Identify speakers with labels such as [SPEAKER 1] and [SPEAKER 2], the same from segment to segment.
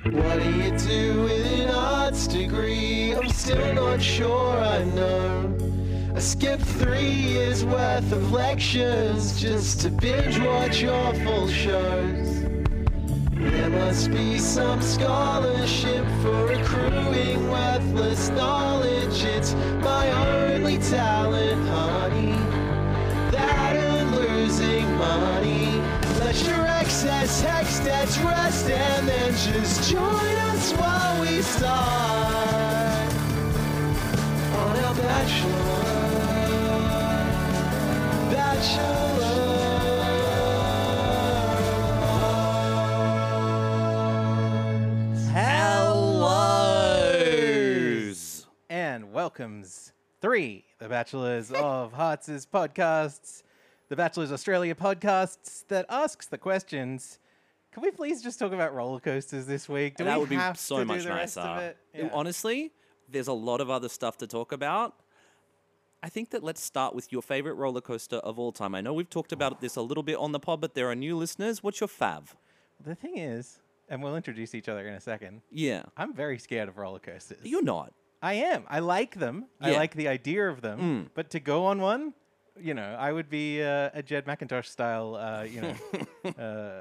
[SPEAKER 1] What do you do with an arts degree? I'm still not sure I know. I skipped three years worth of lectures just to binge watch awful shows. There must be some scholarship for accruing worthless knowledge. It's my only talent, honey. That and losing money. Let your excess hex debts rest and then just join us while we start on our bachelor. Bachelor.
[SPEAKER 2] Hellos.
[SPEAKER 3] and welcomes three the bachelors of hearts' podcasts the bachelors australia podcasts that asks the questions can we please just talk about roller coasters this week do
[SPEAKER 2] that
[SPEAKER 3] we
[SPEAKER 2] would be
[SPEAKER 3] have
[SPEAKER 2] so
[SPEAKER 3] to do
[SPEAKER 2] much
[SPEAKER 3] the rest
[SPEAKER 2] nicer.
[SPEAKER 3] of it?
[SPEAKER 2] It-
[SPEAKER 3] Yeah.
[SPEAKER 2] Honestly, there's a lot of other stuff to talk about. I think that let's start with your favorite roller coaster of all time. I know we've talked about this a little bit on the pod, but there are new listeners. What's your fav?
[SPEAKER 3] the thing is and we'll introduce each other in a second
[SPEAKER 2] Yeah.
[SPEAKER 3] i'm very scared of roller coasters
[SPEAKER 2] You're not.
[SPEAKER 3] i am i like them i
[SPEAKER 2] Yeah. Mm.
[SPEAKER 3] like the idea of them but to go on one you know i would be uh, a jed mcintosh style uh, you know uh,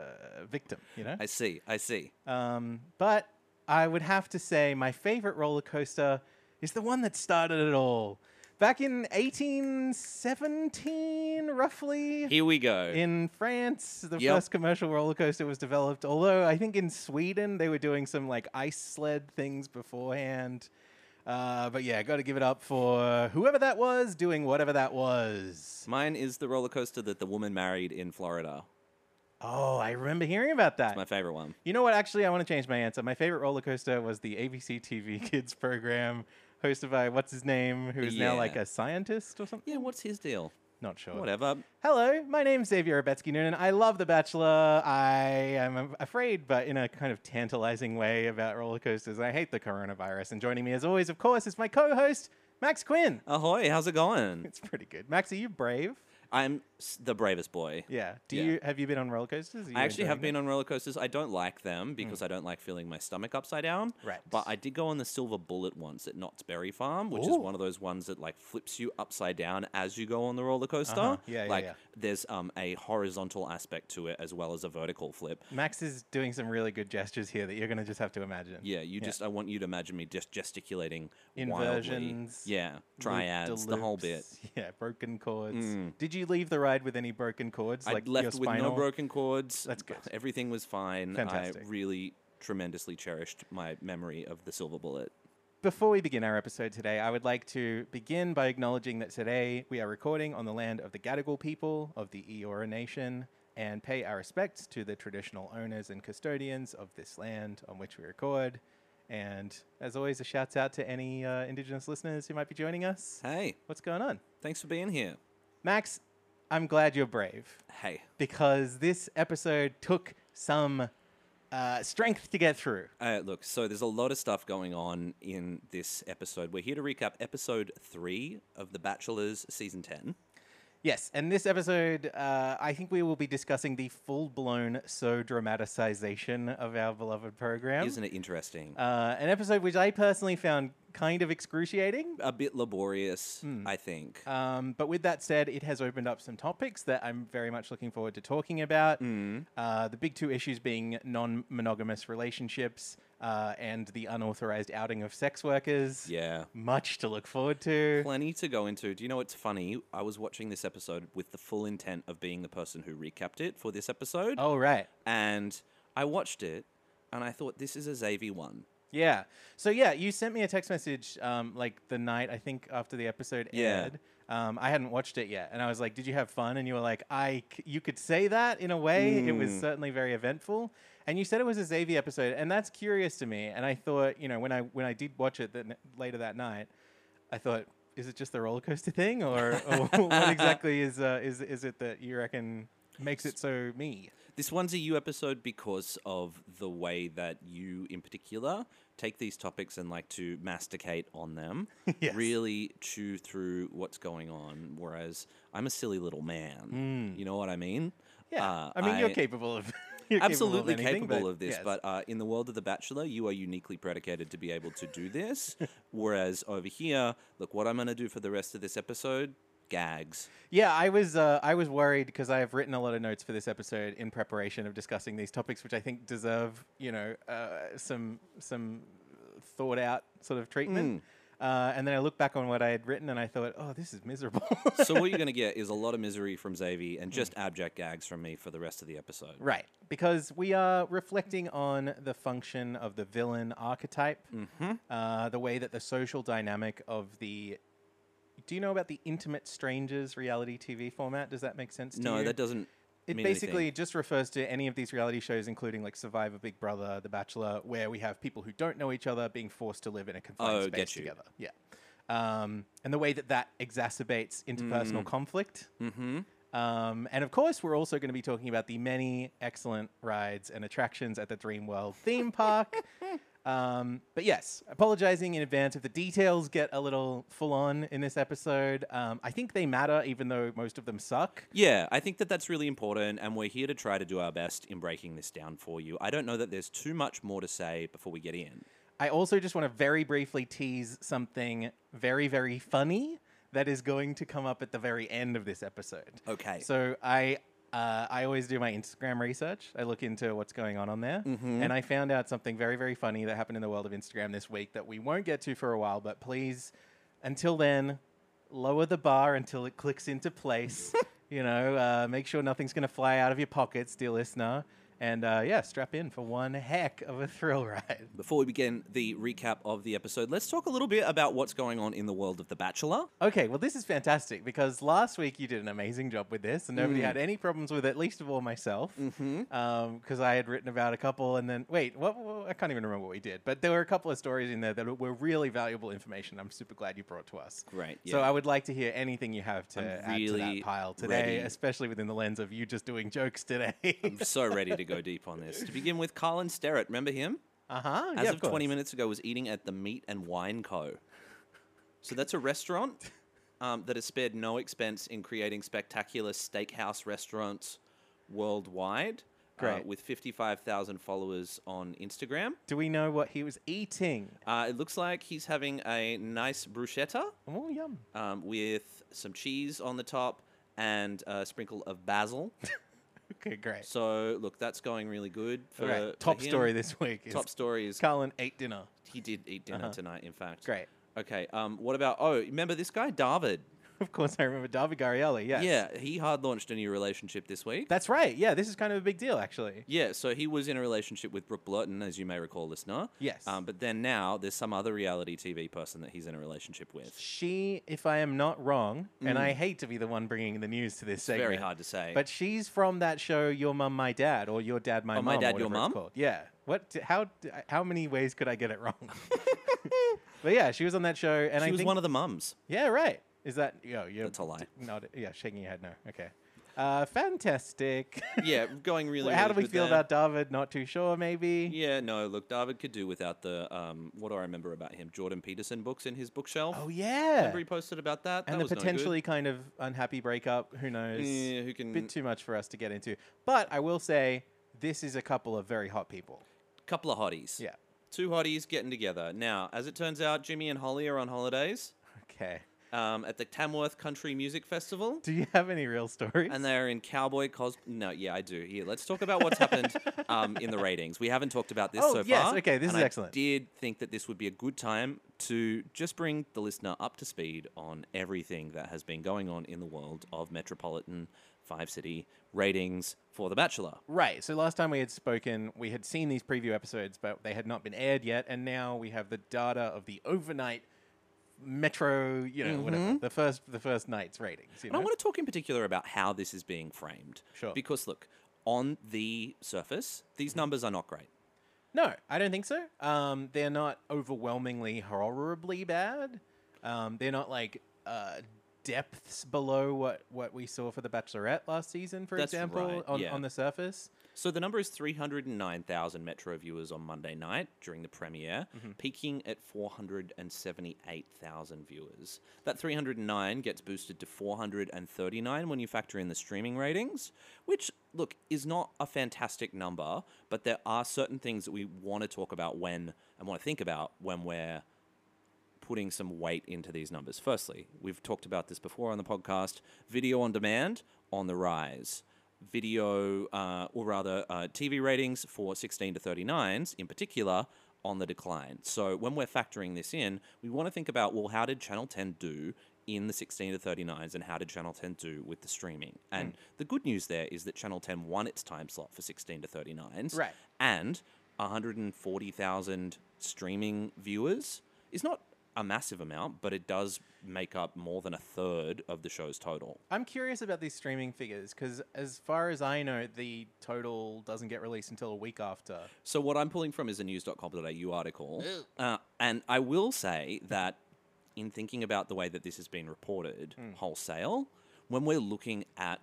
[SPEAKER 3] victim you know
[SPEAKER 2] I see. I see.
[SPEAKER 3] Um, but I would have to say my favorite roller coaster is the one that started it all. Back in 1817, roughly,
[SPEAKER 2] Here we go.
[SPEAKER 3] in France, the
[SPEAKER 2] Yep.
[SPEAKER 3] first commercial roller coaster was developed. Although I think in Sweden they were doing some like ice sled things beforehand. Uh, but yeah, got to give it up for whoever that was doing whatever that was.
[SPEAKER 2] Mine is the roller coaster that the woman married in Florida.
[SPEAKER 3] Oh, I remember hearing about that.
[SPEAKER 2] My favorite one.
[SPEAKER 3] You know what? Actually, I want to change my answer. My favorite roller coaster was the ABC TV Kids program hosted by what's his name, who is now like
[SPEAKER 2] Yeah.
[SPEAKER 3] a scientist or something.
[SPEAKER 2] Yeah, what's his deal?
[SPEAKER 3] Not sure.
[SPEAKER 2] Whatever.
[SPEAKER 3] Hello, my name's Xavier Obetsky Noonan. I love The Bachelor. I am afraid, but in a kind of tantalizing way about roller coasters. I hate the coronavirus. And joining me, as always, of course, is my co-host Max Quinn.
[SPEAKER 2] Ahoy, how's it going?
[SPEAKER 3] It's pretty good. Max, are you brave?
[SPEAKER 2] I'm s- the bravest boy.
[SPEAKER 3] Yeah. Do
[SPEAKER 2] Yeah.
[SPEAKER 3] you have you been on roller coasters? Are you
[SPEAKER 2] I actually have
[SPEAKER 3] enjoying
[SPEAKER 2] been on roller coasters. I don't like them because I don't like feeling my stomach upside down.
[SPEAKER 3] Hmm. Right.
[SPEAKER 2] But I did go on the Silver Bullet once at Knott's Berry Farm, which is
[SPEAKER 3] Ooh.
[SPEAKER 2] one of those ones that like flips you upside down as you go on the roller coaster.
[SPEAKER 3] Uh-huh. Yeah, yeah,
[SPEAKER 2] like
[SPEAKER 3] yeah.
[SPEAKER 2] there's um a horizontal aspect to it as well as a vertical flip.
[SPEAKER 3] it? Max is doing some really good gestures here that you're going to just have to imagine.
[SPEAKER 2] Yeah, you
[SPEAKER 3] Yeah.
[SPEAKER 2] just I want you to imagine me just gesticulating
[SPEAKER 3] Inversions,
[SPEAKER 2] wildly. Yeah, triads, the whole bit.
[SPEAKER 3] loops, Yeah, broken chords. Did you leave the ride with any broken chords?
[SPEAKER 2] I
[SPEAKER 3] like your
[SPEAKER 2] left with no
[SPEAKER 3] spinal?
[SPEAKER 2] broken cords.
[SPEAKER 3] That's good.
[SPEAKER 2] Everything was fine.
[SPEAKER 3] Fantastic.
[SPEAKER 2] I really tremendously cherished my memory of the Silver Bullet.
[SPEAKER 3] Before we begin our episode today, I would like to begin by acknowledging that today we are recording on the land of the Gadigal people of the Eora Nation and pay our respects to the traditional owners and custodians of this land on which we record. And as always, a shout out to any uh, Indigenous listeners who might be joining us.
[SPEAKER 2] Hey,
[SPEAKER 3] What's going on?
[SPEAKER 2] thanks for being here.
[SPEAKER 3] Max, I'm glad you're brave.
[SPEAKER 2] Hey,
[SPEAKER 3] because this episode took some uh, strength to get through.
[SPEAKER 2] uh, look, so there's a lot of stuff going on in this episode. We're here to recap episode three of The Bachelor's season 10.
[SPEAKER 3] Yes, and this episode, uh, I think we will be discussing the full blown so dramatization of our beloved program.
[SPEAKER 2] Isn't it interesting?
[SPEAKER 3] Oh. Uh, an episode which I personally found kind of excruciating.
[SPEAKER 2] a bit laborious,
[SPEAKER 3] hmm.
[SPEAKER 2] I think.
[SPEAKER 3] Um, but with that said, it has opened up some topics that I'm very much looking forward to talking about.
[SPEAKER 2] Mm.
[SPEAKER 3] Uh, the big two issues being non monogamous relationships uh, and the unauthorized outing of sex workers.
[SPEAKER 2] yeah.
[SPEAKER 3] Much to look forward to.
[SPEAKER 2] Plenty to go into. Do you know what's funny? I was watching this episode with the full intent of being the person who recapped it for this episode.
[SPEAKER 3] Oh, right.
[SPEAKER 2] and I watched it, and I thought this is a Xavier one.
[SPEAKER 3] Yeah. So yeah, you sent me a text message um, like the night I think after the episode
[SPEAKER 2] Yeah.
[SPEAKER 3] aired. Um, I hadn't watched it yet, and I was like, "Did you have fun?" And you were like, "I." c- You could say that in a way. It was
[SPEAKER 2] Mm.
[SPEAKER 3] certainly very eventful, and you said it was a Xavier episode, and that's curious to me. And I thought, you know, when I when I did watch it then later that night, I thought, "Is it just the roller coaster thing, or, or what exactly is uh, is is it that you reckon makes it so me?"
[SPEAKER 2] This one's a you episode because of the way that you, in particular, take these topics and like to masticate on them,
[SPEAKER 3] Yes.
[SPEAKER 2] really chew through what's going on. Whereas I'm a silly little man. You know what I mean?
[SPEAKER 3] Mm. Yeah,
[SPEAKER 2] Uh,
[SPEAKER 3] I mean, you're capable of You're capable of
[SPEAKER 2] absolutely
[SPEAKER 3] anything,
[SPEAKER 2] capable
[SPEAKER 3] but
[SPEAKER 2] of this,
[SPEAKER 3] yes.
[SPEAKER 2] but uh, in the world of The Bachelor, you are uniquely predicated to be able to do this. Whereas over here, look, what I'm going to do for the rest of this episode gags.
[SPEAKER 3] Yeah, I was uh, I was worried because I have written a lot of notes for this episode in preparation of discussing these topics, which I think deserve you know uh, some some thought out sort of treatment.
[SPEAKER 2] Hmm.
[SPEAKER 3] Uh, and then I looked back on what I had written and I thought, oh, this is miserable.
[SPEAKER 2] So what you're going to get is a lot of misery from Xavier and just abject gags from me for the rest of the episode.
[SPEAKER 3] Hmm. Right, because we are reflecting on the function of the villain archetype,
[SPEAKER 2] Mm-hmm.
[SPEAKER 3] uh, the way that the social dynamic of the. Do you know about the intimate strangers reality TV format? Does that make sense to you?
[SPEAKER 2] No, that doesn't.
[SPEAKER 3] It
[SPEAKER 2] mean
[SPEAKER 3] basically
[SPEAKER 2] anything.
[SPEAKER 3] just refers to any of these reality shows, including like Survivor, Big Brother, The Bachelor, where we have people who don't know each other being forced to live in a confined
[SPEAKER 2] Oh,
[SPEAKER 3] space
[SPEAKER 2] get you.
[SPEAKER 3] together. Yeah, um, and the way that that exacerbates
[SPEAKER 2] Mm.
[SPEAKER 3] interpersonal conflict. Mm-hmm. Um, and of course, we're also going to be talking about the many excellent rides and attractions at the Dream World theme park. Um, but yes, apologizing in advance if the details get a little full on in this episode. Um, I think they matter, even though most of them suck.
[SPEAKER 2] Yeah, I think that that's really important, and we're here to try to do our best in breaking this down for you. I don't know that there's too much more to say before we get in.
[SPEAKER 3] I also just want to very briefly tease something very, very funny that is going to come up at the very end of this episode.
[SPEAKER 2] Okay.
[SPEAKER 3] So I. Uh, I always do my Instagram research. I look into what's going on on there. And I found out something very, very funny that happened in the world of Instagram this week that we won't get to for a while, but please, until then, lower the bar until it clicks into place. you know, uh, make sure nothing's going to fly out of your pockets, dear listener. And uh, yeah, strap in for one heck of a thrill ride.
[SPEAKER 2] Before we begin the recap of the episode, let's talk a little bit about what's going on in the world of The Bachelor.
[SPEAKER 3] Okay, well, this is fantastic because last week you did an amazing job with this, and nobody
[SPEAKER 2] Mm.
[SPEAKER 3] had any problems with it, least of all myself, because
[SPEAKER 2] Mm-hmm.
[SPEAKER 3] I had written about a couple, and then wait, what, what- I can't even remember what we did, but there were a couple of stories in there that were really valuable information. I'm super glad you brought to us.
[SPEAKER 2] Great,
[SPEAKER 3] So
[SPEAKER 2] yeah.
[SPEAKER 3] I would like to hear anything you have to
[SPEAKER 2] I'm
[SPEAKER 3] add to
[SPEAKER 2] really
[SPEAKER 3] that pile today,
[SPEAKER 2] ready.
[SPEAKER 3] especially within the lens of you just doing jokes today.
[SPEAKER 2] I'm so ready to go deep on this. To begin with, Carlin Sterrett, remember him?
[SPEAKER 3] uh huh.
[SPEAKER 2] As
[SPEAKER 3] yeah,
[SPEAKER 2] of, 20
[SPEAKER 3] course.
[SPEAKER 2] minutes ago, was eating at the Meat and Wine Co. So that's a restaurant um, that has spared no expense in creating spectacular steakhouse restaurants worldwide. uh,
[SPEAKER 3] Great.
[SPEAKER 2] with 55,000 followers on Instagram.
[SPEAKER 3] Do we know what he was eating?
[SPEAKER 2] Uh, it looks like he's having a nice bruschetta
[SPEAKER 3] Oh, yum.
[SPEAKER 2] um, with some cheese on the top and a sprinkle of basil.
[SPEAKER 3] Okay, great.
[SPEAKER 2] so, look, that's going really good for,
[SPEAKER 3] Okay,
[SPEAKER 2] for
[SPEAKER 3] top
[SPEAKER 2] him.
[SPEAKER 3] story this week is
[SPEAKER 2] uh, Top story is
[SPEAKER 3] Carlin ate dinner.
[SPEAKER 2] he did eat dinner tonight, in fact.
[SPEAKER 3] Great.
[SPEAKER 2] Okay. Um, what about oh, remember this guy David?
[SPEAKER 3] Of course, I remember David Garielli. Yes.
[SPEAKER 2] Yeah, he hard launched a new relationship this week.
[SPEAKER 3] That's right. Yeah, this is kind of a big deal, actually.
[SPEAKER 2] yeah, so he was in a relationship with Brooke Blurton, as you may recall, listener.
[SPEAKER 3] Yes.
[SPEAKER 2] Um, but then now there's some other reality TV person that he's in a relationship with.
[SPEAKER 3] She, if I am not wrong, and I hate to be the one bringing the news to this segment.
[SPEAKER 2] Mm. Very hard to say.
[SPEAKER 3] But she's from that show, Your Mum, My Dad, or Your Dad, My
[SPEAKER 2] Oh,
[SPEAKER 3] Mum.
[SPEAKER 2] My
[SPEAKER 3] or
[SPEAKER 2] Dad,
[SPEAKER 3] whatever
[SPEAKER 2] Your
[SPEAKER 3] it's
[SPEAKER 2] Mum?
[SPEAKER 3] called. Yeah. What? d- How? d- How many ways could I get it wrong? but yeah, she was on that show, and
[SPEAKER 2] she
[SPEAKER 3] I
[SPEAKER 2] was
[SPEAKER 3] think,
[SPEAKER 2] one of the mums.
[SPEAKER 3] Yeah, right. Is that? Yo, you
[SPEAKER 2] That's a lie.
[SPEAKER 3] Not. Yeah, shaking your head. No. Okay. Uh, fantastic.
[SPEAKER 2] Yeah, going really.
[SPEAKER 3] How
[SPEAKER 2] really
[SPEAKER 3] do we
[SPEAKER 2] good
[SPEAKER 3] feel
[SPEAKER 2] there.
[SPEAKER 3] about David? Not too sure, maybe.
[SPEAKER 2] Yeah, no, look, David could do without the um, what do I remember about him? Jordan Peterson books in his bookshelf.
[SPEAKER 3] Oh yeah.
[SPEAKER 2] Remember he posted about that?
[SPEAKER 3] and
[SPEAKER 2] that
[SPEAKER 3] the
[SPEAKER 2] was no good.
[SPEAKER 3] potentially kind of unhappy breakup. Who knows?
[SPEAKER 2] Yeah, Mm. who
[SPEAKER 3] A
[SPEAKER 2] can
[SPEAKER 3] bit too much for us to get into. But I will say, this is a couple of very hot people.
[SPEAKER 2] couple of hotties.
[SPEAKER 3] Yeah.
[SPEAKER 2] Two hotties getting together. Now, as it turns out, Jimmy and Holly are on holidays
[SPEAKER 3] Okay.
[SPEAKER 2] um, at the Tamworth Country Music Festival.
[SPEAKER 3] Do you have any real stories?
[SPEAKER 2] And they're in cowboy cos. No, yeah, I do. Here, let's talk about what's happened um, in the ratings. We haven't talked about this
[SPEAKER 3] Oh,
[SPEAKER 2] so
[SPEAKER 3] yes,
[SPEAKER 2] far.
[SPEAKER 3] okay, this
[SPEAKER 2] and
[SPEAKER 3] is
[SPEAKER 2] I
[SPEAKER 3] excellent.
[SPEAKER 2] did think that this would be a good time to just bring the listener up to speed on everything that has been going on in the world of metropolitan five city ratings for The Bachelor.
[SPEAKER 3] right. So last time we had spoken, we had seen these preview episodes, but they had not been aired yet. And now we have the data of the overnight metro, you know, whatever the first the first night's ratings. You know?
[SPEAKER 2] Mm-hmm. And I want to talk in particular about how this is being framed.
[SPEAKER 3] Sure.
[SPEAKER 2] Because look, on the surface, these numbers are not great.
[SPEAKER 3] No, I don't think so. Um, they're not overwhelmingly horribly bad. Um, they're not like uh, depths below what, what we saw for The Bachelorette last season, for
[SPEAKER 2] That's
[SPEAKER 3] example,
[SPEAKER 2] right,
[SPEAKER 3] on,
[SPEAKER 2] yeah.
[SPEAKER 3] on the surface.
[SPEAKER 2] So the number is 309,000 Metro viewers on Monday night during the premiere, peaking at 478,000 viewers. That 309 gets boosted to 439 when you factor in the streaming ratings, which look is not a fantastic number, but there are certain things that we want to talk about when and want to think about when we're putting some weight into these numbers. Firstly, we've talked about this before on the podcast video on demand on the rise. Video, uh, or rather, uh, TV ratings for 16 to 39s in particular on the decline. So when we're factoring this in, we want to think about well, how did Channel 10 do in the 16 to 39s and how did Channel 10 do with the streaming? And the good news there is that Channel 10 won its time slot for 16 to 39s.
[SPEAKER 3] Right.
[SPEAKER 2] And 140,000 streaming viewers is not a massive amount, but it does make up more than a third of the show's total.
[SPEAKER 3] I'm curious about these streaming figures because, as far as I know, the total doesn't get released until a week after.
[SPEAKER 2] So what I'm pulling from is a news.com.au article, uh, and I will say that in thinking about the way that this has been reported
[SPEAKER 3] Hmm.
[SPEAKER 2] wholesale, when we're looking at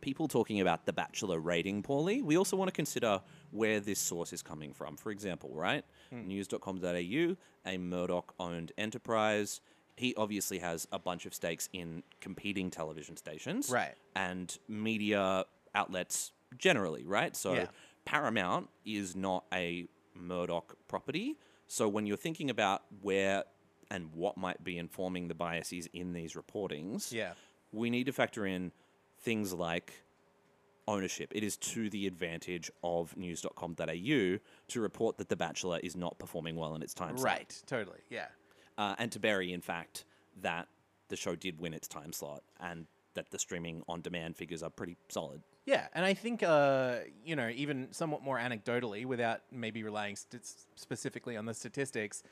[SPEAKER 2] people talking about The Bachelor rating poorly, we also want to consider where this source is coming from. For example, right?
[SPEAKER 3] Hmm.
[SPEAKER 2] News.com.au, a Murdoch owned enterprise. He obviously has a bunch of stakes in competing television stations
[SPEAKER 3] Right.
[SPEAKER 2] and media outlets generally, right? So
[SPEAKER 3] Yeah.
[SPEAKER 2] Paramount is not a Murdoch property. So when you're thinking about where and what might be informing the biases in these reportings,
[SPEAKER 3] Yeah.
[SPEAKER 2] we need to factor in things like ownership. It is to the advantage of news.com.au to report that The Bachelor is not performing well in its time slot.
[SPEAKER 3] Right. Totally. Yeah.
[SPEAKER 2] Uh, and to bury, in fact, that the show did win its time slot and that the streaming on demand figures are pretty solid.
[SPEAKER 3] Yeah, and I think uh, you know, even somewhat more anecdotally, without maybe relying st- specifically on the statistics,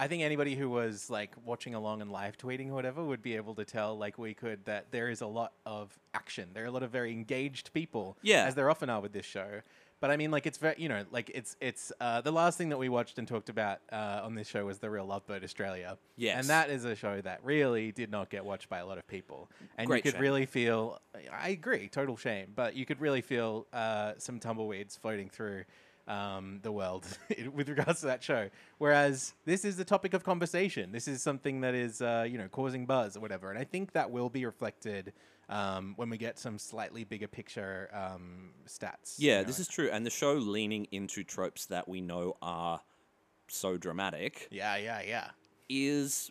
[SPEAKER 3] I think anybody who was like watching along and live tweeting or whatever would be able to tell, like we could, that there is a lot of action. There are a lot of very engaged people,
[SPEAKER 2] Yeah.
[SPEAKER 3] as there often are with this show. But I mean, like it's very, you know, like it's it's uh, the last thing that we watched and talked about uh, on this show was the Real Lovebird Australia,
[SPEAKER 2] Yes.
[SPEAKER 3] and that is a show that really did not get watched by a lot of people, and
[SPEAKER 2] Great
[SPEAKER 3] you could
[SPEAKER 2] shame.
[SPEAKER 3] really feel. I agree, total shame, but you could really feel uh, some tumbleweeds floating through um, the world with regards to that show. Whereas this is the topic of conversation. This is something that is uh, you know causing buzz or whatever, and I think that will be reflected um, when we get some slightly bigger picture um, stats. you
[SPEAKER 2] Yeah,
[SPEAKER 3] know.
[SPEAKER 2] this is true. And the show leaning into tropes that we know are so dramatic
[SPEAKER 3] Yeah, yeah, yeah.
[SPEAKER 2] is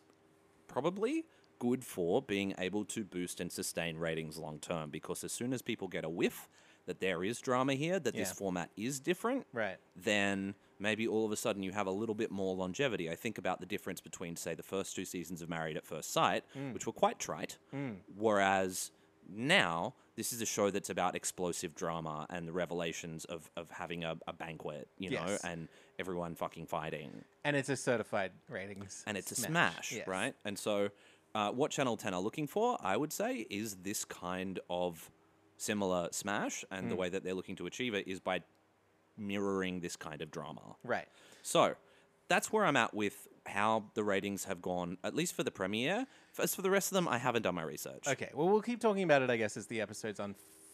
[SPEAKER 2] probably good for being able to boost and sustain ratings long term because as soon as people get a whiff that there is drama here, that this
[SPEAKER 3] Yeah.
[SPEAKER 2] format is different,
[SPEAKER 3] Right.
[SPEAKER 2] then maybe all of a sudden you have a little bit more longevity. I think about the difference between, say, the first two seasons of Married at First Sight,
[SPEAKER 3] Hmm.
[SPEAKER 2] which were quite trite, whereas now this is a show that's about explosive drama and the revelations of, of having a, a banquet, you
[SPEAKER 3] Yes.
[SPEAKER 2] know, and everyone fucking fighting
[SPEAKER 3] And it's a certified ratings.
[SPEAKER 2] and it's a smash,
[SPEAKER 3] Yes.
[SPEAKER 2] right? And so, uh, what Channel 10 are looking for, I would say, is this kind of similar smash. And the
[SPEAKER 3] Hmm.
[SPEAKER 2] way that they're looking to achieve it is by mirroring this kind of drama.
[SPEAKER 3] Right.
[SPEAKER 2] So, that's where I'm at with how the ratings have gone, at least for the premiere. F- As for the rest of them, I haven't done my research.
[SPEAKER 3] Okay. Well, we'll keep talking about it, I guess, as the episodes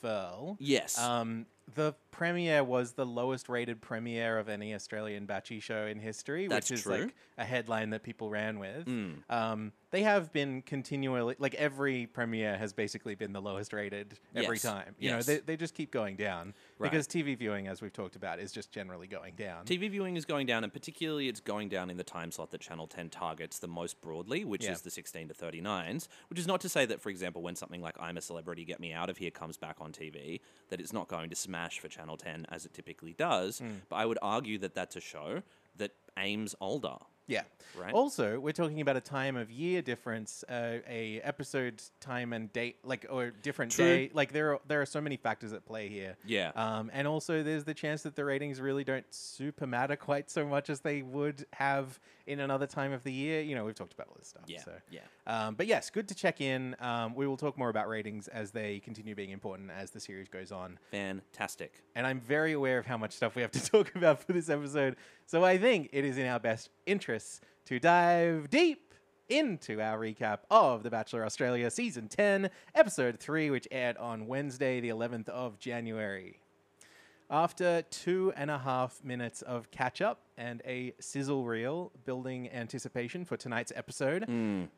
[SPEAKER 3] unfurl.
[SPEAKER 2] Yes.
[SPEAKER 3] Um, the premiere was the lowest rated premiere of any Australian Batchy show in history,
[SPEAKER 2] That's
[SPEAKER 3] which is
[SPEAKER 2] true. Hmm.
[SPEAKER 3] like a headline that people ran with. Um, they have been continually, like every premiere has basically been the lowest rated every
[SPEAKER 2] Yes.
[SPEAKER 3] time. You
[SPEAKER 2] Yes.
[SPEAKER 3] know, they, they just keep going down
[SPEAKER 2] Right.
[SPEAKER 3] because TV viewing, as we've talked about, is just generally going down.
[SPEAKER 2] TV viewing is going down, and particularly it's going down in the time slot that Channel 10 targets the most broadly, which
[SPEAKER 3] Yeah.
[SPEAKER 2] is the 16 to 39s. Which is not to say that, for example, when something like I'm a Celebrity, Get Me Out of Here comes back on TV, that it's not going to smash for Channel 10 as it typically does.
[SPEAKER 3] Hmm.
[SPEAKER 2] But I would argue that that's a show that aims older.
[SPEAKER 3] Yeah.
[SPEAKER 2] Right?
[SPEAKER 3] Also, we're talking about a time of year difference, uh, a episode time and date, like or different
[SPEAKER 2] True.
[SPEAKER 3] day. Like there are there are so many factors at play here.
[SPEAKER 2] Yeah.
[SPEAKER 3] Um, and also, there's the chance that the ratings really don't super matter quite so much as they would have in another time of the year. You know, we've talked about all this stuff.
[SPEAKER 2] Yeah,
[SPEAKER 3] So.
[SPEAKER 2] yeah.
[SPEAKER 3] Um, but yes, good to check in. Um, we will talk more about ratings as they continue being important as the series goes on
[SPEAKER 2] Fantastic.
[SPEAKER 3] and I'm very aware of how much stuff we have to talk about for this episode. So I think it is in our best interests to dive deep into our recap of The Bachelor Australia Season 10, Episode 3, which aired on Wednesday, the 11th of January. After two and a half minutes of catch up and a sizzle reel building anticipation for tonight's episode,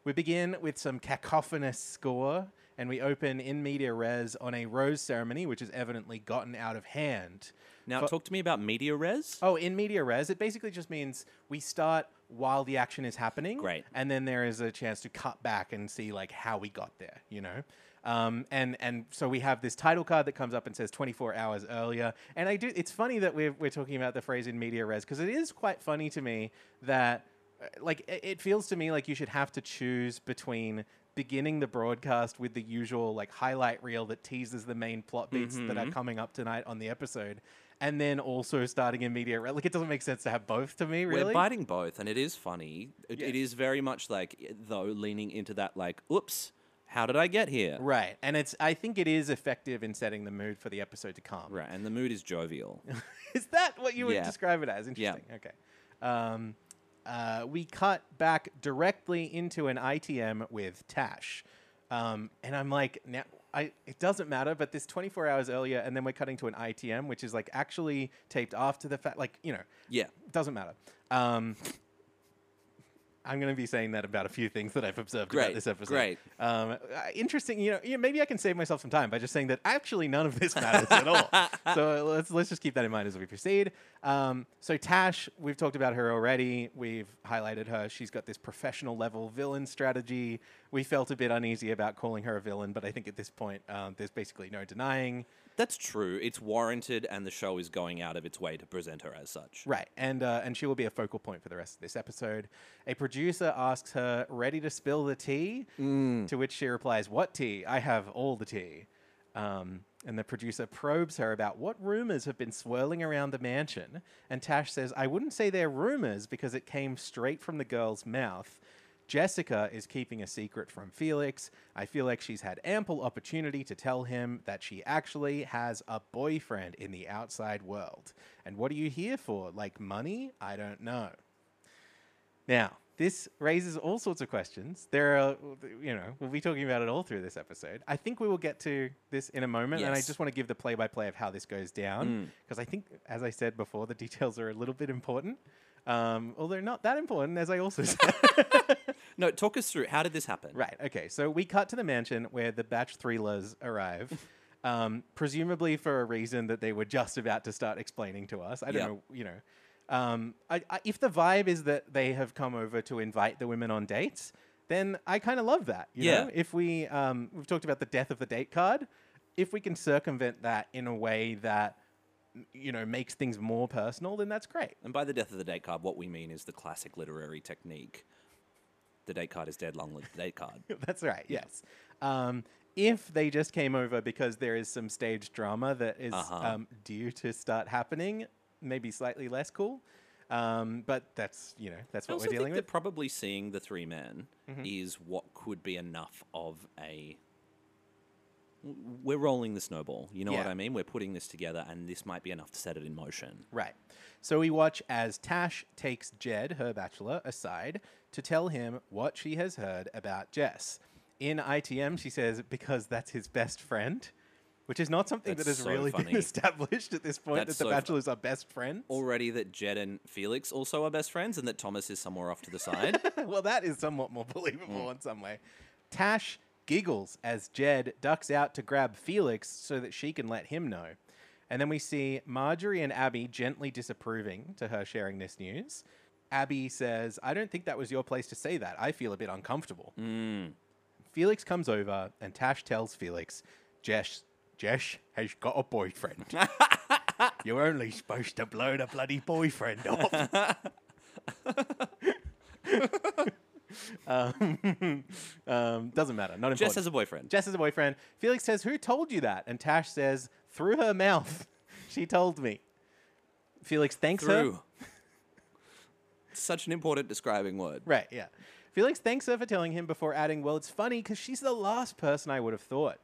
[SPEAKER 3] we begin with some cacophonous score and we open in media res on a rose ceremony, which has evidently gotten out of hand.
[SPEAKER 2] Now,
[SPEAKER 3] Fu-
[SPEAKER 2] talk to me about media res.
[SPEAKER 3] Oh, in media res, it basically just means we start while the action is happening.
[SPEAKER 2] Great.
[SPEAKER 3] And then there is a chance to cut back and see like how we got there, you know? Um, and and so we have this title card that comes up and says 24 hours earlier. And I do. It's funny that we're we're talking about the phrase in media res because it is quite funny to me that uh, like i- it feels to me like you should have to choose between beginning the broadcast with the usual like highlight reel that teases the main plot beats that are coming up tonight on the episode and then also starting in media res. like it doesn't make sense to have both to me really
[SPEAKER 2] We're biting both, and it is funny. It, it
[SPEAKER 3] Yeah.
[SPEAKER 2] is very much like, i- though, leaning into that, like, oops, how did I get here?
[SPEAKER 3] right and it's i think it is effective in setting the mood for the episode to come
[SPEAKER 2] Right, and the mood is jovial.
[SPEAKER 3] is that what you would
[SPEAKER 2] Yeah.
[SPEAKER 3] describe it as? Interesting. Okay. Um, uh, we cut back directly into an ITM with Tash, um, and I'm like, now I it doesn't matter. But this 24 hours earlier, and then we're cutting to an ITM, which is like actually taped after the fact. Like you know,
[SPEAKER 2] yeah.
[SPEAKER 3] doesn't matter. Um, I'm going to be saying that about a few things that I've observed about
[SPEAKER 2] Great,
[SPEAKER 3] this episode.
[SPEAKER 2] great.
[SPEAKER 3] Um, uh, interesting. You know, yeah, maybe I can save myself some time by just saying that actually none of this matters at all. So uh, let's let's just keep that in mind as we proceed. Um, so Tash, we've talked about her already. We've highlighted her. She's got this professional level villain strategy. We felt a bit uneasy about calling her a villain, but I think at this point, um, there's basically no denying.
[SPEAKER 2] That's true. It's warranted, and the show is going out of its way to present her as such.
[SPEAKER 3] Right, and uh, and she will be a focal point for the rest of this episode. A producer asks her, "Ready to spill the tea?" To which she replies, "What tea? I have all the tea." Um, and the producer probes her about what rumors have been swirling around the mansion. And Tash says, "I wouldn't say they're rumors because it came straight from the girl's mouth." Jessica is keeping a secret from Felix. I feel like she's had ample opportunity to tell him that she actually has a boyfriend in the outside world. And what are you here for? Like money? I don't know. Now, this raises all sorts of questions. There are, you know, we'll be talking about it all through this episode. I think we will get to this in a moment, and I
[SPEAKER 2] Yes.
[SPEAKER 3] just want to give the play by play of how this goes down, because I think, as I said before, the details are a little bit important. Um, although not that important, as I also said.
[SPEAKER 2] No, talk us through. How did this happen?
[SPEAKER 3] Right. Okay. So we cut to the mansion where the batch thrillers arrive, um, presumably for a reason that they were just about to start explaining to us. I don't
[SPEAKER 2] Yep.
[SPEAKER 3] know. You know, um, I, I, if the vibe is that they have come over to invite the women on dates, then I kind of love that. You
[SPEAKER 2] Yeah.
[SPEAKER 3] Know? If we um, we've talked about the death of the date card, if we can circumvent that in a way that m- you know makes things more personal, then that's great.
[SPEAKER 2] And by the death of the date card, what we mean is the classic literary technique. The date card is dead, long live the date card.
[SPEAKER 3] That's right. Yes. Um, if they just came over because there is some stage drama that is,
[SPEAKER 2] Uh-huh.
[SPEAKER 3] um, due to start happening, maybe slightly less cool. Um, but that's you know that's
[SPEAKER 2] I
[SPEAKER 3] what
[SPEAKER 2] also
[SPEAKER 3] we're dealing
[SPEAKER 2] think
[SPEAKER 3] with. Mm-hmm.
[SPEAKER 2] that probably seeing the three men is what could be enough of a. w- We're rolling the snowball. You know what
[SPEAKER 3] Yeah.
[SPEAKER 2] I mean? We're putting this together, and this might be enough to set it in motion.
[SPEAKER 3] Right. So we watch as Tash takes Jed, her bachelor, aside to tell him what she has heard about Jess. In ITM, she says, because that's his best friend, which is not something
[SPEAKER 2] That's
[SPEAKER 3] that has
[SPEAKER 2] so
[SPEAKER 3] really
[SPEAKER 2] funny.
[SPEAKER 3] been established at this point
[SPEAKER 2] That's
[SPEAKER 3] that the
[SPEAKER 2] so fu-
[SPEAKER 3] bachelors are best friends.
[SPEAKER 2] Already that Jed and Felix also are best friends, and that Thomas is somewhere off to the side.
[SPEAKER 3] well, that is somewhat more believable in some way. Tash giggles as Jed ducks out to grab Felix so that she can let him know. And then we see Marjorie and Abby gently disapproving to her sharing this news. Abby says, I don't think that was your place to say that. I feel a bit uncomfortable. Felix comes over and Tash tells Felix, Jess, Jess has got a boyfriend. You're only supposed to blow the bloody boyfriend off. um, um, doesn't matter. Not important.
[SPEAKER 2] Jess has a boyfriend.
[SPEAKER 3] Jess has a boyfriend. Felix says, Who told you that? And Tash says, Through her mouth. She told me. Felix thanks her.
[SPEAKER 2] Through. Such an important describing word.
[SPEAKER 3] Right, yeah. Felix thanks her for telling him before adding, Well, it's funny because she's the last person I would have thought.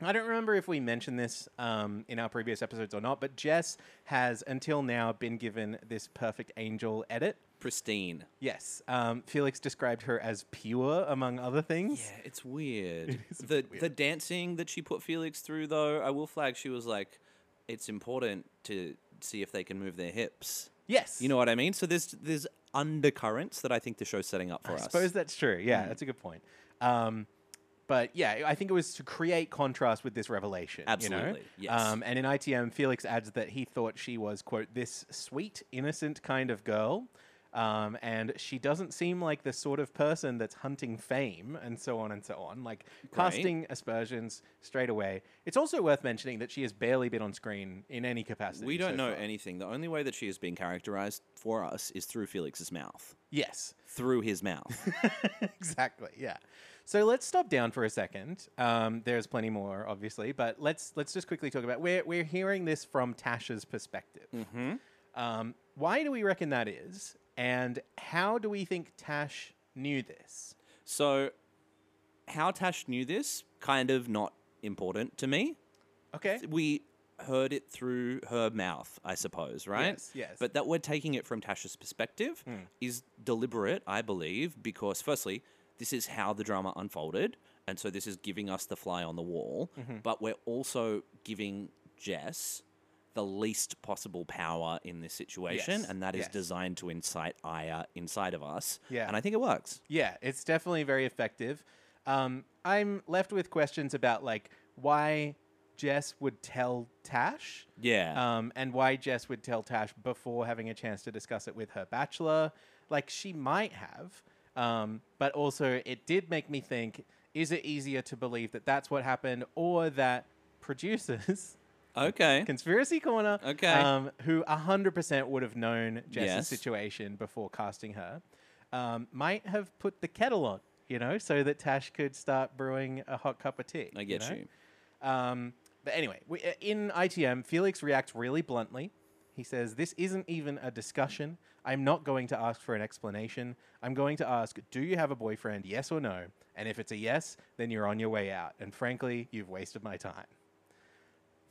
[SPEAKER 3] I don't remember if we mentioned this um, in our previous episodes or not, but Jess has until now been given this perfect angel edit.
[SPEAKER 2] Pristine.
[SPEAKER 3] Yes, um, Felix described her as pure, among other things.
[SPEAKER 2] Yeah, it's weird. the the dancing that she put Felix through though, I will flag she was like it's important to see if they can move their hips.
[SPEAKER 3] Yes.
[SPEAKER 2] You know what I mean? So there's there's undercurrents that I think the show's setting up for us. Mm.
[SPEAKER 3] I suppose that's true. Yeah, that's a good point. Um, but yeah, I think it was to create contrast with this revelation. you know?
[SPEAKER 2] Absolutely, yes.
[SPEAKER 3] Um, and in ITM, Felix adds that he thought she was quote this sweet, innocent kind of girl, um, and she doesn't seem like the sort of person that's hunting fame and so on and so on. Like casting aspersions straight away. It's also worth mentioning that she has barely been on screen in any capacity.
[SPEAKER 2] we don't
[SPEAKER 3] so
[SPEAKER 2] know
[SPEAKER 3] far.
[SPEAKER 2] anything. The only way that she is being characterized for us is through Felix's mouth.
[SPEAKER 3] Yes.
[SPEAKER 2] Through his mouth.
[SPEAKER 3] exactly. Yeah. So let's stop down for a second. Um, there's plenty more, obviously, but let's let's just quickly talk about we're we're hearing this from Tasha's perspective. Um, why do we reckon that is, and how do we think Tash knew this?
[SPEAKER 2] so how Tash knew this, kind of not important to me.
[SPEAKER 3] Okay.
[SPEAKER 2] we heard it through her mouth, I suppose, right?
[SPEAKER 3] Yes, yes. Hmm.
[SPEAKER 2] But that we're taking it from Tasha's perspective is deliberate, I believe, because firstly, this is how the drama unfolded, and so this is giving us the fly on the wall,
[SPEAKER 3] Mm-hmm.
[SPEAKER 2] but we're also giving Jess the least possible power in this situation,
[SPEAKER 3] Yes,
[SPEAKER 2] and that is
[SPEAKER 3] yes.
[SPEAKER 2] designed to incite ire inside of us.
[SPEAKER 3] Yeah.
[SPEAKER 2] And I think it works.
[SPEAKER 3] Yeah, it's definitely very effective. Um, I'm left with questions about like why Jess would tell Tash.
[SPEAKER 2] Yeah.
[SPEAKER 3] um, and why Jess would tell Tash before having a chance to discuss it with her bachelor. Like she might have, um, but also it did make me think: is it easier to believe that that's what happened, or that producers?
[SPEAKER 2] okay.
[SPEAKER 3] Conspiracy Corner,
[SPEAKER 2] Okay.
[SPEAKER 3] um, who 100% would have known Jess's
[SPEAKER 2] Yes.
[SPEAKER 3] situation before casting her, um, might have put the kettle on, you know, so that Tash could start brewing a hot cup of tea.
[SPEAKER 2] I get
[SPEAKER 3] know?
[SPEAKER 2] you.
[SPEAKER 3] Um, but anyway, we, uh, in ITM, Felix reacts really bluntly. He says, This isn't even a discussion. I'm not going to ask for an explanation. I'm going to ask, Do you have a boyfriend? Yes or no? And if it's a yes, then you're on your way out. And frankly, you've wasted my time.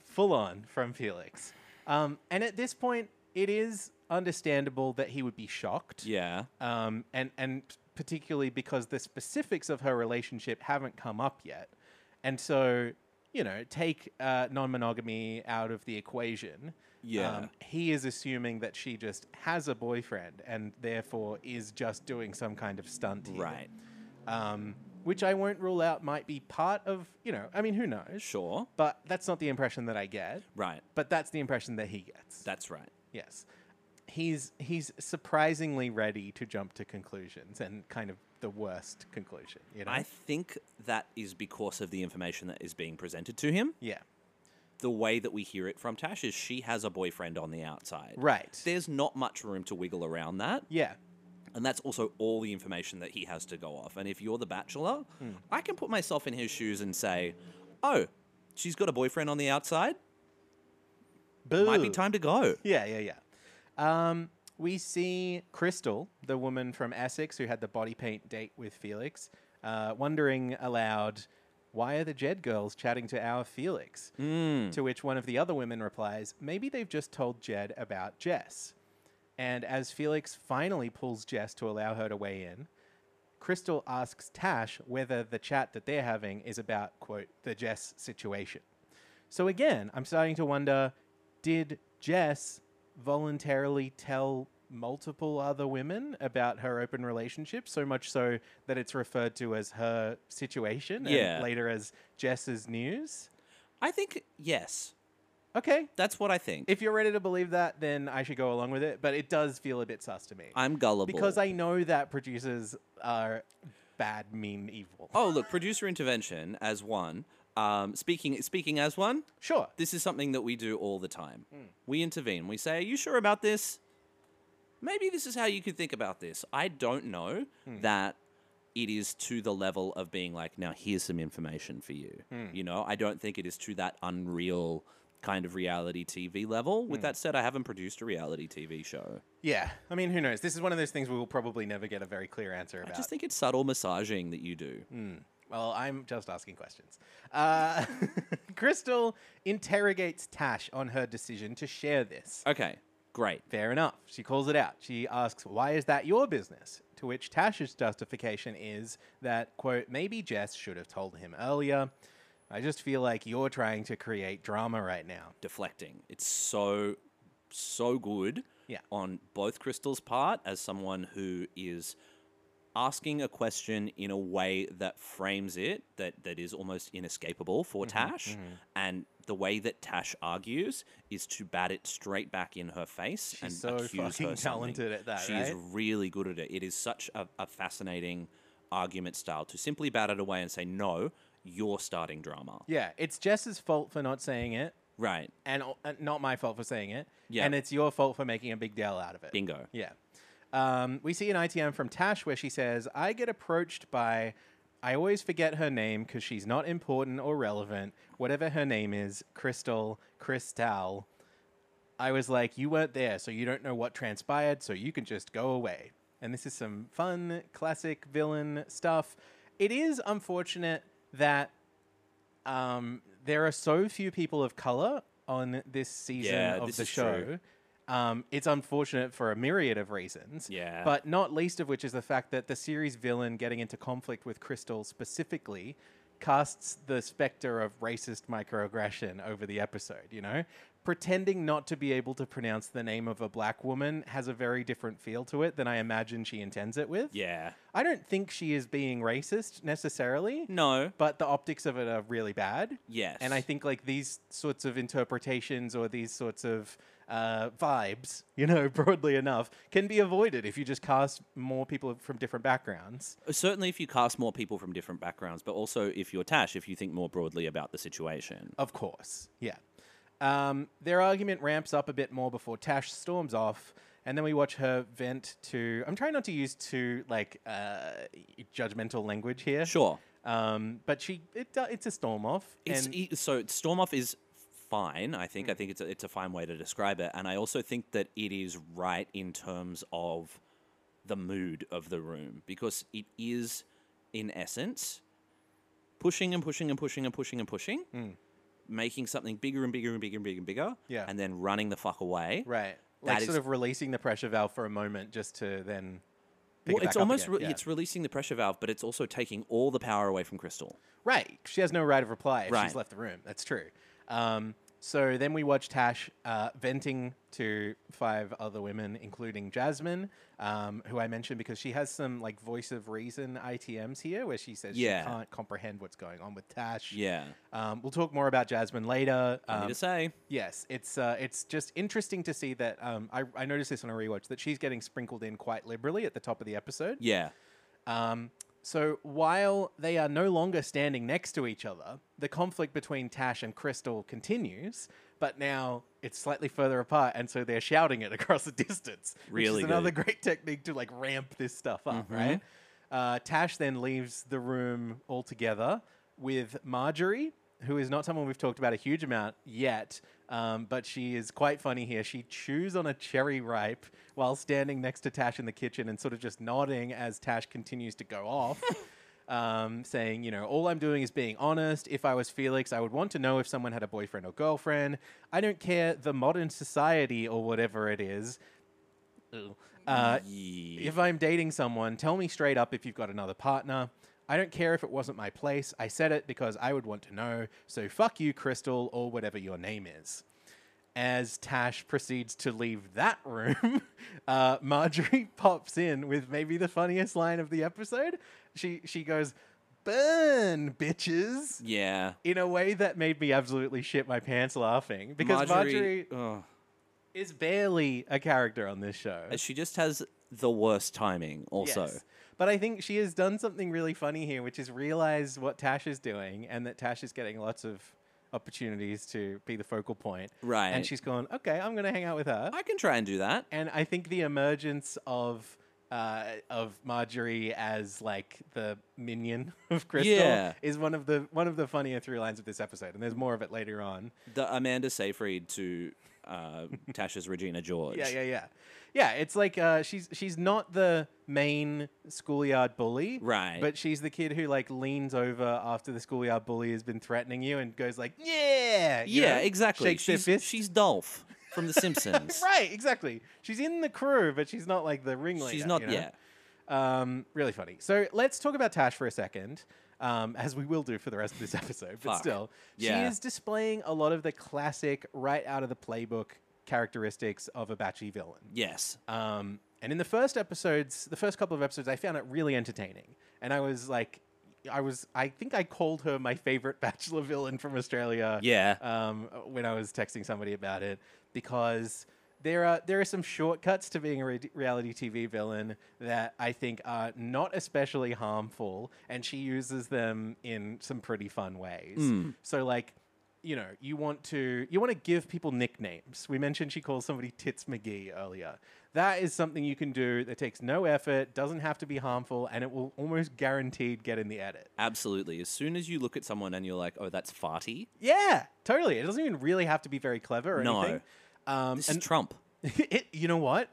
[SPEAKER 3] Full on from Felix. Um, and at this point, it is understandable that he would be shocked
[SPEAKER 2] Yeah.
[SPEAKER 3] um, and and particularly because the specifics of her relationship haven't come up yet, and so you know take uh, non-monogamy out of the equation. Um,
[SPEAKER 2] Yeah.
[SPEAKER 3] he is assuming that she just has a boyfriend and therefore is just doing some kind of stunt, here.
[SPEAKER 2] Right.
[SPEAKER 3] Um, which I won't rule out might be part of you know. I mean, who knows?
[SPEAKER 2] Sure.
[SPEAKER 3] But that's not the impression that I get.
[SPEAKER 2] Right.
[SPEAKER 3] But that's the impression that he gets.
[SPEAKER 2] That's right.
[SPEAKER 3] Yes. He's he's surprisingly ready to jump to conclusions and kind of the worst conclusion, you know?
[SPEAKER 2] I think that is because of the information that is being presented to him.
[SPEAKER 3] yeah.
[SPEAKER 2] The way that we hear it from Tash is she has a boyfriend on the outside.
[SPEAKER 3] Right.
[SPEAKER 2] There's not much room to wiggle around that.
[SPEAKER 3] yeah.
[SPEAKER 2] And that's also all the information that he has to go off. And if you're the bachelor,
[SPEAKER 3] Hmm.
[SPEAKER 2] I can put myself in his shoes and say, oh, she's got a boyfriend on the outside.
[SPEAKER 3] Boo.
[SPEAKER 2] Might be time to go.
[SPEAKER 3] Yeah, yeah, yeah. Um, we see Crystal, the woman from Essex who had the body paint date with Felix, uh, wondering aloud, why are the Jed girls chatting to our Felix?
[SPEAKER 2] Hmm.
[SPEAKER 3] To which one of the other women replies, maybe they've just told Jed about Jess. And as Felix finally pulls Jess to allow her to weigh in, Crystal asks Tash whether the chat that they're having is about, quote, the Jess situation. So again, I'm starting to wonder did Jess voluntarily tell multiple other women about her open relationship so much so that it's referred to as her situation
[SPEAKER 2] Yeah.
[SPEAKER 3] and later as Jess's news?
[SPEAKER 2] I think, yes.
[SPEAKER 3] Okay.
[SPEAKER 2] That's what I think.
[SPEAKER 3] If you're ready to believe that, then I should go along with it, but it does feel a bit sus to me.
[SPEAKER 2] I'm gullible.
[SPEAKER 3] because I know that producers are bad, mean, evil.
[SPEAKER 2] Oh, look, producer intervention as one. Um, speaking, speaking as one.
[SPEAKER 3] Sure.
[SPEAKER 2] This is something that we do all the time. We intervene. We say, Are you sure about this? Maybe this is how you could think about this. I don't know that it is to the level of being like, Now, here's some information for you. You know, I don't think it is to that unreal kind of reality TV level. With that said, I haven't produced a reality TV show.
[SPEAKER 3] Yeah. I mean, who knows? This is one of those things we will probably never get a very clear answer about.
[SPEAKER 2] I just think it's subtle massaging that you do.
[SPEAKER 3] Well, I'm just asking questions. Uh, Crystal interrogates Tash on her decision to share this.
[SPEAKER 2] Okay, great.
[SPEAKER 3] Fair enough. She calls it out. She asks, Why is that your business? To which Tash's justification is that, quote, maybe Jess should have told him earlier. I just feel like you're trying to create drama right now.
[SPEAKER 2] deflecting. It's so so good
[SPEAKER 3] Yeah.
[SPEAKER 2] on both Crystal's part as someone who is asking a question in a way that frames it that that is almost inescapable for
[SPEAKER 3] Mm-hmm,
[SPEAKER 2] Tash and the way that Tash argues is to bat it straight back in her face and
[SPEAKER 3] so
[SPEAKER 2] accuse her
[SPEAKER 3] fucking
[SPEAKER 2] something.
[SPEAKER 3] talented at that,
[SPEAKER 2] She is
[SPEAKER 3] right?
[SPEAKER 2] really good at it. It is such a, a fascinating argument style to simply bat it away and say no, you're starting drama.
[SPEAKER 3] Yeah, it's Jess's fault for not saying it,
[SPEAKER 2] Right.
[SPEAKER 3] and o- uh, not my fault for saying it.
[SPEAKER 2] Yeah.
[SPEAKER 3] And it's your fault for making a big deal out of it.
[SPEAKER 2] Bingo.
[SPEAKER 3] Yeah. Um, we see an ITM from Tash where she says, I get approached by, I always forget her name because she's not important or relevant, whatever her name is, Crystal, Crystal. I was like, you weren't there, so you don't know what transpired, so you can just go away. And this is some fun, classic villain stuff. It is unfortunate that um, there are so few people of color on this season
[SPEAKER 2] Yeah,
[SPEAKER 3] of
[SPEAKER 2] this
[SPEAKER 3] the
[SPEAKER 2] is true.
[SPEAKER 3] show. Um, it's unfortunate for a myriad of reasons.
[SPEAKER 2] Yeah.
[SPEAKER 3] But not least of which is the fact that the series villain getting into conflict with Crystal specifically casts the specter of racist microaggression over the episode, you know? Pretending not to be able to pronounce the name of a black woman has a very different feel to it than I imagine she intends it with.
[SPEAKER 2] Yeah.
[SPEAKER 3] I don't think she is being racist necessarily.
[SPEAKER 2] No.
[SPEAKER 3] But the optics of it are really bad.
[SPEAKER 2] Yes.
[SPEAKER 3] And I think like these sorts of interpretations or these sorts of uh, vibes, you know, broadly enough, can be avoided if you just cast more people from different backgrounds.
[SPEAKER 2] Certainly, if you cast more people from different backgrounds, but also if you're Tash, if you think more broadly about the situation.
[SPEAKER 3] Of course. Yeah. Um, their argument ramps up a bit more before Tash storms off. And then we watch her vent to. I'm trying not to use too like uh, judgmental language here.
[SPEAKER 2] Sure.
[SPEAKER 3] Um, but she, it, do- it's a storm off.
[SPEAKER 2] It's,
[SPEAKER 3] and Mm.
[SPEAKER 2] e- so storm off is fine. I think. I think it's a, it's a fine way to describe it, and I also think that it is right in terms of the mood of the room because it is, in essence, pushing and pushing and pushing and pushing and pushing, making something bigger and bigger and bigger and bigger and bigger,
[SPEAKER 3] Mm. Yeah.
[SPEAKER 2] and then running the fuck away.
[SPEAKER 3] Right.
[SPEAKER 2] That
[SPEAKER 3] Like
[SPEAKER 2] is-
[SPEAKER 3] sort of releasing the pressure valve for a moment just to then. pick
[SPEAKER 2] Well,
[SPEAKER 3] it back
[SPEAKER 2] it's
[SPEAKER 3] up
[SPEAKER 2] almost
[SPEAKER 3] again.
[SPEAKER 2] re-
[SPEAKER 3] Yeah.
[SPEAKER 2] it's releasing the pressure valve, but it's also taking all the power away from Crystal.
[SPEAKER 3] right. She has no right of reply if
[SPEAKER 2] Right.
[SPEAKER 3] she's left the room. That's true. Um, so then we watch Tash uh, venting to five other women, including Jasmine, um, who I mentioned because she has some like voice of reason ITMs here, where she says
[SPEAKER 2] Yeah.
[SPEAKER 3] she can't comprehend what's going on with Tash.
[SPEAKER 2] Yeah,
[SPEAKER 3] Um, we'll talk more about Jasmine later.
[SPEAKER 2] I need
[SPEAKER 3] Um,
[SPEAKER 2] to say
[SPEAKER 3] Yes, it's uh, it's just interesting to see that. Um, I, I noticed this on a rewatch that she's getting sprinkled in quite liberally at the top of the episode.
[SPEAKER 2] yeah.
[SPEAKER 3] Um, so while they are no longer standing next to each other, the conflict between Tash and Crystal continues, but now it's slightly further apart, and so they're shouting it across the distance. which
[SPEAKER 2] Really
[SPEAKER 3] is another great technique to like ramp this stuff up, right? Uh, Tash then leaves the room altogether with Marjorie, who is not someone we've talked about a huge amount yet, um, but she is quite funny here. She chews on a cherry ripe while standing next to Tash in the kitchen and sort of just nodding as Tash continues to go off. Um, saying, you know, all I'm doing is being honest. If I was Felix, I would want to know if someone had a boyfriend or girlfriend. I don't care the modern society or whatever it is. Uh,
[SPEAKER 2] Ye-
[SPEAKER 3] if I'm dating someone, tell me straight up if you've got another partner. I don't care if it wasn't my place. I said it because I would want to know. So fuck you, Crystal, or whatever your name is. As Tash proceeds to leave that room, uh, Marjorie pops in with maybe the funniest line of the episode. She she goes, "Burn, bitches!"
[SPEAKER 2] Yeah,
[SPEAKER 3] in a way that made me absolutely shit my pants laughing because Marjorie,
[SPEAKER 2] ugh.
[SPEAKER 3] is barely a character on this show.
[SPEAKER 2] uh, she just has the worst timing. Also,
[SPEAKER 3] uh, Yes. But I think she has done something really funny here, which is realize what Tash is doing and that Tash is getting lots of opportunities to be the focal point.
[SPEAKER 2] Right.
[SPEAKER 3] And she's gone, okay, I'm going to hang out with her.
[SPEAKER 2] I can try and do that.
[SPEAKER 3] And I think the emergence of. Uh, of Marjorie as like the minion of Crystal
[SPEAKER 2] Yeah.
[SPEAKER 3] is one of the one of the funnier through lines of this episode, and there's more of it later on.
[SPEAKER 2] The Amanda Seyfried to uh, Tasha's Regina George.
[SPEAKER 3] Yeah, yeah, yeah, yeah. It's like uh, she's she's not the main schoolyard bully,
[SPEAKER 2] Right.
[SPEAKER 3] But she's the kid who like leans over after the schoolyard bully has been threatening you and goes like, "Yeah, you
[SPEAKER 2] yeah,
[SPEAKER 3] know,
[SPEAKER 2] exactly.
[SPEAKER 3] Shakes their
[SPEAKER 2] she's
[SPEAKER 3] fist.
[SPEAKER 2] she's Dolph from The Simpsons.
[SPEAKER 3] right, exactly. She's in the crew, but she's not like the ringleader.
[SPEAKER 2] She's not
[SPEAKER 3] you know?
[SPEAKER 2] yet.
[SPEAKER 3] Um, really funny. So let's talk about Tash for a second. um, as we will do for the rest of this episode. But
[SPEAKER 2] Fuck.
[SPEAKER 3] still,
[SPEAKER 2] Yeah.
[SPEAKER 3] she is displaying a lot of the classic, right out of the playbook characteristics of a Batchy villain.
[SPEAKER 2] Yes.
[SPEAKER 3] Um, and in the first episodes, the first couple of episodes, I found it really entertaining, and I was like, I was, I think I called her my favorite Bachelor villain from Australia.
[SPEAKER 2] Yeah.
[SPEAKER 3] Um, when I was texting somebody about it, because there are there are some shortcuts to being a re- reality TV villain that I think are not especially harmful, and she uses them in some pretty fun ways. So like. You know, you want to you want to give people nicknames. We mentioned she calls somebody Tits McGee earlier. That is something you can do that takes no effort, doesn't have to be harmful, and it will almost guaranteed get in the edit.
[SPEAKER 2] Absolutely. As soon as you look at someone and you're like, "Oh, that's farty,"
[SPEAKER 3] Yeah, totally. It doesn't even really have to be very clever or
[SPEAKER 2] No.
[SPEAKER 3] anything. Um,
[SPEAKER 2] this
[SPEAKER 3] and
[SPEAKER 2] is Trump.
[SPEAKER 3] it, you know what?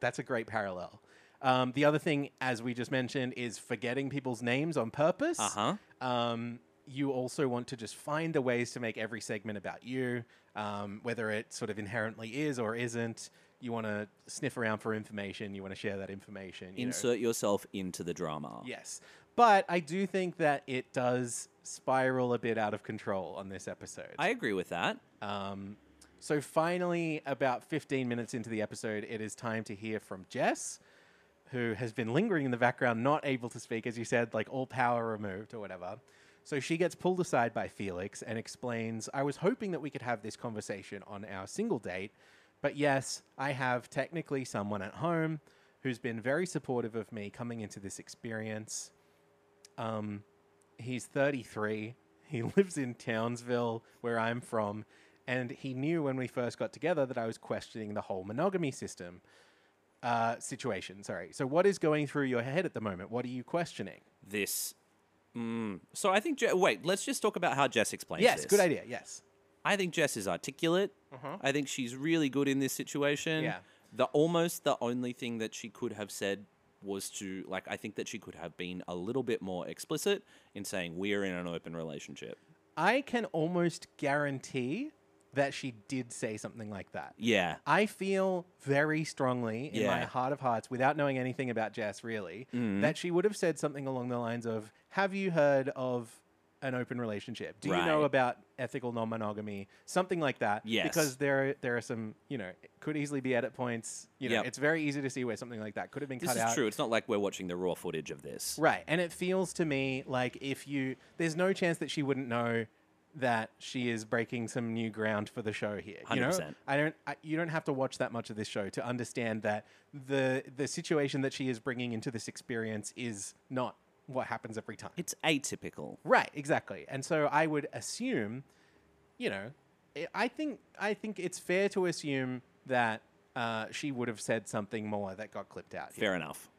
[SPEAKER 3] That's a great parallel. Um, the other thing, as we just mentioned, is forgetting people's names on purpose.
[SPEAKER 2] Uh huh.
[SPEAKER 3] Um, you also want to just find the ways to make every segment about you, um, whether it sort of inherently is or isn't. You want to sniff around for information. You want to share that information. You know.
[SPEAKER 2] Insert yourself into the drama.
[SPEAKER 3] Yes. But I do think that it does spiral a bit out of control on this episode.
[SPEAKER 2] I agree with that.
[SPEAKER 3] Um, so finally, about 15 minutes into the episode, it is time to hear from Jess, who has been lingering in the background, not able to speak, as you said, like all power removed or whatever. So she gets pulled aside by Felix and explains, I was hoping that we could have this conversation on our single date, but yes, I have technically someone at home who's been very supportive of me coming into this experience. Um, he's 33. He lives in Townsville, where I'm from, and he knew when we first got together that I was questioning the whole monogamy system uh, situation. Sorry. So, what is going through your head at the moment? What are you questioning?
[SPEAKER 2] This. Mm. So I think. Je- wait. Let's just talk about how Jess explains.
[SPEAKER 3] yes,
[SPEAKER 2] this.
[SPEAKER 3] good idea. Yes.
[SPEAKER 2] I think Jess is articulate. I think she's really good in this situation.
[SPEAKER 3] Yeah.
[SPEAKER 2] The almost the only thing that she could have said was to like I think that she could have been a little bit more explicit in saying we're in an open relationship.
[SPEAKER 3] I can almost guarantee that she did say something like that.
[SPEAKER 2] Yeah.
[SPEAKER 3] I feel very strongly in my
[SPEAKER 2] Yeah. Mm-hmm.
[SPEAKER 3] heart of hearts, without knowing anything about Jess really, that she would have said something along the lines of, Have you heard of an open relationship? Do you know
[SPEAKER 2] Right.
[SPEAKER 3] about ethical non monogamy? Something like that.
[SPEAKER 2] Yes.
[SPEAKER 3] Because there there are some, you know, it could easily be edit points. You know,
[SPEAKER 2] Yep.
[SPEAKER 3] it's very easy to see where something like that could have been
[SPEAKER 2] This
[SPEAKER 3] cut
[SPEAKER 2] is
[SPEAKER 3] out.
[SPEAKER 2] true. It's not like we're watching the raw footage of this.
[SPEAKER 3] Right. And it feels to me like if you, there's no chance that she wouldn't know that she is breaking some new ground for the show here. You know,
[SPEAKER 2] 100%.
[SPEAKER 3] I don't, I, you don't have to watch that much of this show to understand that the, the situation that she is bringing into this experience is not what happens every time.
[SPEAKER 2] It's atypical.
[SPEAKER 3] Right, exactly. And so I would assume, you know, I- I think I think it's fair to assume that uh, she would have said something more that got clipped out. here.
[SPEAKER 2] Fair enough.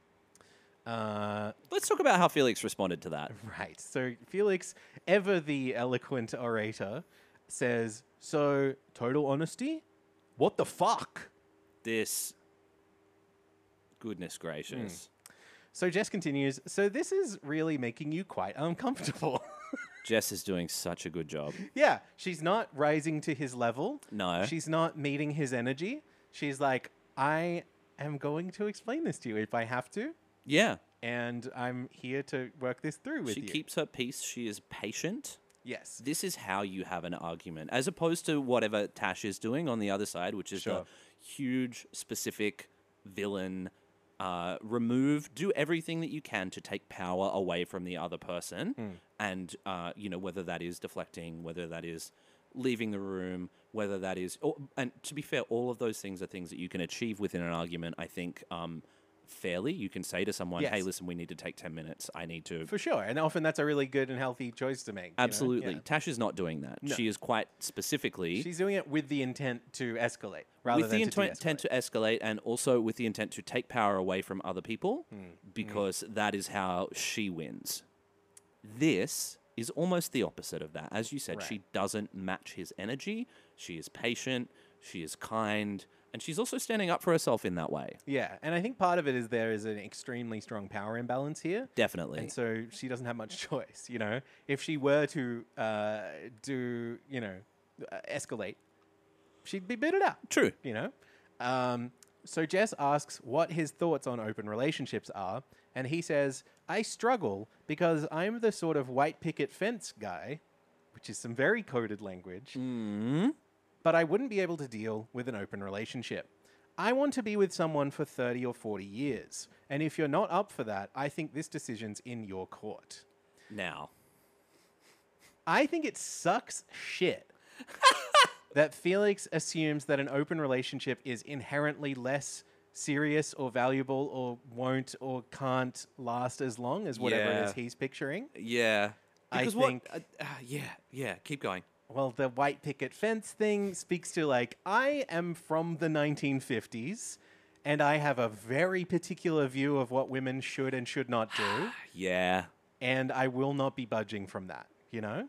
[SPEAKER 3] Uh,
[SPEAKER 2] Let's talk about how Felix responded to that.
[SPEAKER 3] Right. So Felix, ever the eloquent orator, says, So, total honesty? What the fuck?
[SPEAKER 2] This goodness gracious.
[SPEAKER 3] Hmm. So Jess continues, So, this is really making you quite uncomfortable.
[SPEAKER 2] Jess is doing such a good job.
[SPEAKER 3] yeah. She's not rising to his level.
[SPEAKER 2] No.
[SPEAKER 3] She's not meeting his energy. She's like, I am going to explain this to you if I have to.
[SPEAKER 2] Yeah.
[SPEAKER 3] And I'm here to work this through with
[SPEAKER 2] She
[SPEAKER 3] you.
[SPEAKER 2] keeps her peace. She is patient.
[SPEAKER 3] yes.
[SPEAKER 2] this is how you have an argument, as opposed to whatever Tash is doing on the other side, which is
[SPEAKER 3] Sure.
[SPEAKER 2] the huge, specific villain. Uh, remove, do everything that you can to take power away from the other person,
[SPEAKER 3] Hmm.
[SPEAKER 2] and uh, you know whether that is deflecting, whether that is leaving the room, whether that is, or, and to be fair, all of those things are things that you can achieve within an argument. I think um, fairly, you can say to someone, "Hey,
[SPEAKER 3] Yes.
[SPEAKER 2] listen, we need to take ten minutes. I need to
[SPEAKER 3] For sure. And often that's a really good and healthy choice to make. you know?
[SPEAKER 2] Absolutely.
[SPEAKER 3] Yeah.
[SPEAKER 2] Tash is not doing that. She is quite specifically
[SPEAKER 3] She's doing it with the intent to escalate rather
[SPEAKER 2] with
[SPEAKER 3] than
[SPEAKER 2] the
[SPEAKER 3] to
[SPEAKER 2] intent intent
[SPEAKER 3] de-escalate.
[SPEAKER 2] to escalate and also with the intent to take power away from other people
[SPEAKER 3] Hmm.
[SPEAKER 2] because that is how she wins. This is almost the opposite of that. As you said,
[SPEAKER 3] Right.
[SPEAKER 2] she doesn't match his energy. She is patient, she is kind, and she's also standing up for herself in that way.
[SPEAKER 3] Yeah, and I think part of it is there is an extremely strong power imbalance here.
[SPEAKER 2] Definitely.
[SPEAKER 3] And so she doesn't have much choice, you know. If she were to uh, do, you know, uh, escalate, she'd be booted out,
[SPEAKER 2] True.
[SPEAKER 3] you know. Um, So Jess asks what his thoughts on open relationships are, and he says, I struggle because I'm the sort of white picket fence guy, which is some very coded language, but I wouldn't be able to deal with an open relationship. I want to be with someone for 30 or 40 years, and if you're not up for that, I think this decision's in your court.
[SPEAKER 2] Now,
[SPEAKER 3] I think it sucks shit that Felix assumes that an open relationship is inherently less serious or valuable or won't or can't last as long as whatever it is
[SPEAKER 2] Yeah.
[SPEAKER 3] he's picturing.
[SPEAKER 2] yeah,
[SPEAKER 3] I
[SPEAKER 2] because what?
[SPEAKER 3] think-
[SPEAKER 2] uh, uh, yeah, yeah. Keep going.
[SPEAKER 3] Well, the white picket fence thing speaks to like, I am from the 1950s and I have a very particular view of what women should and should not do.
[SPEAKER 2] Yeah,
[SPEAKER 3] and I will not be budging from that, you know?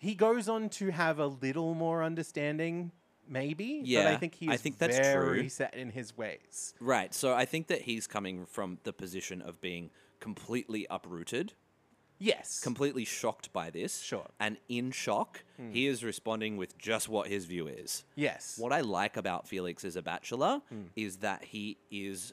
[SPEAKER 3] He goes on to have a little more understanding, maybe. But I
[SPEAKER 2] Yeah,
[SPEAKER 3] think he's
[SPEAKER 2] I think that's
[SPEAKER 3] very
[SPEAKER 2] true.
[SPEAKER 3] set in his ways.
[SPEAKER 2] right. So I think that he's coming from the position of being completely uprooted.
[SPEAKER 3] Yes.
[SPEAKER 2] completely shocked by this.
[SPEAKER 3] Sure. Hmm.
[SPEAKER 2] And in shock, he is responding with just what his view is.
[SPEAKER 3] yes.
[SPEAKER 2] What I like about Felix as a bachelor
[SPEAKER 3] Hmm.
[SPEAKER 2] is that he is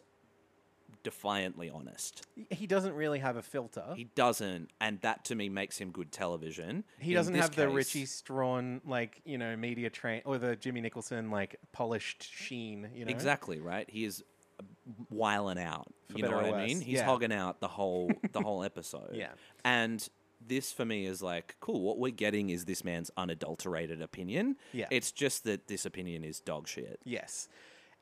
[SPEAKER 2] defiantly honest.
[SPEAKER 3] he doesn't really have a filter.
[SPEAKER 2] He
[SPEAKER 3] He,
[SPEAKER 2] doesn't, and that to me makes him good television. In
[SPEAKER 3] doesn't
[SPEAKER 2] this
[SPEAKER 3] have the
[SPEAKER 2] case-
[SPEAKER 3] Richie Strawn, like, you know, media train or the Jimmy Nicholson, like, polished sheen, you know?
[SPEAKER 2] Exactly right. He is whiling out. you know
[SPEAKER 3] better
[SPEAKER 2] what
[SPEAKER 3] or
[SPEAKER 2] I mean?
[SPEAKER 3] worse,
[SPEAKER 2] He's
[SPEAKER 3] yeah.
[SPEAKER 2] hogging out the whole the whole episode.
[SPEAKER 3] Yeah.
[SPEAKER 2] And this for me is like, cool, what we're getting is this man's unadulterated opinion.
[SPEAKER 3] Yeah.
[SPEAKER 2] It's just that this opinion is dog shit.
[SPEAKER 3] Yes.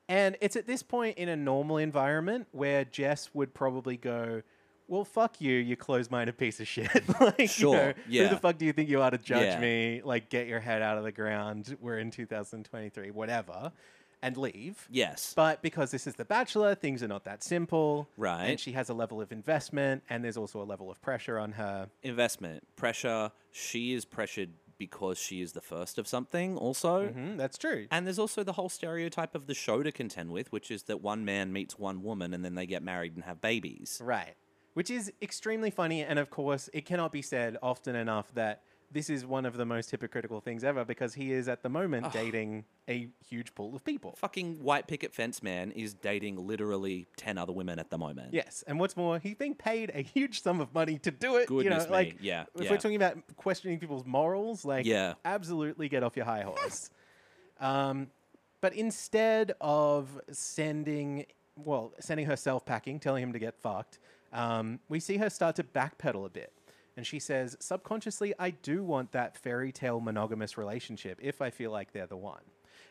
[SPEAKER 3] And it's at this point in a normal environment where Jess would probably go, well, fuck you, you closed-minded piece of shit. like, you
[SPEAKER 2] Sure,
[SPEAKER 3] know, Who
[SPEAKER 2] yeah.
[SPEAKER 3] the fuck do you think you are to judge
[SPEAKER 2] Yeah.
[SPEAKER 3] me? Like, get your head out of the ground. We're in 2023, whatever, and leave.
[SPEAKER 2] Yes.
[SPEAKER 3] But because this is The Bachelor, things are not that simple.
[SPEAKER 2] Right.
[SPEAKER 3] And she has a level of investment, and there's also a level of pressure on her.
[SPEAKER 2] investment, pressure. She is pressured because she is the first of something, also.
[SPEAKER 3] Mhm, that's true.
[SPEAKER 2] And there's also the whole stereotype of the show to contend with, which is that one man meets one woman and then they get married and have babies.
[SPEAKER 3] Right. Which is extremely funny. And of course, it cannot be said often enough that this is one of the most hypocritical things ever because he is at the moment dating a huge pool of people.
[SPEAKER 2] Fucking white picket fence man is dating literally 10 other women at the moment.
[SPEAKER 3] Yes. And what's more, he's being paid a huge sum of money to do it.
[SPEAKER 2] Goodness
[SPEAKER 3] you know,
[SPEAKER 2] me,
[SPEAKER 3] like,
[SPEAKER 2] yeah,
[SPEAKER 3] If
[SPEAKER 2] yeah.
[SPEAKER 3] we're talking about questioning people's morals, like,
[SPEAKER 2] Yeah.
[SPEAKER 3] absolutely get off your high horse. um, but instead of sending, well, sending herself packing, telling him to get fucked, um, we see her start to backpedal a bit. And she says, subconsciously, I do want that fairy tale monogamous relationship if I feel like they're the one.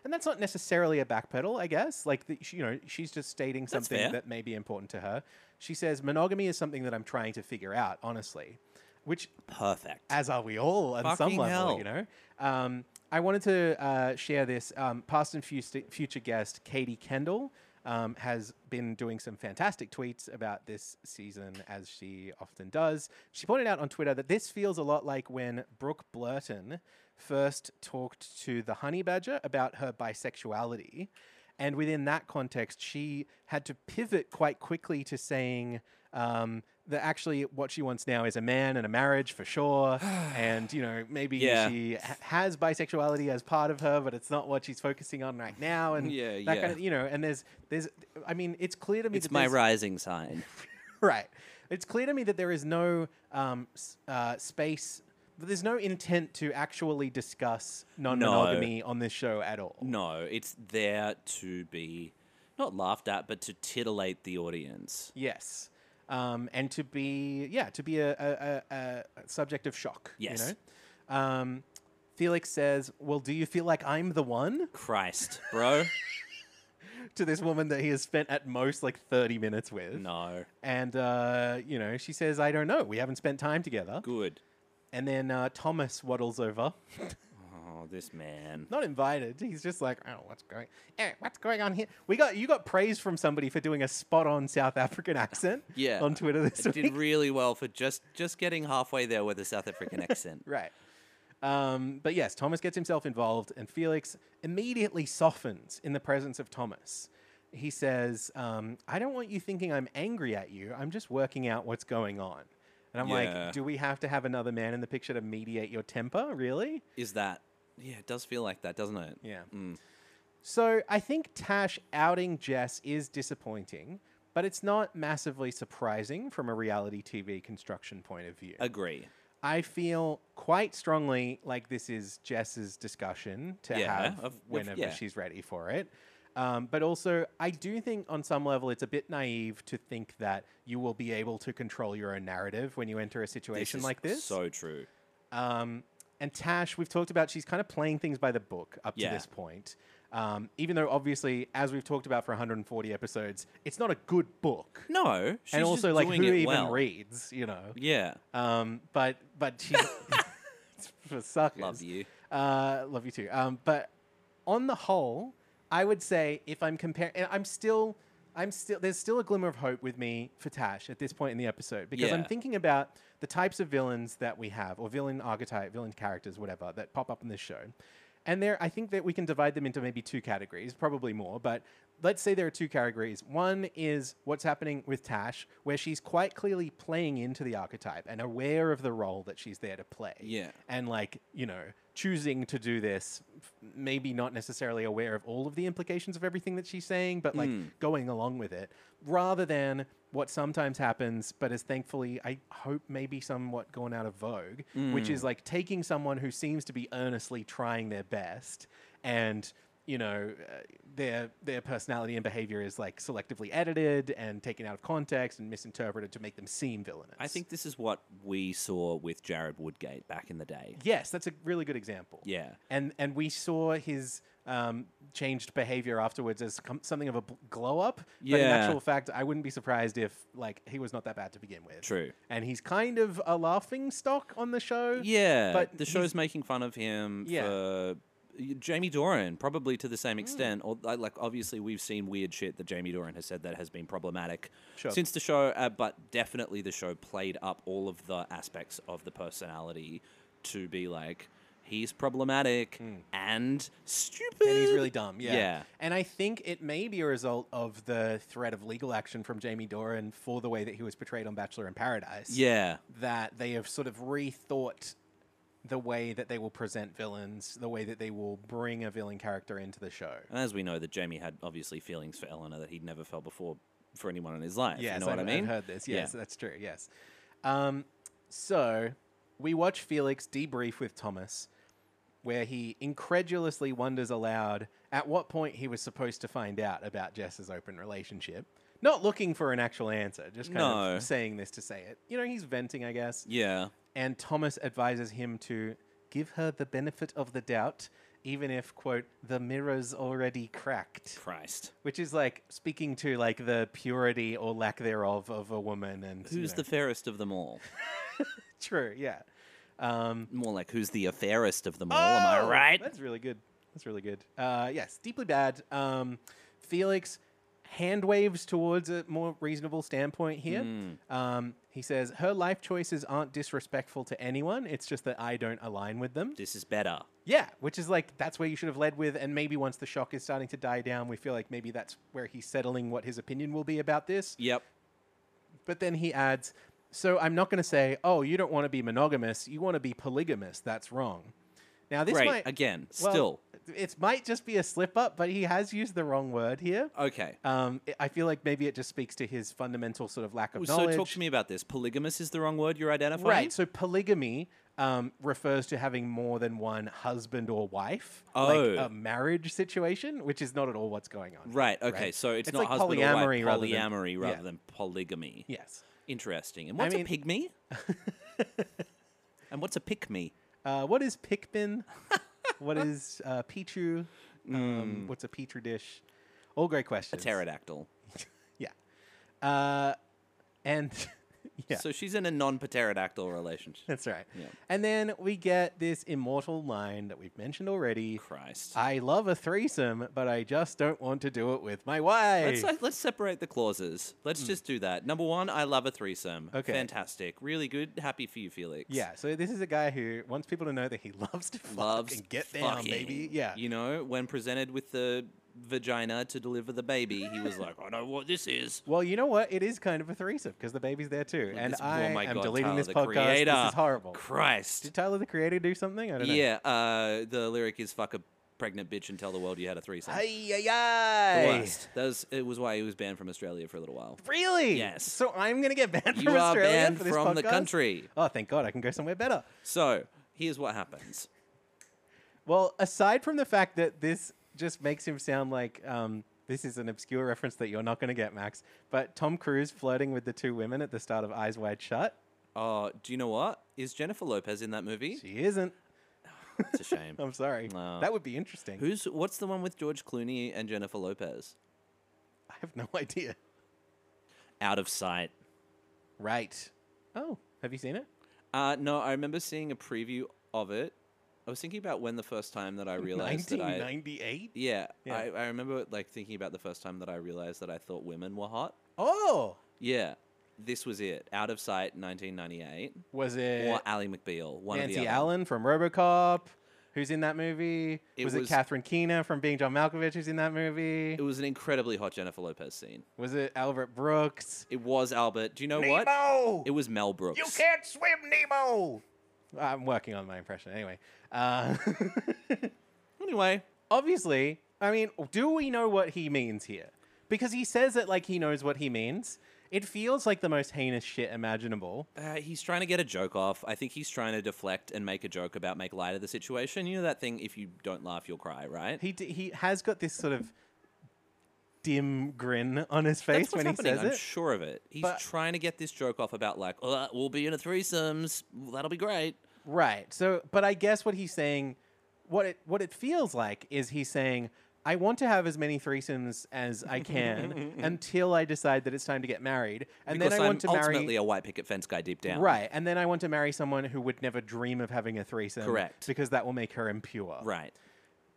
[SPEAKER 3] And that's not necessarily a backpedal, I guess. Like, the, you know, she's just stating something
[SPEAKER 2] fair.
[SPEAKER 3] that that may be important to her. She says, Monogamy is something that I'm trying to figure out, honestly, which,
[SPEAKER 2] Perfect.
[SPEAKER 3] as are we all on some
[SPEAKER 2] Fucking
[SPEAKER 3] level,
[SPEAKER 2] hell.
[SPEAKER 3] you know? Um, I wanted to uh, share this. Um, past and fust- future guest Katie Kendall um, has been doing some fantastic tweets about this season, as she often does. She pointed out on Twitter that this feels a lot like when Brooke Blurton first talked to the Honey Badger about her bisexuality. And within that context, she had to pivot quite quickly to saying um, that actually what she wants now is a man and a marriage for sure. and, you know, maybe
[SPEAKER 2] Yeah.
[SPEAKER 3] she ha- has bisexuality as part of her, but it's not what she's focusing on right now. And
[SPEAKER 2] Yeah,
[SPEAKER 3] that kind
[SPEAKER 2] yeah.
[SPEAKER 3] of, you know, and there's, there's, I mean, it's clear to me
[SPEAKER 2] it's
[SPEAKER 3] that
[SPEAKER 2] my
[SPEAKER 3] there's-
[SPEAKER 2] rising sign.
[SPEAKER 3] right. It's clear to me that there is no um, s- uh, space, there's no intent to actually discuss non monogamy on this show at all.
[SPEAKER 2] No, it's there to be not laughed at, but to titillate the audience.
[SPEAKER 3] Yes. Um, and to be, yeah, to be a, a, a, a subject of shock.
[SPEAKER 2] Yes.
[SPEAKER 3] You know? um, Felix says, Well, do you feel like I'm the one?
[SPEAKER 2] Christ, bro.
[SPEAKER 3] To this woman that he has spent at most like 30 minutes with.
[SPEAKER 2] no.
[SPEAKER 3] And, uh, you know, she says, I don't know. We haven't spent time together.
[SPEAKER 2] Good.
[SPEAKER 3] And then uh, Thomas waddles over.
[SPEAKER 2] Oh, this man.
[SPEAKER 3] Not invited. He's just like, oh, what's going? Eh, what's going on here? We got you got praise from somebody for doing a spot on South African accent.
[SPEAKER 2] Yeah.
[SPEAKER 3] on Twitter this
[SPEAKER 2] I
[SPEAKER 3] week.
[SPEAKER 2] did really well for just just getting halfway there with a South African accent.
[SPEAKER 3] Right. Um, but yes, Thomas gets himself involved, and Felix immediately softens in the presence of Thomas. He says, um, I don't want you thinking I'm angry at you. I'm just working out what's going on. And I'm
[SPEAKER 2] Yeah.
[SPEAKER 3] like, do we have to have another man in the picture to mediate your temper? Really?
[SPEAKER 2] Is that? Yeah, it does feel like that, doesn't it?
[SPEAKER 3] Yeah. So I think Tash outing Jess is disappointing, but it's not massively surprising from a reality TV construction point of view.
[SPEAKER 2] Agree.
[SPEAKER 3] I feel quite strongly like this is Jess's discussion to
[SPEAKER 2] Yeah,
[SPEAKER 3] have
[SPEAKER 2] of- with-
[SPEAKER 3] whenever
[SPEAKER 2] yeah.
[SPEAKER 3] she's ready for it. Um, but also, I do think on some level it's a bit naive to think that you will be able to control your own narrative when you enter a situation
[SPEAKER 2] is
[SPEAKER 3] like this.
[SPEAKER 2] So true.
[SPEAKER 3] Um, and Tash, we've talked about, she's kind of playing things by the book up
[SPEAKER 2] Yeah.
[SPEAKER 3] to this point. Um, even though, obviously, as we've talked about for 140 episodes, it's not a good book.
[SPEAKER 2] No, she's
[SPEAKER 3] and
[SPEAKER 2] just
[SPEAKER 3] also, like,
[SPEAKER 2] doing
[SPEAKER 3] who
[SPEAKER 2] it
[SPEAKER 3] even
[SPEAKER 2] well.
[SPEAKER 3] reads, you know?
[SPEAKER 2] Yeah,
[SPEAKER 3] Um, but but she's it's for suckers.
[SPEAKER 2] love you.
[SPEAKER 3] Uh, love you too. Um, but on the whole, I would say if I'm comparing, I'm still, I'm still, there's still a glimmer of hope with me for Tash at this point in the episode because I'm
[SPEAKER 2] Yeah.
[SPEAKER 3] thinking about the types of villains that we have, or villain archetype, villain characters, whatever, that pop up in this show. And there, I think that we can divide them into maybe two categories, probably more, but let's say there are two categories. One is what's happening with Tash, where she's quite clearly playing into the archetype and aware of the role that she's there to play
[SPEAKER 2] Yeah.
[SPEAKER 3] and like you know choosing to do this f- maybe not necessarily aware of all of the implications of everything that she's saying but like
[SPEAKER 2] Hmm.
[SPEAKER 3] going along with it rather than what sometimes happens but is thankfully i hope maybe somewhat gone out of vogue which
[SPEAKER 2] Hmm.
[SPEAKER 3] is like taking someone who seems to be earnestly trying their best and you know uh, their their personality and behavior is like selectively edited and taken out of context and misinterpreted to make them seem villainous
[SPEAKER 2] I think this is what we saw with Jared Woodgate back in the day.
[SPEAKER 3] yes that's a really good example
[SPEAKER 2] Yeah.
[SPEAKER 3] and and we saw his um, changed behavior afterwards as com- something of a bl- glow up. But in
[SPEAKER 2] Yeah.
[SPEAKER 3] actual fact, I wouldn't be surprised if like he was not that bad to begin with.
[SPEAKER 2] True.
[SPEAKER 3] And he's kind of a laughing stock on the show.
[SPEAKER 2] Yeah,
[SPEAKER 3] But
[SPEAKER 2] but the show's making fun of him
[SPEAKER 3] Yeah. Hmm.
[SPEAKER 2] for Jamie Doran, probably to the same extent. Or like, like, obviously, we've seen weird shit that Jamie Doran has said that has been problematic
[SPEAKER 3] Sure.
[SPEAKER 2] since the show, uh, but definitely the show played up all of the aspects of the personality to be like he's problematic and stupid,
[SPEAKER 3] And Hmm. he's really dumb. Yeah.
[SPEAKER 2] Yeah.
[SPEAKER 3] And I think it may be a result of the threat of legal action from Jamie Doran for the way that he was portrayed on Bachelor in Paradise.
[SPEAKER 2] yeah,
[SPEAKER 3] that they have sort of rethought the way that they will present villains, the way that they will bring a villain character into the show.
[SPEAKER 2] And as we know, that Jamie had obviously feelings for Eleanor that he'd never felt before for anyone in his life. you know what I
[SPEAKER 3] I've-
[SPEAKER 2] mean?
[SPEAKER 3] I've heard this.
[SPEAKER 2] Yeah.
[SPEAKER 3] Yes, that's true. Yes. Um, so we watch Felix debrief with Thomas, where he incredulously wonders aloud at what point he was supposed to find out about Jess's open relationship. Not looking for an actual answer, just kind
[SPEAKER 2] No.
[SPEAKER 3] of saying this to say it. You know, he's venting, I guess.
[SPEAKER 2] Yeah.
[SPEAKER 3] And Thomas advises him to give her the benefit of the doubt, even if, quote, the mirror's already cracked
[SPEAKER 2] Christ.
[SPEAKER 3] which is like speaking to like the purity or lack thereof of a woman and you
[SPEAKER 2] Who's
[SPEAKER 3] know-
[SPEAKER 2] the fairest of them all?
[SPEAKER 3] true yeah um
[SPEAKER 2] More like who's the fairest of them all, am I
[SPEAKER 3] oh,
[SPEAKER 2] right?
[SPEAKER 3] that's really good that's really good uh yes deeply bad um felix hand waves towards a more reasonable standpoint here
[SPEAKER 2] Hmm.
[SPEAKER 3] um he says her life choices aren't disrespectful to anyone it's just that i don't align with them
[SPEAKER 2] This is better.
[SPEAKER 3] Yeah, which is like that's where you should have led with, and maybe once the shock is starting to die down, we feel like maybe that's where he's settling what his opinion will be about this.
[SPEAKER 2] Yep.
[SPEAKER 3] But then he adds, "So I'm not going to say, oh, you don't want to be monogamous, you want to be polygamous. That's wrong." Now this
[SPEAKER 2] Great.
[SPEAKER 3] might
[SPEAKER 2] Again,
[SPEAKER 3] well,
[SPEAKER 2] still.
[SPEAKER 3] it might just be a slip up, but he has used the wrong word here.
[SPEAKER 2] Okay.
[SPEAKER 3] Um, I- I feel like maybe it just speaks to his fundamental sort of lack of
[SPEAKER 2] so
[SPEAKER 3] knowledge.
[SPEAKER 2] talk to me about this. Polygamous is the wrong word you're identifying?
[SPEAKER 3] Right. So polygamy um, refers to having more than one husband or wife,
[SPEAKER 2] Oh.
[SPEAKER 3] like a marriage situation, which is not at all what's going on.
[SPEAKER 2] Right. Okay. So it's,
[SPEAKER 3] It's
[SPEAKER 2] not
[SPEAKER 3] like
[SPEAKER 2] husband or wife,
[SPEAKER 3] polyamory rather than-
[SPEAKER 2] polyamory rather
[SPEAKER 3] yeah.
[SPEAKER 2] than polygamy.
[SPEAKER 3] Yes.
[SPEAKER 2] Interesting. And what's
[SPEAKER 3] mean-
[SPEAKER 2] a pygmy? and what's a pick me?
[SPEAKER 3] Uh, what is Pikmin? what is uh, Pichu?
[SPEAKER 2] Hmm.
[SPEAKER 3] Um, What's a Petri dish? All great questions.
[SPEAKER 2] Pterodactyl.
[SPEAKER 3] Yeah. Uh, and yeah.
[SPEAKER 2] So she's in a non pterodactyl relationship.
[SPEAKER 3] that's right.
[SPEAKER 2] Yeah.
[SPEAKER 3] And then we get this immortal line that we've mentioned already.
[SPEAKER 2] Christ.
[SPEAKER 3] I love a threesome, but I just don't want to do it with my wife.
[SPEAKER 2] Let's like, let's separate the clauses. Let's just do that. Number one, I love a threesome.
[SPEAKER 3] Hmm. Okay.
[SPEAKER 2] Fantastic. Really good. Happy for you, Felix.
[SPEAKER 3] Yeah, so this is a guy who wants people to know that he loves to fuck
[SPEAKER 2] Loves
[SPEAKER 3] and get down,
[SPEAKER 2] fucking.
[SPEAKER 3] baby. Yeah,
[SPEAKER 2] You know, when presented with the vagina to deliver the baby, he was like, I know what this is.
[SPEAKER 3] Well, you know what? It is kind of a threesome because the baby's there too. and
[SPEAKER 2] This-
[SPEAKER 3] I
[SPEAKER 2] oh my
[SPEAKER 3] am
[SPEAKER 2] God,
[SPEAKER 3] deleting
[SPEAKER 2] Tyler,
[SPEAKER 3] this
[SPEAKER 2] the
[SPEAKER 3] podcast.
[SPEAKER 2] Creator.
[SPEAKER 3] This is horrible.
[SPEAKER 2] Christ.
[SPEAKER 3] Did Tyler the Creator do something? I don't know.
[SPEAKER 2] Yeah. Uh, the lyric is fuck a pregnant bitch and tell the world you had a threesome.
[SPEAKER 3] Ay, ay,
[SPEAKER 2] The
[SPEAKER 3] ay.
[SPEAKER 2] worst. That was, it was why he was banned from Australia for a little while.
[SPEAKER 3] Really?
[SPEAKER 2] Yes.
[SPEAKER 3] So I'm gonna get banned
[SPEAKER 2] You
[SPEAKER 3] from
[SPEAKER 2] are
[SPEAKER 3] Australia
[SPEAKER 2] banned
[SPEAKER 3] for this
[SPEAKER 2] from the
[SPEAKER 3] podcast?
[SPEAKER 2] country.
[SPEAKER 3] Oh, thank God! I can go somewhere better.
[SPEAKER 2] So here's what happens.
[SPEAKER 3] Well, aside from the fact that this just makes him sound like um, this is an obscure reference that you're not going to get, Max, but Tom Cruise flirting with the two women at the start of Eyes Wide Shut.
[SPEAKER 2] Uh, do you know what? Is Jennifer Lopez in that movie?
[SPEAKER 3] She isn't.
[SPEAKER 2] It's a shame.
[SPEAKER 3] I'm sorry.
[SPEAKER 2] No.
[SPEAKER 3] That would be interesting.
[SPEAKER 2] Who's what's the one with George Clooney and Jennifer Lopez?
[SPEAKER 3] I have no idea.
[SPEAKER 2] Out of sight.
[SPEAKER 3] Right. Oh, have you seen it?
[SPEAKER 2] Uh, no, I remember seeing a preview of it. I was thinking about when the first time that I realized that I
[SPEAKER 3] 1998.
[SPEAKER 2] yeah,
[SPEAKER 3] Yeah.
[SPEAKER 2] I, I remember like thinking about the first time that I realized that I thought women were hot.
[SPEAKER 3] Oh,
[SPEAKER 2] Yeah, this was it. Out of sight, 1998,
[SPEAKER 3] was it
[SPEAKER 2] or Ally McBeal, one of
[SPEAKER 3] Nancy
[SPEAKER 2] the other.
[SPEAKER 3] Allen from RoboCop? Who's in that movie?
[SPEAKER 2] It
[SPEAKER 3] was, it
[SPEAKER 2] was-
[SPEAKER 3] Catherine Keener from Being John Malkovich? Who's in that movie?
[SPEAKER 2] It was an incredibly hot Jennifer Lopez scene.
[SPEAKER 3] was it Albert Brooks?
[SPEAKER 2] It was Albert. Do you know what?
[SPEAKER 3] Nemo!
[SPEAKER 2] It was Mel Brooks.
[SPEAKER 3] can't swim, Nemo. I'm working on my impression anyway. Uh,
[SPEAKER 2] Anyway,
[SPEAKER 3] obviously, I mean, do we know what he means here? Because he says it like he knows what he means. It feels like the most heinous shit imaginable.
[SPEAKER 2] Uh, he's trying to get a joke off. I think he's trying to deflect and make a joke about make light of the situation. You know that thing, if you don't laugh, you'll cry, right?
[SPEAKER 3] He d- he has got this sort of dim grin on his face
[SPEAKER 2] That's what's
[SPEAKER 3] when he
[SPEAKER 2] happening.
[SPEAKER 3] says
[SPEAKER 2] I'm
[SPEAKER 3] it.
[SPEAKER 2] sure of it. He's
[SPEAKER 3] But-
[SPEAKER 2] trying to get this joke off about like, oh, we'll be in a threesomes. That'll be great.
[SPEAKER 3] Right. So, but I guess what he's saying, what it what it feels like is he's saying, I want to have as many threesomes as I can until I decide that it's time to get married, and
[SPEAKER 2] Because
[SPEAKER 3] then I
[SPEAKER 2] I'm
[SPEAKER 3] want to
[SPEAKER 2] ultimately
[SPEAKER 3] marry.
[SPEAKER 2] a white picket fence guy deep down.
[SPEAKER 3] Right, and then I want to marry someone who would never dream of having a threesome.
[SPEAKER 2] Correct.
[SPEAKER 3] Because that will make her impure.
[SPEAKER 2] Right.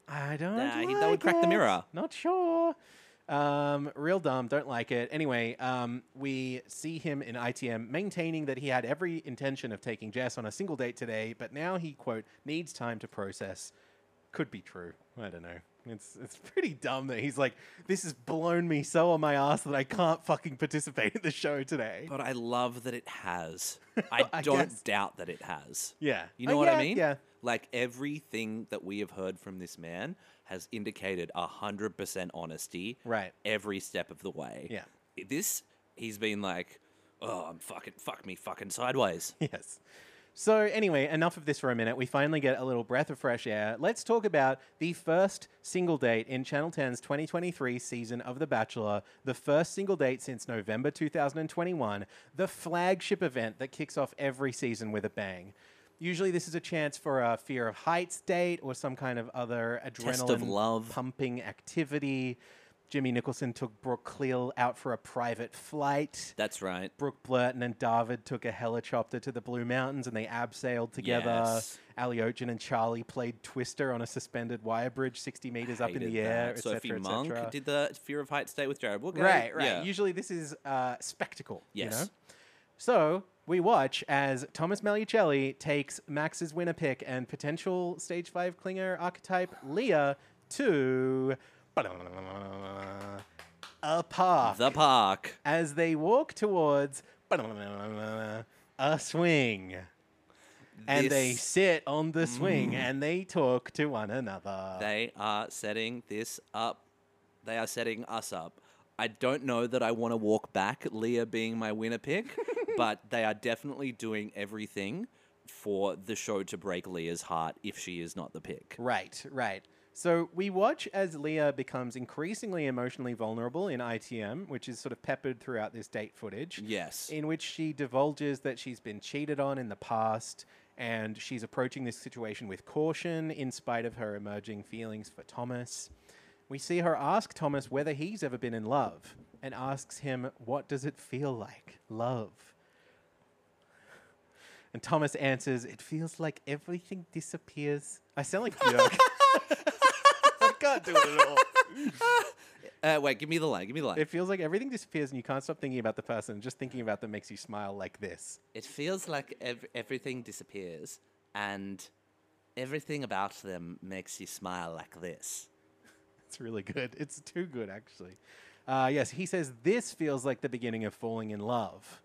[SPEAKER 3] I don't.
[SPEAKER 2] Nah, he-
[SPEAKER 3] like
[SPEAKER 2] that would crack the
[SPEAKER 3] it.
[SPEAKER 2] mirror.
[SPEAKER 3] Not sure. Um, real dumb. Don't like it. Anyway, um, we see him in ITM maintaining that he had every intention of taking Jess on a single date today, but now he quote needs time to process. Could be true. I don't know. It's it's pretty dumb that he's like, this has blown me so on my ass that I can't fucking participate in the show today.
[SPEAKER 2] But I love that it has. I,
[SPEAKER 3] I
[SPEAKER 2] don't
[SPEAKER 3] guess.
[SPEAKER 2] doubt that it has.
[SPEAKER 3] Yeah,
[SPEAKER 2] You
[SPEAKER 3] Uh,
[SPEAKER 2] know what
[SPEAKER 3] yeah,
[SPEAKER 2] I mean?
[SPEAKER 3] Yeah,
[SPEAKER 2] Like everything that we have heard from this man has indicated hundred percent honesty.
[SPEAKER 3] Right.
[SPEAKER 2] Every step of the way.
[SPEAKER 3] Yeah.
[SPEAKER 2] I- This he's been like, oh, I'm fucking fuck me fucking sideways.
[SPEAKER 3] Yes. So, anyway, enough of this for a minute. We finally get a little breath of fresh air. Let's talk about the first single date in Channel 10's 2023 season of The Bachelor, the first single date since November 2021, the flagship event that kicks off every season with a bang. Usually, this is a chance for a fear of heights date or some kind of other adrenaline
[SPEAKER 2] Test of love.
[SPEAKER 3] pumping activity. Jimmy Nicholson took Brooke Cleal out for a private flight.
[SPEAKER 2] That's right.
[SPEAKER 3] Brooke Blurton and David took a helicopter to the Blue Mountains and they abseiled together.
[SPEAKER 2] Yes.
[SPEAKER 3] Ali Ochin and Charlie played Twister on a suspended wire bridge 60 meters up in
[SPEAKER 2] Hated
[SPEAKER 3] the air,
[SPEAKER 2] that.
[SPEAKER 3] etc.
[SPEAKER 2] Sophie Monk
[SPEAKER 3] etc.
[SPEAKER 2] did the Fear of Heights Day with Jared Woodgate.
[SPEAKER 3] Right, right.
[SPEAKER 2] Yeah.
[SPEAKER 3] Usually this is uh, spectacle. You know?
[SPEAKER 2] Yes.
[SPEAKER 3] So we watch as Thomas Malucelli takes Max's winner pick and potential stage five clinger archetype Leah to a park
[SPEAKER 2] The park.
[SPEAKER 3] as they walk towards a swing. And they
[SPEAKER 2] This-
[SPEAKER 3] sit on the swing and they talk to one another.
[SPEAKER 2] They are setting this up. They are setting us up. I don't know that I want to walk back Leah being my winner pick, but they are definitely doing everything for the show to break Leah's heart if she is not the pick.
[SPEAKER 3] Right, right. So we watch as Leah becomes increasingly emotionally vulnerable in ITM, which is sort of peppered throughout this date footage.
[SPEAKER 2] Yes.
[SPEAKER 3] in which she divulges that she's been cheated on in the past and she's approaching this situation with caution in spite of her emerging feelings for Thomas. We see her ask Thomas whether he's ever been in love and asks him, What does it feel like, love? And Thomas answers, It feels like everything disappears. I sound like Björk. I can't do it at all.
[SPEAKER 2] Uh, wait, give me the line. Give me the line.
[SPEAKER 3] It feels like everything disappears and you can't stop thinking about the person. Just thinking about them makes you smile like this.
[SPEAKER 2] it feels like ev- everything disappears and everything about them makes you smile like this.
[SPEAKER 3] It's really good. It's too good, actually. Uh, yes, he says this feels like the beginning of falling in love.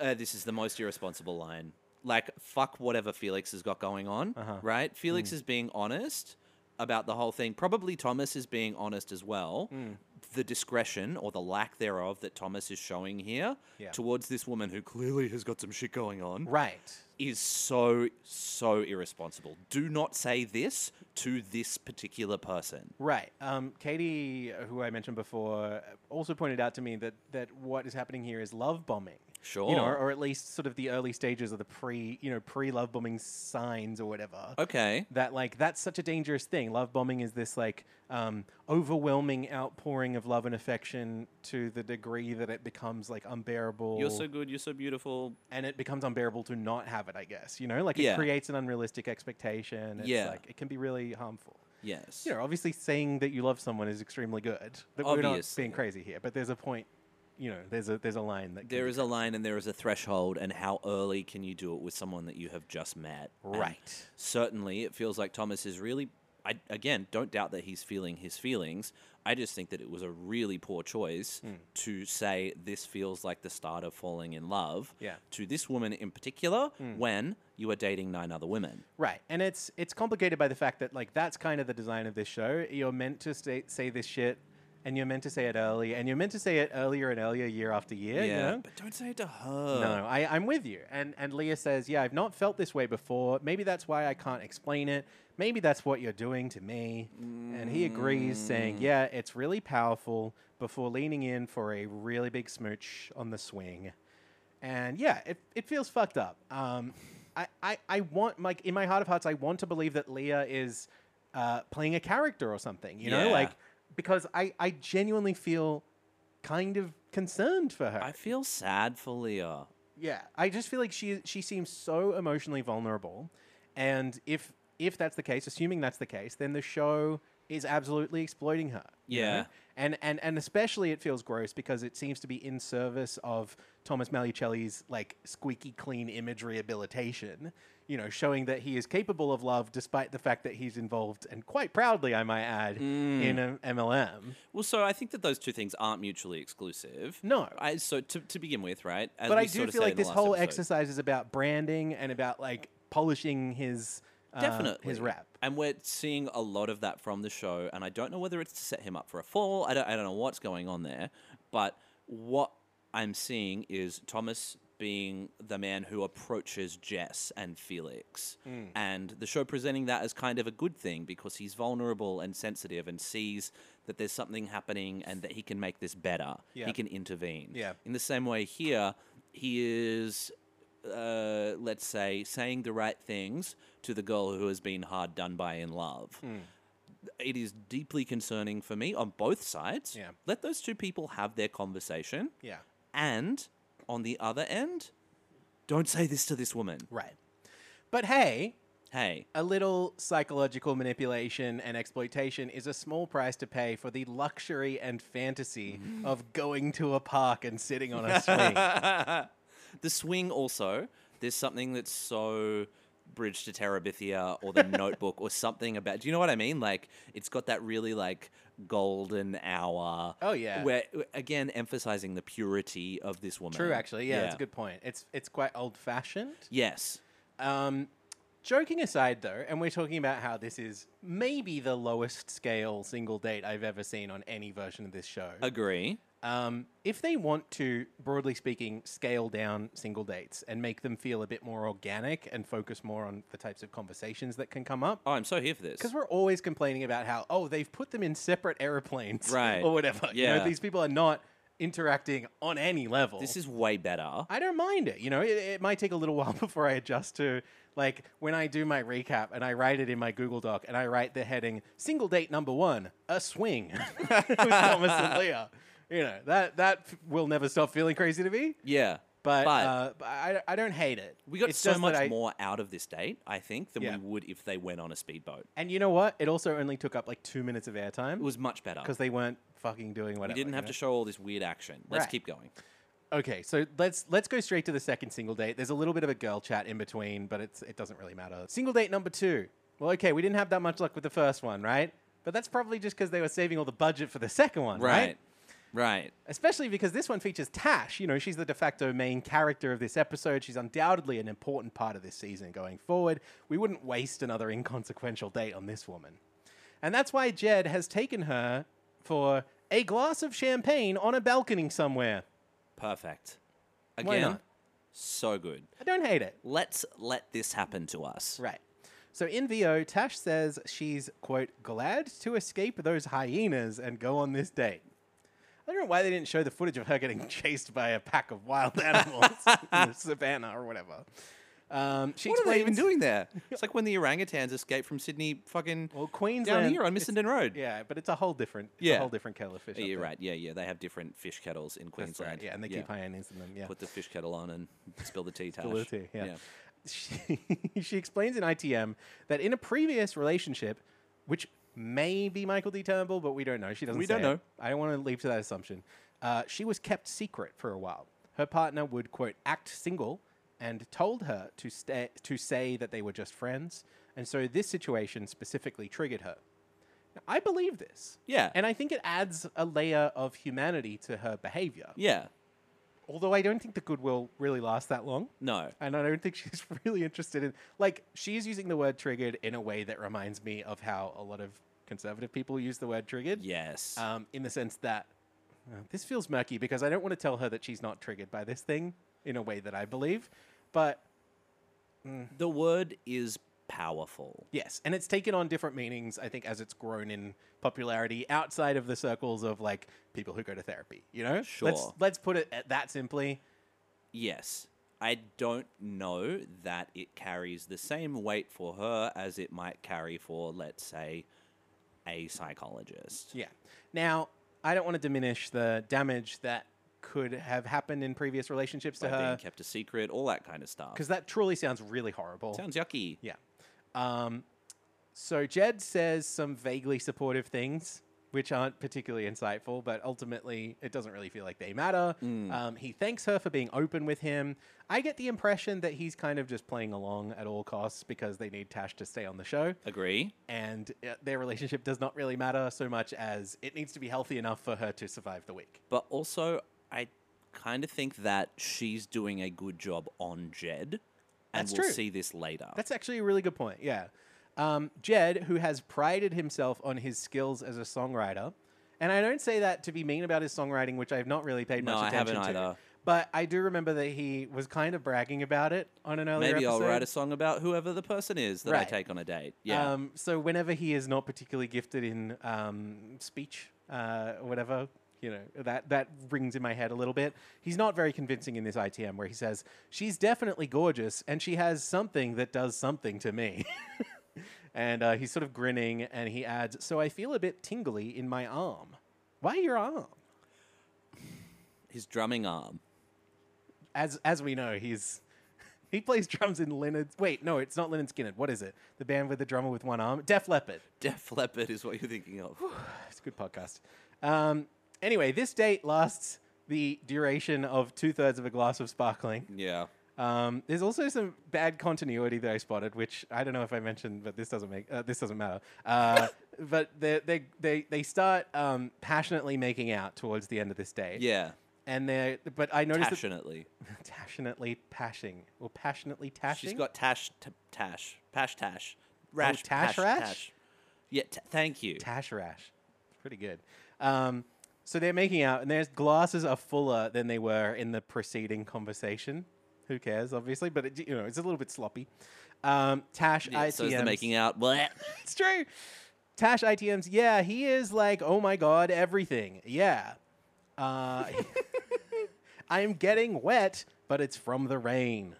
[SPEAKER 2] uh, this is the most irresponsible Uh-huh. Mm. line. Like, fuck whatever Felix has got going on, right? Felix is being honest. about the whole thing. Probably Thomas is being honest as well. The discretion or the lack thereof that Thomas is showing here
[SPEAKER 3] Yeah.
[SPEAKER 2] towards this woman who clearly has got some shit going on
[SPEAKER 3] Right.
[SPEAKER 2] is so so irresponsible. Do not say this to this particular person.
[SPEAKER 3] Right. Um, Katie, uh, who I mentioned before, uh, also pointed out to me that, that what is happening here is love bombing. You know,
[SPEAKER 2] Sure.
[SPEAKER 3] or, or at least sort of the early stages of the pre, you know, pre love bombing signs or whatever.
[SPEAKER 2] Okay.
[SPEAKER 3] That like that's such a dangerous thing. Love bombing is this like um, overwhelming outpouring of love and affection to the degree that it becomes like unbearable.
[SPEAKER 2] You're so good, you're so beautiful.
[SPEAKER 3] and it becomes unbearable to not have it. I guess you know, like
[SPEAKER 2] Yeah.
[SPEAKER 3] it creates an unrealistic expectation. It's
[SPEAKER 2] Yeah.
[SPEAKER 3] like it can be really harmful.
[SPEAKER 2] Yes.
[SPEAKER 3] You know, obviously saying that you love someone is extremely good. That we're not
[SPEAKER 2] Obviously.
[SPEAKER 3] being crazy here, but there's a point. You know, there's a there's a line that can
[SPEAKER 2] There
[SPEAKER 3] be-
[SPEAKER 2] is a line and there is a threshold, and how early can you do it with someone that you have just met? And
[SPEAKER 3] Right.
[SPEAKER 2] certainly, it feels like Thomas is really. I again don't doubt that he's feeling his feelings. I just think that it was a really poor choice
[SPEAKER 3] Hmm.
[SPEAKER 2] to say this feels like the start of falling in love
[SPEAKER 3] Yeah. Hmm.
[SPEAKER 2] to this woman in particular when you are dating nine other women.
[SPEAKER 3] Right, and it's it's complicated by the fact that like that's kind of the design of this show. You're meant to say, say this shit, and you're meant to say it early, and you're meant to say it earlier and earlier, year after year. You know?
[SPEAKER 2] but don't say it to her.
[SPEAKER 3] No, I, I'm with you. And and Leah says, yeah, I've not felt this way before. Maybe that's why I can't explain it. Maybe that's what you're doing to me. And he agrees, saying, yeah, it's really powerful. Before leaning in for a really big smooch on the swing, and yeah, it it feels fucked up. Um, I, I I want like in my heart of hearts, I want to believe that Leah is uh, playing a character or something. You know,
[SPEAKER 2] Yeah.
[SPEAKER 3] like because I I genuinely feel kind of concerned for her.
[SPEAKER 2] I feel sad for Leah.
[SPEAKER 3] Yeah, I just feel like she she seems so emotionally vulnerable, and if if that's the case, assuming that's the case, then the show is absolutely exploiting her. you know?
[SPEAKER 2] Yeah.
[SPEAKER 3] and and and especially it feels gross because it seems to be in service of Thomas Maluccelli's like squeaky clean image rehabilitation. You know, showing that he is capable of love despite the fact that he's involved and quite proudly, I might add, in a MLM.
[SPEAKER 2] Well, so I think that those two things aren't mutually exclusive.
[SPEAKER 3] No.
[SPEAKER 2] I, so to, to begin with, right? As
[SPEAKER 3] but
[SPEAKER 2] we
[SPEAKER 3] I do
[SPEAKER 2] sort of
[SPEAKER 3] feel
[SPEAKER 2] said
[SPEAKER 3] like
[SPEAKER 2] in the
[SPEAKER 3] this
[SPEAKER 2] last
[SPEAKER 3] whole
[SPEAKER 2] episode,
[SPEAKER 3] exercise is about branding and about like polishing his uh,
[SPEAKER 2] definitely
[SPEAKER 3] his rap.
[SPEAKER 2] and we're seeing a lot of that from the show. And I don't know whether it's to set him up for a fall. I don't, I don't know what's going on there, but what I'm seeing is Thomas being the man who approaches Jess and Felix,
[SPEAKER 3] Mm.
[SPEAKER 2] and the show presenting that as kind of a good thing because he's vulnerable and sensitive and sees that there's something happening and that he can make this better.
[SPEAKER 3] Yeah.
[SPEAKER 2] He can intervene.
[SPEAKER 3] Yeah.
[SPEAKER 2] In the same way here, he is, uh, let's say, saying the right things to the girl who has been hard done by in love.
[SPEAKER 3] Hmm.
[SPEAKER 2] It is deeply concerning for me on both sides.
[SPEAKER 3] Yeah.
[SPEAKER 2] Let those two people have their conversation.
[SPEAKER 3] Yeah,
[SPEAKER 2] And on the other end, don't say this to this woman.
[SPEAKER 3] right. But hey,
[SPEAKER 2] Hey,
[SPEAKER 3] a little psychological manipulation and exploitation is a small price to pay for the luxury and fantasy
[SPEAKER 2] Mm-hmm.
[SPEAKER 3] of going to a park and sitting on a swing.
[SPEAKER 2] the swing also there's something that's so bridge to terabithia or the notebook or something about do you know what i mean like it's got that really like golden hour
[SPEAKER 3] Oh, yeah.
[SPEAKER 2] where again emphasizing the purity of this woman
[SPEAKER 3] True, actually. Yeah, that's a good point. It's it's quite old fashioned.
[SPEAKER 2] yes
[SPEAKER 3] Um, joking aside, though, and we're talking about how this is maybe the lowest scale single date I've ever seen on any version of this show.
[SPEAKER 2] agree
[SPEAKER 3] Um, if they want to, broadly speaking, scale down single dates and make them feel a bit more organic and focus more on the types of conversations that can come up.
[SPEAKER 2] oh i'm so here for this
[SPEAKER 3] Because we're always complaining about how, oh, they've put them in separate airplanes
[SPEAKER 2] Right.
[SPEAKER 3] or whatever. You know,
[SPEAKER 2] Yeah.
[SPEAKER 3] these people are not interacting on any level.
[SPEAKER 2] this is way better
[SPEAKER 3] I don't mind it. You know, it, it might take a little while before I adjust to like when I do my recap and I write it in my Google Doc and I write the heading single date number one, a swing with Thomas and Leah. You know, that that f- will never stop feeling crazy to me.
[SPEAKER 2] yeah
[SPEAKER 3] But,
[SPEAKER 2] But-
[SPEAKER 3] uh, but I, I don't hate it.
[SPEAKER 2] we got
[SPEAKER 3] It's
[SPEAKER 2] so
[SPEAKER 3] just that
[SPEAKER 2] much
[SPEAKER 3] I-
[SPEAKER 2] more out of this date i think than
[SPEAKER 3] Yeah.
[SPEAKER 2] we would if they went on a speedboat
[SPEAKER 3] And you know what? It also only took up like two minutes of
[SPEAKER 2] it
[SPEAKER 3] airtime
[SPEAKER 2] was much better
[SPEAKER 3] because they weren't fucking doing whatever.
[SPEAKER 2] we didn't
[SPEAKER 3] you
[SPEAKER 2] have
[SPEAKER 3] know?
[SPEAKER 2] to show all this weird action let's
[SPEAKER 3] Right.
[SPEAKER 2] keep going
[SPEAKER 3] Okay, so let's let's go straight to the second single date. There's a little bit of a girl chat in between, but it's it doesn't really matter. Single date number two. Well, okay, we didn't have that much luck with the first one, right? But that's probably just because they were saving all the budget for the second one, right?
[SPEAKER 2] right, right.
[SPEAKER 3] Especially because this one features Tash. You know, she's the de facto main character of this episode. She's undoubtedly an important part of this season going forward. We wouldn't waste another inconsequential date on this woman. And that's why Jed has taken her for a glass of champagne on a balcony somewhere.
[SPEAKER 2] Perfect.
[SPEAKER 3] Why
[SPEAKER 2] Again,
[SPEAKER 3] not?
[SPEAKER 2] so good.
[SPEAKER 3] I don't hate it.
[SPEAKER 2] Let's let this happen to us.
[SPEAKER 3] Right. So in VO, Tash says she's, quote, glad to escape those hyenas and go on this date. I don't know why they didn't show the footage of her getting chased by a pack of wild animals in the savannah or whatever. Um, she
[SPEAKER 2] What are they even
[SPEAKER 3] explains-
[SPEAKER 2] doing there? It's like when the orangutans escaped from Sydney, fucking
[SPEAKER 3] Well, Queensland.
[SPEAKER 2] down here on
[SPEAKER 3] it's-
[SPEAKER 2] Missenden Road.
[SPEAKER 3] Yeah, but it's a whole different, it's
[SPEAKER 2] Yeah.
[SPEAKER 3] a whole different kettle of fish.
[SPEAKER 2] Yeah,
[SPEAKER 3] up
[SPEAKER 2] you're
[SPEAKER 3] there.
[SPEAKER 2] right. Yeah, yeah. They have different fish kettles in
[SPEAKER 3] That's right,
[SPEAKER 2] Queensland.
[SPEAKER 3] Yeah, and they keep hyenas in them. Yeah.
[SPEAKER 2] Put the fish kettle on and spill the tea. Tash.
[SPEAKER 3] Blue tea, yeah. She, she explains in ITM that in a previous relationship, which may be Michael D. Turnbull, but we don't know. She doesn't.
[SPEAKER 2] We
[SPEAKER 3] say
[SPEAKER 2] don't
[SPEAKER 3] it.
[SPEAKER 2] know.
[SPEAKER 3] I don't want to leap to that assumption. Uh, she was kept secret for a while. Her partner would quote act single and told her to stay to say that they were just friends, and so this situation specifically triggered her. Now, I believe this.
[SPEAKER 2] Yeah.
[SPEAKER 3] And I think it adds a layer of humanity to her behavior.
[SPEAKER 2] Yeah.
[SPEAKER 3] Although I don't think the goodwill really lasts that long.
[SPEAKER 2] No.
[SPEAKER 3] And I don't think she's really interested in like she's using the word triggered in a way that reminds me of how a lot of conservative people use the word triggered.
[SPEAKER 2] Yes.
[SPEAKER 3] Um, in the sense that uh, this feels murky because I don't want to tell her that she's not triggered by this thing in a way that I believe. But
[SPEAKER 2] the word is powerful.
[SPEAKER 3] yes, and it's taken on different meanings, I think, as it's grown in popularity outside of the circles of like people who go to therapy, you know? Let's
[SPEAKER 2] Sure.
[SPEAKER 3] let's put it at that simply.
[SPEAKER 2] Yes. I don't know that it carries the same weight for her as it might carry for, let's say, a psychologist.
[SPEAKER 3] Yeah. Now, I don't want to diminish the damage that could have happened in previous relationships to
[SPEAKER 2] By being
[SPEAKER 3] her
[SPEAKER 2] kept a secret, all that kind of stuff.
[SPEAKER 3] because that truly sounds really horrible.
[SPEAKER 2] Sounds yucky.
[SPEAKER 3] yeah. Um, so Jed says some vaguely supportive things, which aren't particularly insightful, but ultimately it doesn't really feel like they matter. Um, he thanks her for being open with him. I get the impression that he's kind of just playing along at all costs because they need Tash to stay on the show
[SPEAKER 2] Agree?
[SPEAKER 3] and uh, their relationship does not really matter so much as it needs to be healthy enough for her to survive the week.
[SPEAKER 2] But also, I kind of think that she's doing a good job on Jed. And
[SPEAKER 3] That's
[SPEAKER 2] we'll
[SPEAKER 3] true.
[SPEAKER 2] see this later.
[SPEAKER 3] That's actually a really good point. Yeah. Um, Jed, who has prided himself on his skills as a songwriter, and I don't say that to be mean about his songwriting, which I've not really paid
[SPEAKER 2] No, I
[SPEAKER 3] much attention
[SPEAKER 2] haven't
[SPEAKER 3] to.
[SPEAKER 2] either.
[SPEAKER 3] But I do remember that he was kind of bragging about it on an earlier
[SPEAKER 2] Maybe
[SPEAKER 3] episode.
[SPEAKER 2] I'll write a song about whoever the person is that I
[SPEAKER 3] Right.
[SPEAKER 2] take on a date. Yeah.
[SPEAKER 3] Um, so whenever he is not particularly gifted in um, speech uh, or whatever, you know that that rings in my head a little bit. He's not very convincing in this ITM where he says she's definitely gorgeous and she has something that does something to me. and uh, he's sort of grinning and he adds, "So I feel a bit tingly in my arm. Why your arm?"
[SPEAKER 2] His drumming arm.
[SPEAKER 3] As as we know, he's he plays drums in Leonard. Wait, no, it's not Leonard Skinner. What is it? The band with the drummer with one arm, Def Leppard.
[SPEAKER 2] Def Leppard is what you're thinking of.
[SPEAKER 3] It's a good podcast. Um, anyway, this date lasts the duration of two thirds of a glass of sparkling.
[SPEAKER 2] yeah.
[SPEAKER 3] Um, there's also some bad continuity that I spotted, which I don't know if I mentioned, but this doesn't make uh, this doesn't matter. Uh, but they they they they start um, passionately making out towards the end of this date.
[SPEAKER 2] Yeah.
[SPEAKER 3] and they but I noticed that-
[SPEAKER 2] Passionately.
[SPEAKER 3] passionately pashing or passionately tashing.
[SPEAKER 2] She's got Tash, t- Tash, Pash Tash, Rash,
[SPEAKER 3] Oh, Tash
[SPEAKER 2] Pash,
[SPEAKER 3] Rash?
[SPEAKER 2] Tash. Yeah, t- thank you.
[SPEAKER 3] Tash Rash. Pretty good. Um, so they're making out, and their glasses are fuller than they were in the preceding conversation. Who cares, obviously, but it, you know it's a little bit sloppy. Um, Tash
[SPEAKER 2] Yeah, so is the
[SPEAKER 3] ITMs
[SPEAKER 2] making out. Bleh.
[SPEAKER 3] it's true. Tash ITMs, yeah, he is like, oh my god, everything. Yeah. Uh, I'm getting wet, but it's from the rain.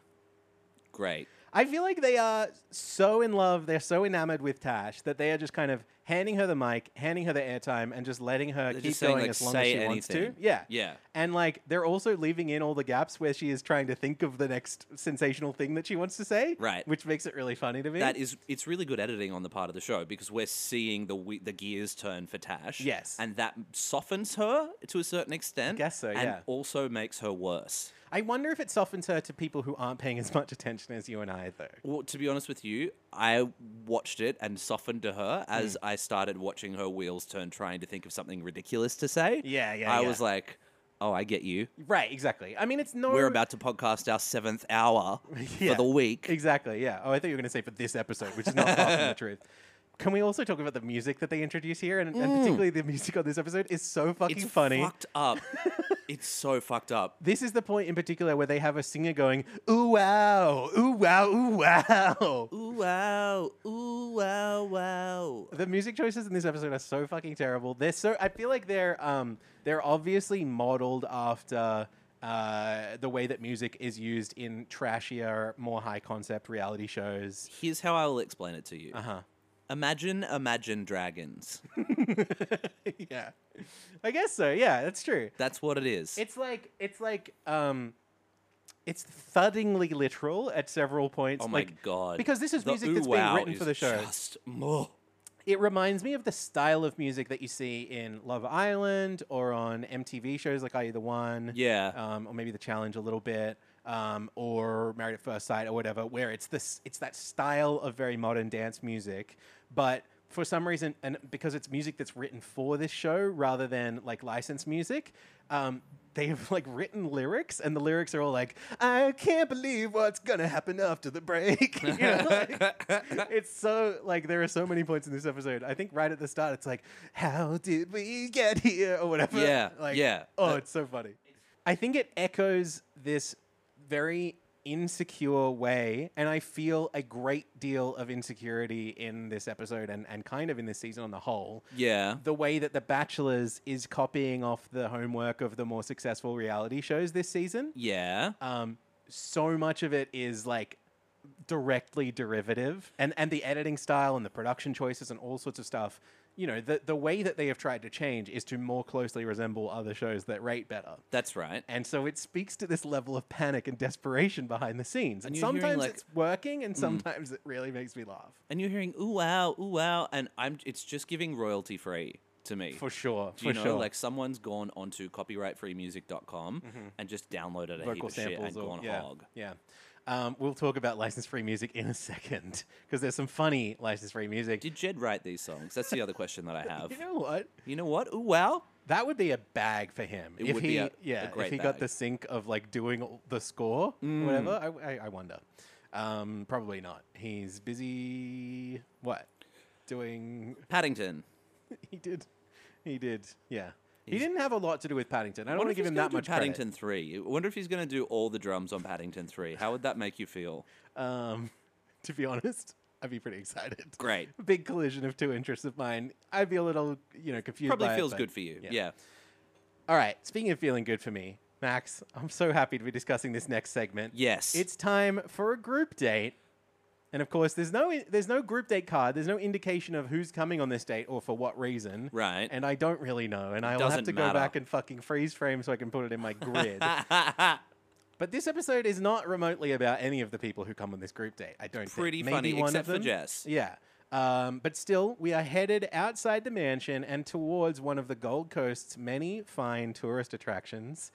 [SPEAKER 2] Great.
[SPEAKER 3] I feel like they are so in love, they're so enamored with Tash that they are just kind of handing her the mic, handing her the airtime, and just letting her
[SPEAKER 2] They're
[SPEAKER 3] keep
[SPEAKER 2] just saying,
[SPEAKER 3] going
[SPEAKER 2] like,
[SPEAKER 3] as long as
[SPEAKER 2] say
[SPEAKER 3] she wants to.
[SPEAKER 2] anything.
[SPEAKER 3] Yeah.
[SPEAKER 2] Yeah.
[SPEAKER 3] And like they're also leaving in all the gaps where she is trying to think of the next sensational thing that she wants to say.
[SPEAKER 2] Right.
[SPEAKER 3] Which makes it really funny to me.
[SPEAKER 2] That is, it's really good editing on the part of the show because we're seeing the we- the gears turn for Tash.
[SPEAKER 3] Yes.
[SPEAKER 2] and that softens her to a certain extent.
[SPEAKER 3] guess so,
[SPEAKER 2] And
[SPEAKER 3] yeah.
[SPEAKER 2] also makes her worse.
[SPEAKER 3] I wonder if it softens her to people who aren't paying as much attention as you and I though.
[SPEAKER 2] Well, to be honest with you, I watched it and softened to her as
[SPEAKER 3] Hmm.
[SPEAKER 2] I started watching her wheels turn, trying to think of something ridiculous to say.
[SPEAKER 3] Yeah, yeah,
[SPEAKER 2] I
[SPEAKER 3] yeah.
[SPEAKER 2] was like, "Oh, I get you."
[SPEAKER 3] Right, exactly. I mean it's no
[SPEAKER 2] We're about to podcast our seventh hour
[SPEAKER 3] Yeah.
[SPEAKER 2] for the week.
[SPEAKER 3] Exactly, yeah. Oh, I thought you were going to say for this episode, which is not far from the truth. Can we also talk about the music that they introduce here, and, and particularly the music on this episode is so fucking
[SPEAKER 2] Mm. It's
[SPEAKER 3] funny.
[SPEAKER 2] fucked up. it's so fucked up.
[SPEAKER 3] This is the point in particular where they have a singer going, "Ooh wow, ooh wow, ooh wow."
[SPEAKER 2] Ooh wow, ooh wow, wow.
[SPEAKER 3] The music choices in this episode are so fucking terrible. They're so I feel like they're um they're obviously modeled after uh, the way that music is used in trashier, more high concept reality shows.
[SPEAKER 2] Here's how I will explain it to you.
[SPEAKER 3] Uh huh.
[SPEAKER 2] Imagine, imagine dragons.
[SPEAKER 3] yeah, I guess so. Yeah, that's true.
[SPEAKER 2] That's what it is.
[SPEAKER 3] It's like it's like um, it's thuddingly literal at several points.
[SPEAKER 2] oh my
[SPEAKER 3] like,
[SPEAKER 2] god!
[SPEAKER 3] Because this is
[SPEAKER 2] The
[SPEAKER 3] music
[SPEAKER 2] ooh
[SPEAKER 3] that's being
[SPEAKER 2] wow
[SPEAKER 3] written for
[SPEAKER 2] is
[SPEAKER 3] the show.
[SPEAKER 2] Just, Mwah.
[SPEAKER 3] it reminds me of the style of music that you see in Love Island or on MTV shows like Are You the One?
[SPEAKER 2] Yeah.
[SPEAKER 3] Um, or maybe The Challenge a little bit, um, or Married at First Sight or whatever, where it's this it's that style of very modern dance music, but for some reason, and because it's music that's written for this show rather than like licensed music, um, they have like written lyrics, and the lyrics are all like, "I can't believe what's gonna happen after the break." You know, like, it's so like there are so many points in this episode. I think right at the start, it's like, "How did we get here?" or whatever.
[SPEAKER 2] Yeah,
[SPEAKER 3] like,
[SPEAKER 2] yeah.
[SPEAKER 3] Oh, it's so funny. I think it echoes this very insecure way, and I feel a great deal of insecurity in this episode and, and kind of in this season on the whole.
[SPEAKER 2] yeah.
[SPEAKER 3] The way that The Bachelors is copying off the homework of the more successful reality shows this season.
[SPEAKER 2] Yeah.
[SPEAKER 3] Um, so much of it is like directly derivative, and and the editing style and the production choices and all sorts of stuff. You know, the the way that they have tried to change is to more closely resemble other shows that rate better.
[SPEAKER 2] That's right.
[SPEAKER 3] And so it speaks to this level of panic and desperation behind the scenes. And,
[SPEAKER 2] And you're hearing,
[SPEAKER 3] sometimes
[SPEAKER 2] like- Mm.
[SPEAKER 3] it's working, and sometimes it really makes me laugh.
[SPEAKER 2] And you're hearing ooh wow, ooh wow, and I'm. It's just giving royalty free to me.
[SPEAKER 3] For sure.
[SPEAKER 2] Do you
[SPEAKER 3] for
[SPEAKER 2] know,
[SPEAKER 3] sure.
[SPEAKER 2] like someone's gone onto copyrightfreemusic.com and just downloaded a heap
[SPEAKER 3] Mm-hmm. vocal
[SPEAKER 2] of shit and
[SPEAKER 3] samples or
[SPEAKER 2] gone
[SPEAKER 3] yeah,
[SPEAKER 2] hog.
[SPEAKER 3] yeah. Um, we'll talk about license-free music in a second because there's some funny license-free music.
[SPEAKER 2] Did Jed write these songs? That's the other question that I have.
[SPEAKER 3] you know what?
[SPEAKER 2] You know what? Ooh wow.
[SPEAKER 3] That would be a bag for him
[SPEAKER 2] It
[SPEAKER 3] if
[SPEAKER 2] would
[SPEAKER 3] he,
[SPEAKER 2] be a- a
[SPEAKER 3] yeah, if
[SPEAKER 2] great
[SPEAKER 3] he got
[SPEAKER 2] bag. Mm.
[SPEAKER 3] the sync of like doing all the score, or whatever. I, I, I wonder. Um, probably not. He's busy. What? Doing
[SPEAKER 2] Paddington.
[SPEAKER 3] He did. He did. Yeah. he
[SPEAKER 2] He's-
[SPEAKER 3] didn't have a lot to do with Paddington. I
[SPEAKER 2] I
[SPEAKER 3] don't
[SPEAKER 2] wonder
[SPEAKER 3] want to give
[SPEAKER 2] if he's
[SPEAKER 3] him
[SPEAKER 2] gonna
[SPEAKER 3] that
[SPEAKER 2] do
[SPEAKER 3] much
[SPEAKER 2] Paddington 3. I wonder if he's going to do all the drums on Paddington 3. How would that make you feel?
[SPEAKER 3] credit. Um, to be honest, I'd be pretty excited.
[SPEAKER 2] Great.
[SPEAKER 3] Big collision of two interests of mine. I'd be a little, you know, confused.
[SPEAKER 2] Probably
[SPEAKER 3] by it,
[SPEAKER 2] feels
[SPEAKER 3] but
[SPEAKER 2] good for you. Yeah.
[SPEAKER 3] All right. Speaking of feeling good for me, Max, I'm so happy to be discussing this next segment.
[SPEAKER 2] Yes.
[SPEAKER 3] It's time for a group date. And of course, there's no there's no group date card. There's no indication of who's coming on this date or for what reason.
[SPEAKER 2] Right.
[SPEAKER 3] And I don't really know. And I will have
[SPEAKER 2] Doesn't
[SPEAKER 3] to go
[SPEAKER 2] matter.
[SPEAKER 3] back and fucking freeze frame so I can put it in my grid. but this episode is not remotely about any of the people who come on this group date. I don't. think.
[SPEAKER 2] Pretty
[SPEAKER 3] Maybe
[SPEAKER 2] funny,
[SPEAKER 3] one of
[SPEAKER 2] except for
[SPEAKER 3] them.
[SPEAKER 2] Jess.
[SPEAKER 3] Yeah. Um, but still, we are headed outside the mansion and towards one of the Gold Coast's many fine tourist attractions,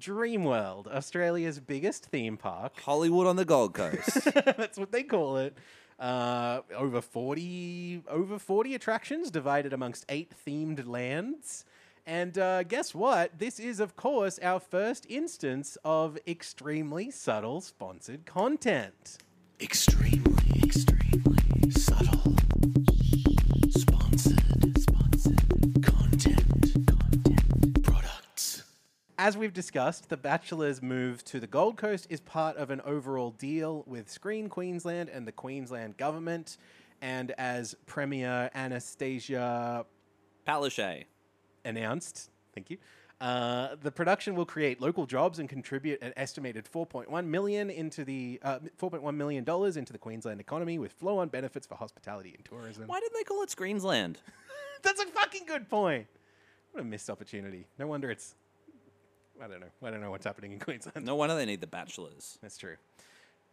[SPEAKER 3] Dreamworld, Australia's biggest theme park.
[SPEAKER 2] Hollywood on the Gold Coast.
[SPEAKER 3] That's what they call it. Uh, over forty, over forty attractions divided amongst eight themed lands. And uh, guess what? This is, of course, our first instance of extremely subtle sponsored content.
[SPEAKER 4] extremely, extremely subtle, sponsored, sponsored content, content products.
[SPEAKER 3] As we've discussed, The Bachelor's move to the Gold Coast is part of an overall deal with Screen Queensland and the Queensland government. And as Premier Anastasia
[SPEAKER 2] Palaszczuk.
[SPEAKER 3] announced. Thank you. Uh, the production will create local jobs and contribute an estimated 4.1 million into the uh, 4.1 million dollars into the Queensland economy with flow-on benefits for hospitality and tourism.
[SPEAKER 2] Why didn't they call it Screensland?
[SPEAKER 3] That's a fucking good point. What a missed opportunity. No wonder it's. I don't know. I don't know what's happening in Queensland.
[SPEAKER 2] No wonder they need the Bachelors.
[SPEAKER 3] That's true.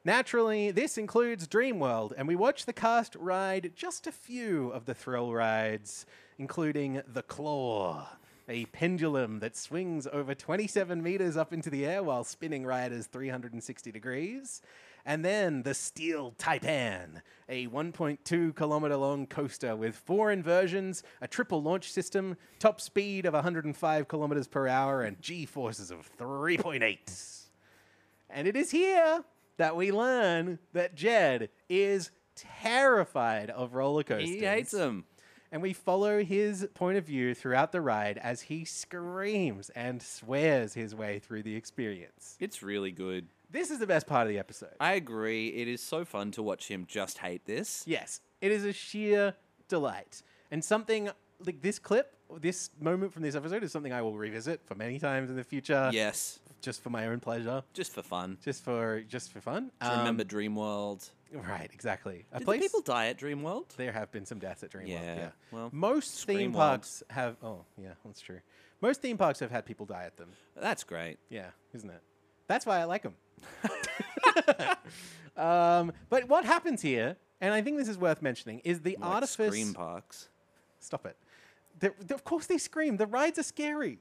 [SPEAKER 3] Naturally, this includes Dreamworld, and we watch the cast ride just a few of the thrill rides, including The Claw, a pendulum that swings over 27 meters up into the air while spinning riders 360 degrees. And then the Steel Taipan, a 1.2 kilometer long coaster with four inversions, a triple launch system, top speed of 105 kilometers per hour, and G forces of 3.8. And it is here that we learn that Jed is terrified of roller coasters.
[SPEAKER 2] He hates them.
[SPEAKER 3] And we follow his point of view throughout the ride as he screams and swears his way through the experience.
[SPEAKER 2] It's really good.
[SPEAKER 3] This is the best part of the episode.
[SPEAKER 2] I agree. It is so fun to watch him just hate this.
[SPEAKER 3] Yes, it is a sheer delight. And something like this clip, this moment from this episode is something I will revisit for many times in the future.
[SPEAKER 2] Yes,
[SPEAKER 3] Just for my own pleasure.
[SPEAKER 2] just for fun.
[SPEAKER 3] Just for just for fun.
[SPEAKER 2] To
[SPEAKER 3] Um,
[SPEAKER 2] remember Dreamworld.
[SPEAKER 3] Right, exactly. A
[SPEAKER 2] Did
[SPEAKER 3] place
[SPEAKER 2] the people die at Dreamworld?
[SPEAKER 3] there have been some deaths at Dreamworld.
[SPEAKER 2] Yeah,
[SPEAKER 3] Yeah.
[SPEAKER 2] well,
[SPEAKER 3] most
[SPEAKER 2] Scream
[SPEAKER 3] theme
[SPEAKER 2] World.
[SPEAKER 3] parks have oh yeah, that's true. Most theme parks have had people die at them.
[SPEAKER 2] That's great.
[SPEAKER 3] Yeah, isn't it? That's why I like them. um, but what happens here, and I think this is worth mentioning, is the
[SPEAKER 2] Like
[SPEAKER 3] artifice.
[SPEAKER 2] Scream parks.
[SPEAKER 3] Stop it. They're, they of course, they scream. The rides are scary.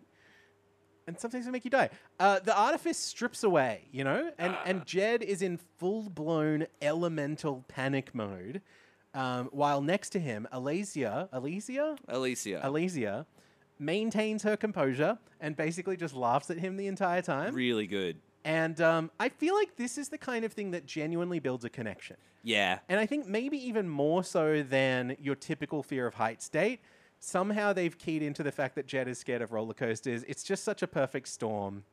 [SPEAKER 3] And sometimes they make you die. Uh, the artifice strips away, you know? And, and Jed is in full blown elemental panic mode, um, while next to him, Alicia, Alicia?
[SPEAKER 2] Alicia.
[SPEAKER 3] Alicia maintains her composure and basically just laughs at him the entire time.
[SPEAKER 2] really good.
[SPEAKER 3] And um, I feel like this is the kind of thing that genuinely builds a connection.
[SPEAKER 2] Yeah.
[SPEAKER 3] And I think maybe even more so than your typical fear of height state. Somehow they've keyed into the fact that Jed is scared of roller coasters. It's just such a perfect storm.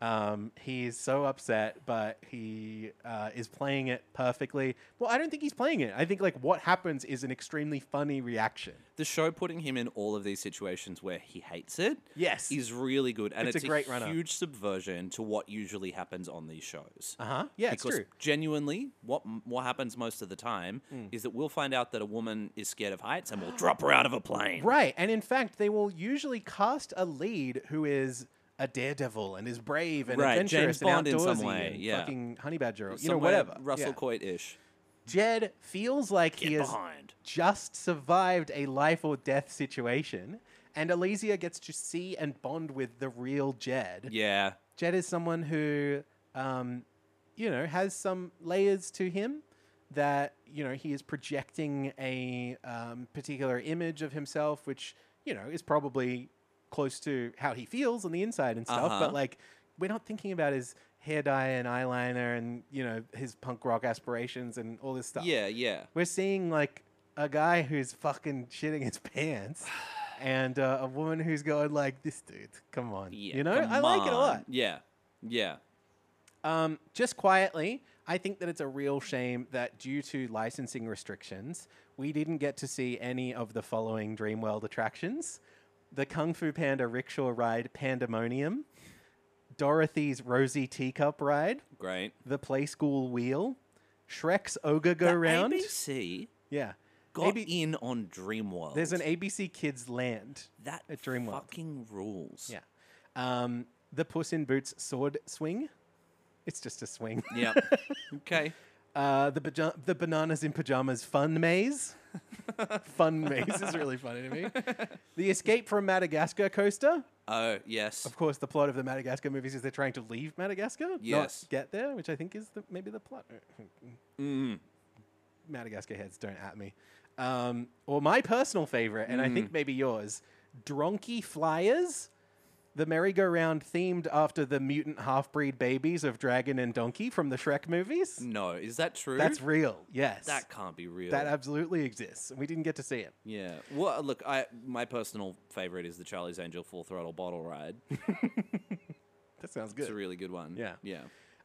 [SPEAKER 3] Um, he is so upset, but he uh, is playing it perfectly. Well, I don't think he's playing it. I think like what happens is an extremely funny reaction.
[SPEAKER 2] The show putting him in all of these situations where he hates it
[SPEAKER 3] Yes.
[SPEAKER 2] is really good. And it's,
[SPEAKER 3] It's a great runner.
[SPEAKER 2] huge subversion to what usually happens on these shows.
[SPEAKER 3] Uh huh. Yeah, it's
[SPEAKER 2] because
[SPEAKER 3] true. Mm.
[SPEAKER 2] genuinely, what what happens most of the time is that we'll find out that a woman is scared of heights and we'll drop her out of a plane.
[SPEAKER 3] Right. And in fact, they will usually cast a lead who is a daredevil and is brave and
[SPEAKER 2] Right,
[SPEAKER 3] adventurous
[SPEAKER 2] James Bond in
[SPEAKER 3] and outdoorsy
[SPEAKER 2] some way,
[SPEAKER 3] and
[SPEAKER 2] yeah.
[SPEAKER 3] fucking honey badger or you know
[SPEAKER 2] Somewhere
[SPEAKER 3] whatever.
[SPEAKER 2] Russell
[SPEAKER 3] Yeah.
[SPEAKER 2] Coit ish.
[SPEAKER 3] Jed feels like he
[SPEAKER 2] Get
[SPEAKER 3] has
[SPEAKER 2] behind.
[SPEAKER 3] just survived a life or death situation. And Elysia gets to see and bond with the real Jed.
[SPEAKER 2] Yeah.
[SPEAKER 3] Jed is someone who, um, you know, has some layers to him that, you know, he is projecting a um, particular image of himself, which, you know, is probably close to how he feels on the inside and stuff.
[SPEAKER 2] Uh-huh.
[SPEAKER 3] But, like, we're not thinking about his hair dye and eyeliner and, you know, his punk rock aspirations and all this stuff.
[SPEAKER 2] Yeah, yeah.
[SPEAKER 3] We're seeing, like, a guy who's fucking shitting his pants. And uh, a woman who's going like this dude, come on,
[SPEAKER 2] yeah
[SPEAKER 3] you know,
[SPEAKER 2] come
[SPEAKER 3] I like it a
[SPEAKER 2] on.
[SPEAKER 3] lot.
[SPEAKER 2] Yeah. Yeah.
[SPEAKER 3] Um, just quietly, I think that it's a real shame that due to licensing restrictions, we didn't get to see any of the following Dreamworld attractions the Kung Fu Panda Rickshaw Ride Pandemonium, Dorothy's Rosy Teacup Ride,
[SPEAKER 2] Great.
[SPEAKER 3] the Play School Wheel, Shrek's Ogre Go Round.
[SPEAKER 2] ABC
[SPEAKER 3] Yeah.
[SPEAKER 2] got
[SPEAKER 3] AB
[SPEAKER 2] in on Dreamworld.
[SPEAKER 3] There's an ABC Kids Land.
[SPEAKER 2] that
[SPEAKER 3] at Dreamworld.
[SPEAKER 2] fucking rules.
[SPEAKER 3] Yeah. Um, the Puss in Boots Sword Swing. It's just a swing.
[SPEAKER 2] Yeah. okay.
[SPEAKER 3] Uh, the, baja- the bananas in pajamas fun maze. fun maze is really funny to me. The escape from Madagascar coaster.
[SPEAKER 2] Oh yes.
[SPEAKER 3] Of course, the plot of the Madagascar movies is they're trying to leave Madagascar,
[SPEAKER 2] Yes.
[SPEAKER 3] not get there, which I think is the, maybe the plot.
[SPEAKER 2] Mm-hmm.
[SPEAKER 3] Madagascar heads, don't at me. Um, or my personal favorite, and I
[SPEAKER 2] Mm-hmm.
[SPEAKER 3] think maybe yours, Dronky Flyers, the merry-go-round themed after the mutant half-breed babies of Dragon and Donkey from the Shrek movies.
[SPEAKER 2] No, is that true?
[SPEAKER 3] That's real. Yes.
[SPEAKER 2] Mm, that can't be real.
[SPEAKER 3] That absolutely exists. We didn't get to see it.
[SPEAKER 2] yeah. Well, look, I my personal favorite is the Charlie's Angel Full Throttle Bottle Ride.
[SPEAKER 3] That sounds
[SPEAKER 2] It's
[SPEAKER 3] good.
[SPEAKER 2] a really good one.
[SPEAKER 3] Yeah.
[SPEAKER 2] Yeah.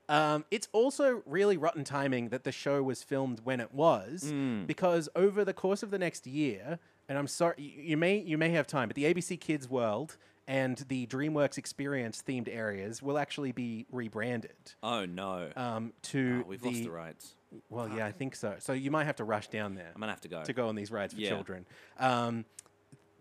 [SPEAKER 3] Um, it's also really rotten timing that the show was filmed when it was, because over the course of the next year, and I'm sorry, you, you may you may have time, but the ABC Kids World and the DreamWorks Experience themed areas will actually be rebranded
[SPEAKER 2] Oh no.
[SPEAKER 3] um, to
[SPEAKER 2] Oh, we've
[SPEAKER 3] the.
[SPEAKER 2] lost the rights.
[SPEAKER 3] Well, yeah, I think so. So you might have to rush down there
[SPEAKER 2] I'm gonna have to go.
[SPEAKER 3] to go on these rides for
[SPEAKER 2] Yeah.
[SPEAKER 3] children. Um,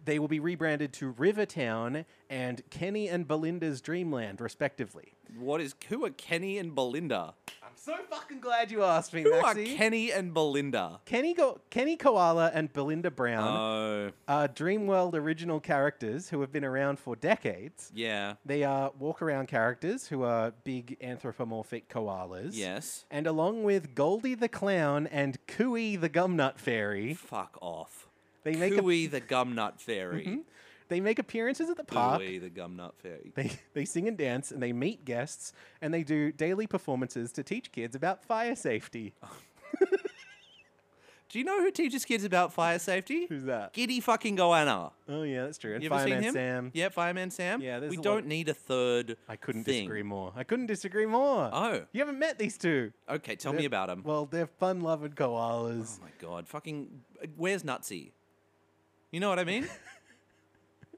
[SPEAKER 3] they will be rebranded to Rivertown and Kenny and Belinda's Dreamland, respectively.
[SPEAKER 2] What is who are Kenny and Belinda?
[SPEAKER 3] I'm so fucking glad you asked me,
[SPEAKER 2] Who are
[SPEAKER 3] Maxie.
[SPEAKER 2] Kenny and Belinda?
[SPEAKER 3] Kenny, Go- Kenny Koala and Belinda Brown
[SPEAKER 2] Oh
[SPEAKER 3] are Dreamworld original characters who have been around for decades.
[SPEAKER 2] yeah.
[SPEAKER 3] They are walk around characters who are big anthropomorphic koalas.
[SPEAKER 2] Yes.
[SPEAKER 3] And along with Goldie the Clown and Cooey the Gumnut Fairy,
[SPEAKER 2] Fuck off.
[SPEAKER 3] They make a-
[SPEAKER 2] Cooey the Gumnut Fairy.
[SPEAKER 3] they make appearances at the park.
[SPEAKER 2] Cooey the Gumnut Fairy.
[SPEAKER 3] They, they sing and dance and they meet guests and
[SPEAKER 2] Oh.
[SPEAKER 3] they do daily performances to teach kids about fire safety.
[SPEAKER 2] Do you know who teaches kids about fire safety?
[SPEAKER 3] Who's that?
[SPEAKER 2] Giddy fucking Goanna.
[SPEAKER 3] Oh yeah, that's true. And
[SPEAKER 2] You ever
[SPEAKER 3] Fireman
[SPEAKER 2] seen him?
[SPEAKER 3] Sam.
[SPEAKER 2] Yeah, Fireman Sam.
[SPEAKER 3] Yeah, there's
[SPEAKER 2] we
[SPEAKER 3] a lot-
[SPEAKER 2] don't need a third.
[SPEAKER 3] I couldn't
[SPEAKER 2] thing.
[SPEAKER 3] disagree more. I couldn't disagree more.
[SPEAKER 2] Oh.
[SPEAKER 3] You haven't met these two.
[SPEAKER 2] Okay, tell me
[SPEAKER 3] They're-
[SPEAKER 2] about him.
[SPEAKER 3] Well, they're fun-loving koalas.
[SPEAKER 2] oh my god, fucking uh, where's Nutsy? You know what I mean?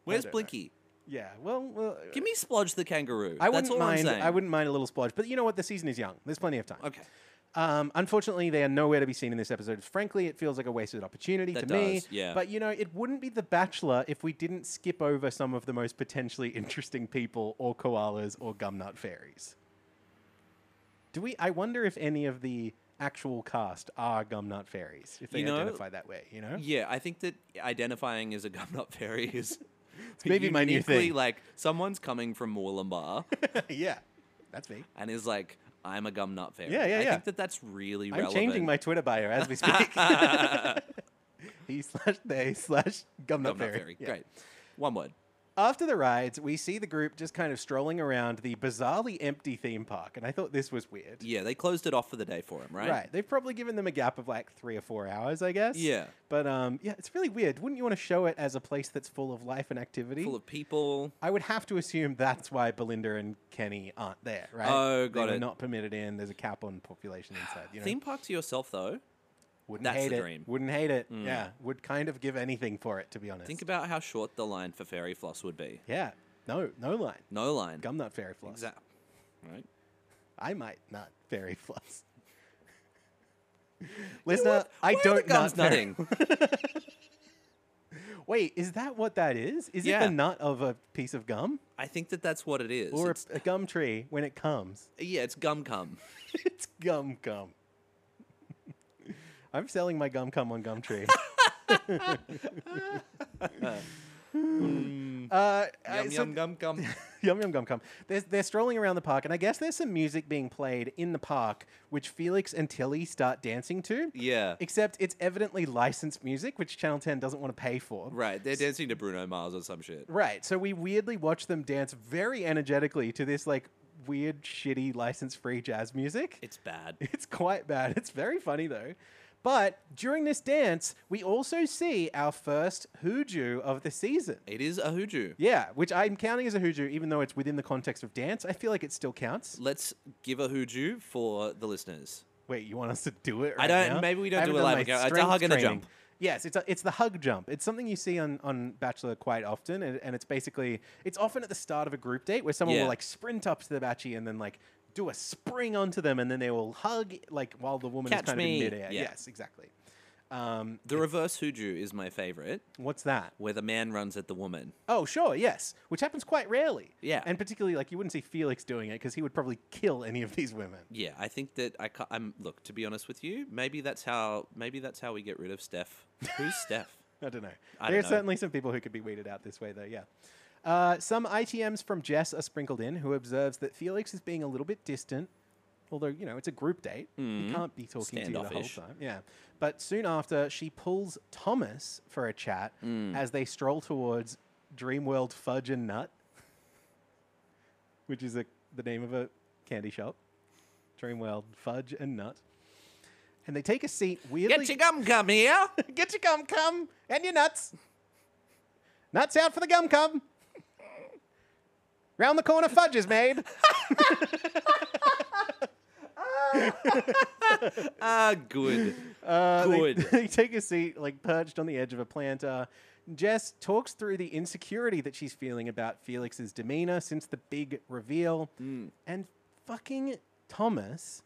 [SPEAKER 2] Where's
[SPEAKER 3] don't know.
[SPEAKER 2] Blinky?
[SPEAKER 3] Yeah. Well, well
[SPEAKER 2] Give me Splodge the kangaroo.
[SPEAKER 3] I
[SPEAKER 2] That's
[SPEAKER 3] wouldn't
[SPEAKER 2] all I'm
[SPEAKER 3] mind.
[SPEAKER 2] saying.
[SPEAKER 3] I wouldn't mind a little splodge, but you know what? The season is young. There's plenty of time.
[SPEAKER 2] Okay.
[SPEAKER 3] Um, unfortunately, they are nowhere to be seen in this episode. Frankly, it feels like a wasted opportunity
[SPEAKER 2] That
[SPEAKER 3] to me.
[SPEAKER 2] does, yeah.
[SPEAKER 3] But you know, it wouldn't be The Bachelor if we didn't skip over some of the most potentially interesting people, or koalas, or gumnut fairies. Do we? I wonder if any of the actual cast are gumnut fairies, if they
[SPEAKER 2] You know-
[SPEAKER 3] identify that way. You know,
[SPEAKER 2] Yeah, I think that identifying as a gumnut fairy is
[SPEAKER 3] maybe my new
[SPEAKER 2] uniquely,
[SPEAKER 3] thing.
[SPEAKER 2] Like someone's coming from Moolambar
[SPEAKER 3] yeah, that's me.
[SPEAKER 2] and is like, "I'm a gumnut fairy."
[SPEAKER 3] Yeah, yeah,
[SPEAKER 2] I
[SPEAKER 3] yeah.
[SPEAKER 2] think that that's really
[SPEAKER 3] I'm
[SPEAKER 2] relevant.
[SPEAKER 3] changing my Twitter bio as we speak. he slash they slash gumnut,
[SPEAKER 2] gumnut
[SPEAKER 3] fairy.
[SPEAKER 2] fairy.
[SPEAKER 3] Yeah.
[SPEAKER 2] Great. One word.
[SPEAKER 3] After the rides, we see the group just kind of strolling around the bizarrely empty theme park, and I thought this was weird.
[SPEAKER 2] Yeah, they closed it off for the day for him, right?
[SPEAKER 3] They've probably given them a gap of like three or four hours, I guess.
[SPEAKER 2] Yeah.
[SPEAKER 3] But um, yeah, it's really weird. Wouldn't you want to show it as a place that's full of life and activity?
[SPEAKER 2] Full of people.
[SPEAKER 3] I would have to assume that's why Belinda and Kenny aren't there, right?
[SPEAKER 2] Oh,
[SPEAKER 3] they
[SPEAKER 2] got
[SPEAKER 3] were
[SPEAKER 2] it.
[SPEAKER 3] Not permitted in. There's a cap on population inside. You know,
[SPEAKER 2] Theme park to yourself though.
[SPEAKER 3] wouldn't
[SPEAKER 2] that's
[SPEAKER 3] hate
[SPEAKER 2] the
[SPEAKER 3] it.
[SPEAKER 2] dream. Mm.
[SPEAKER 3] Wouldn't hate it. Yeah, would kind of give anything for it, to be honest.
[SPEAKER 2] Think about how short the line for fairy floss would be.
[SPEAKER 3] yeah, no, no line.
[SPEAKER 2] No line.
[SPEAKER 3] Gumnut fairy floss.
[SPEAKER 2] Exact. Right.
[SPEAKER 3] I might not fairy floss. Listener, Uh, I
[SPEAKER 2] Where are the
[SPEAKER 3] don't
[SPEAKER 2] gums
[SPEAKER 3] nut fairy-
[SPEAKER 2] nutting?
[SPEAKER 3] Wait, is that what that is? Is it
[SPEAKER 2] Yeah.
[SPEAKER 3] the nut of a piece of gum
[SPEAKER 2] I think that that's what it is.
[SPEAKER 3] or
[SPEAKER 2] It's-
[SPEAKER 3] a, a gum tree when it comes?
[SPEAKER 2] yeah, it's gum cum.
[SPEAKER 3] it's gum gum. I'm selling my gum cum on Gumtree. uh, I-
[SPEAKER 2] Mm. Yum
[SPEAKER 3] so-
[SPEAKER 2] yum gum cum.
[SPEAKER 3] Yum Yum Gum Gum. They're, they're strolling around the park, and I guess there's some music being played in the park, which Felix and Tilly start dancing to.
[SPEAKER 2] Yeah.
[SPEAKER 3] Except it's evidently licensed music, which Channel 10 doesn't want to pay for.
[SPEAKER 2] Right. They're dancing to Bruno Mars or some shit.
[SPEAKER 3] Right, So we weirdly watch them dance very energetically to this, like, weird, shitty, license free jazz music.
[SPEAKER 2] It's bad.
[SPEAKER 3] It's quite bad. It's very funny though. But during this dance, we also see our first hooju of the season.
[SPEAKER 2] It is a hooju.
[SPEAKER 3] Yeah, which I'm counting as a hooju, even though it's within the context of dance. I feel like it still counts.
[SPEAKER 2] Let's give a hooju for the listeners.
[SPEAKER 3] Wait, you want us to do it?
[SPEAKER 2] I
[SPEAKER 3] right
[SPEAKER 2] don't-
[SPEAKER 3] now?
[SPEAKER 2] maybe we don't
[SPEAKER 3] I haven't
[SPEAKER 2] do it
[SPEAKER 3] done
[SPEAKER 2] live
[SPEAKER 3] my
[SPEAKER 2] again. It's a
[SPEAKER 3] strength
[SPEAKER 2] hug and a
[SPEAKER 3] training.
[SPEAKER 2] jump.
[SPEAKER 3] Yes, it's a, it's the hug jump. It's something you see on, on Bachelor quite often, and, and it's basically it's often at the start of a group date where someone
[SPEAKER 2] Yeah.
[SPEAKER 3] will like sprint up to the batchy and then like do a spring onto them, and then they will hug like while the woman
[SPEAKER 2] Catch
[SPEAKER 3] is kind
[SPEAKER 2] me.
[SPEAKER 3] of in midair.
[SPEAKER 2] Yeah.
[SPEAKER 3] Yes, exactly. Um,
[SPEAKER 2] The reverse hooju is my favorite,
[SPEAKER 3] what's that?
[SPEAKER 2] where the man runs at the woman.
[SPEAKER 3] Oh, sure, yes, which happens quite rarely.
[SPEAKER 2] Yeah.
[SPEAKER 3] and particularly like you wouldn't see Felix doing it because he would probably kill any of these women.
[SPEAKER 2] Yeah, I think that I ca I'm look to be honest with you. Maybe that's how. Maybe that's how we get rid of Steph. Who's Steph?
[SPEAKER 3] I don't know.
[SPEAKER 2] I
[SPEAKER 3] There's
[SPEAKER 2] don't know.
[SPEAKER 3] certainly some people who could be weeded out this way, though. Yeah. Uh, some ITMs from Jess are sprinkled in, who observes that Felix is being a little bit distant. Although you know it's a group date, you can't be talking to you the whole
[SPEAKER 2] Mm-hmm. Standoffish.
[SPEAKER 3] time. Yeah. But soon after, she pulls Thomas for a chat
[SPEAKER 2] Mm.
[SPEAKER 3] as they stroll towards Dreamworld Fudge and Nut, which is a, the name of a candy shop. Dreamworld Fudge and Nut. And they take a seat weirdly.
[SPEAKER 2] Get your gum gum here.
[SPEAKER 3] Get your gum cum and your nuts. Nuts out for the gum cum. Round the corner, fudge is made.
[SPEAKER 2] Ah, good.
[SPEAKER 3] they-
[SPEAKER 2] good.
[SPEAKER 3] They, take a seat, like perched on the edge of a planter. Jess talks through the insecurity that she's feeling about Felix's demeanor since the big reveal. And fucking Thomas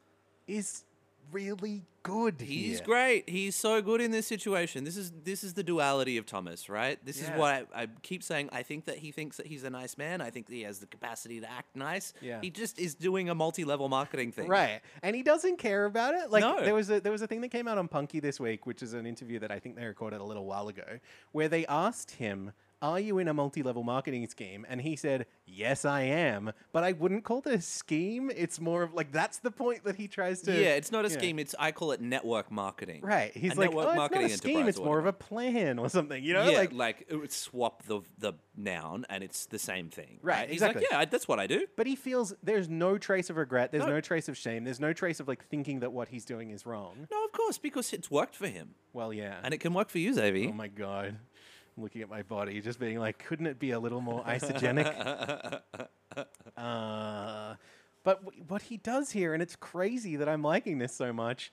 [SPEAKER 3] is really good here.
[SPEAKER 2] He's great. He's so good in this situation. This is this is the duality of Thomas, right? This
[SPEAKER 3] Yeah.
[SPEAKER 2] is what I, I keep saying. I think that he thinks that he's a nice man. I think that he has the capacity to act nice.
[SPEAKER 3] Yeah.
[SPEAKER 2] He just is doing a multi-level marketing thing.
[SPEAKER 3] Right. And he doesn't care about it. Like
[SPEAKER 2] No.
[SPEAKER 3] there was a there was a thing that came out on Punky this week, which is an interview that I think they recorded a little while ago, where they asked him Are you in a multi level marketing scheme? And he said, Yes, I am. But I wouldn't call it a scheme. It's more of like, that's the point that he tries to.
[SPEAKER 2] yeah, it's not a
[SPEAKER 3] you know.
[SPEAKER 2] scheme. It's I call it network marketing.
[SPEAKER 3] Right. He's
[SPEAKER 2] A
[SPEAKER 3] like,
[SPEAKER 2] network
[SPEAKER 3] "Oh, it's
[SPEAKER 2] marketing
[SPEAKER 3] not a scheme.
[SPEAKER 2] enterprise
[SPEAKER 3] It's
[SPEAKER 2] or
[SPEAKER 3] more of a plan or something, you know?
[SPEAKER 2] yeah,
[SPEAKER 3] like,
[SPEAKER 2] like, it would swap the the noun and it's the same thing.
[SPEAKER 3] Right, exactly.
[SPEAKER 2] He's like, yeah, I, that's what I do.
[SPEAKER 3] But he feels there's no trace of regret. There's
[SPEAKER 2] No.
[SPEAKER 3] no. trace of shame. There's no trace of like thinking that what he's doing is wrong.
[SPEAKER 2] No, of course, because it's worked for him,
[SPEAKER 3] Well, yeah.
[SPEAKER 2] and it can work for you, Xavi.
[SPEAKER 3] oh my god, I'm looking at my body, just being like, couldn't it be a little more isogenic? uh, but w- what he does here, and it's crazy that I'm liking this so much.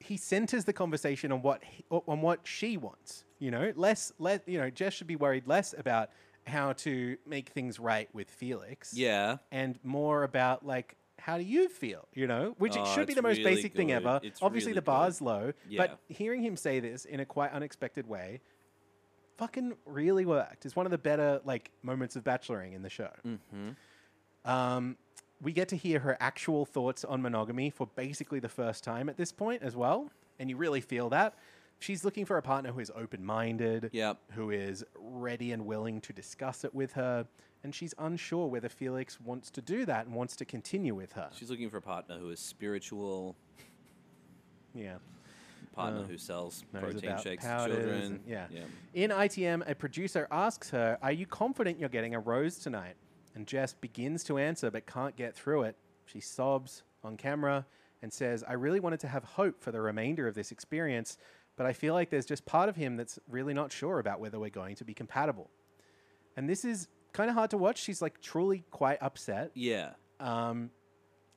[SPEAKER 3] He centers the conversation on what he, o- on what she wants. You know, less, let you know, Jess should be worried less about how to make things right with Felix.
[SPEAKER 2] yeah,
[SPEAKER 3] and more about like how do you feel you know which it
[SPEAKER 2] Oh,
[SPEAKER 3] should be
[SPEAKER 2] it's
[SPEAKER 3] the most
[SPEAKER 2] really
[SPEAKER 3] basic thing
[SPEAKER 2] good.
[SPEAKER 3] ever
[SPEAKER 2] It's
[SPEAKER 3] obviously
[SPEAKER 2] really
[SPEAKER 3] the bar's low
[SPEAKER 2] Yeah.
[SPEAKER 3] but hearing him say this in a quite unexpected way fucking really worked it's one of the better like moments of bacheloring in the show
[SPEAKER 2] Mm-hmm.
[SPEAKER 3] um, we get to hear her actual thoughts on monogamy for basically the first time at this point as well and you really feel that she's looking for a partner who is open-minded
[SPEAKER 2] Yep.
[SPEAKER 3] who is ready and willing to discuss it with her. And she's unsure whether Felix wants to do that and wants to continue with her.
[SPEAKER 2] she's looking for a partner who is spiritual,
[SPEAKER 3] yeah.
[SPEAKER 2] partner who sells
[SPEAKER 3] knows
[SPEAKER 2] protein
[SPEAKER 3] Oh. about
[SPEAKER 2] shakes to
[SPEAKER 3] powders
[SPEAKER 2] children.
[SPEAKER 3] and- yeah. In ITM, a producer asks her, Are you confident you're getting a rose tonight? And Jess begins to answer but can't get through it. She sobs on camera and says, I really wanted to have hope for the remainder of this experience, but I feel like there's just part of him that's really not sure about whether we're going to be compatible. And this is kind of hard to watch. She's like truly quite upset.
[SPEAKER 2] yeah.
[SPEAKER 3] Um,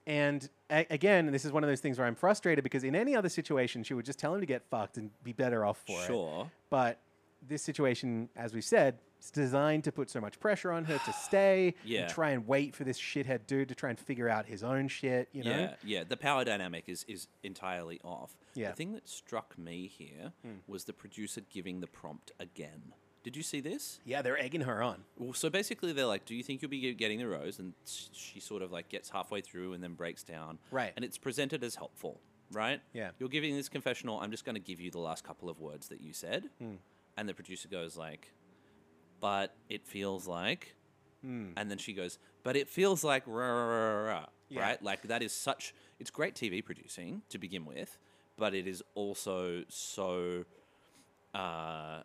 [SPEAKER 3] and a- again, this is one of those things where I'm frustrated because in any other situation, she would just tell him to get fucked and be better off for it.
[SPEAKER 2] Sure.
[SPEAKER 3] But this situation, as we said, is designed to put so much pressure on her to stay
[SPEAKER 2] Yeah.
[SPEAKER 3] and try and wait for this shithead dude to try and figure out his own shit, you know?
[SPEAKER 2] Yeah, yeah. The power dynamic is is entirely off.
[SPEAKER 3] Yeah. Hmm.
[SPEAKER 2] The thing that struck me here was the producer giving the prompt again. Did you see this?
[SPEAKER 3] Yeah, they're egging her on.
[SPEAKER 2] Well, so basically, they're like, "Do you think you'll be ge- getting the rose?" And s- she sort of like gets halfway through and then breaks down.
[SPEAKER 3] Right.
[SPEAKER 2] And it's presented as helpful, right?
[SPEAKER 3] Yeah.
[SPEAKER 2] You're giving this confessional. I'm just going to give you the last couple of words that you said.
[SPEAKER 3] Hmm.
[SPEAKER 2] And the producer goes like, "But it feels like," and then she goes, "But it feels like," rah, rah, rah, rah,"
[SPEAKER 3] Yeah.
[SPEAKER 2] right? Like that is such. It's great TV producing to begin with, but it is also so. Uh,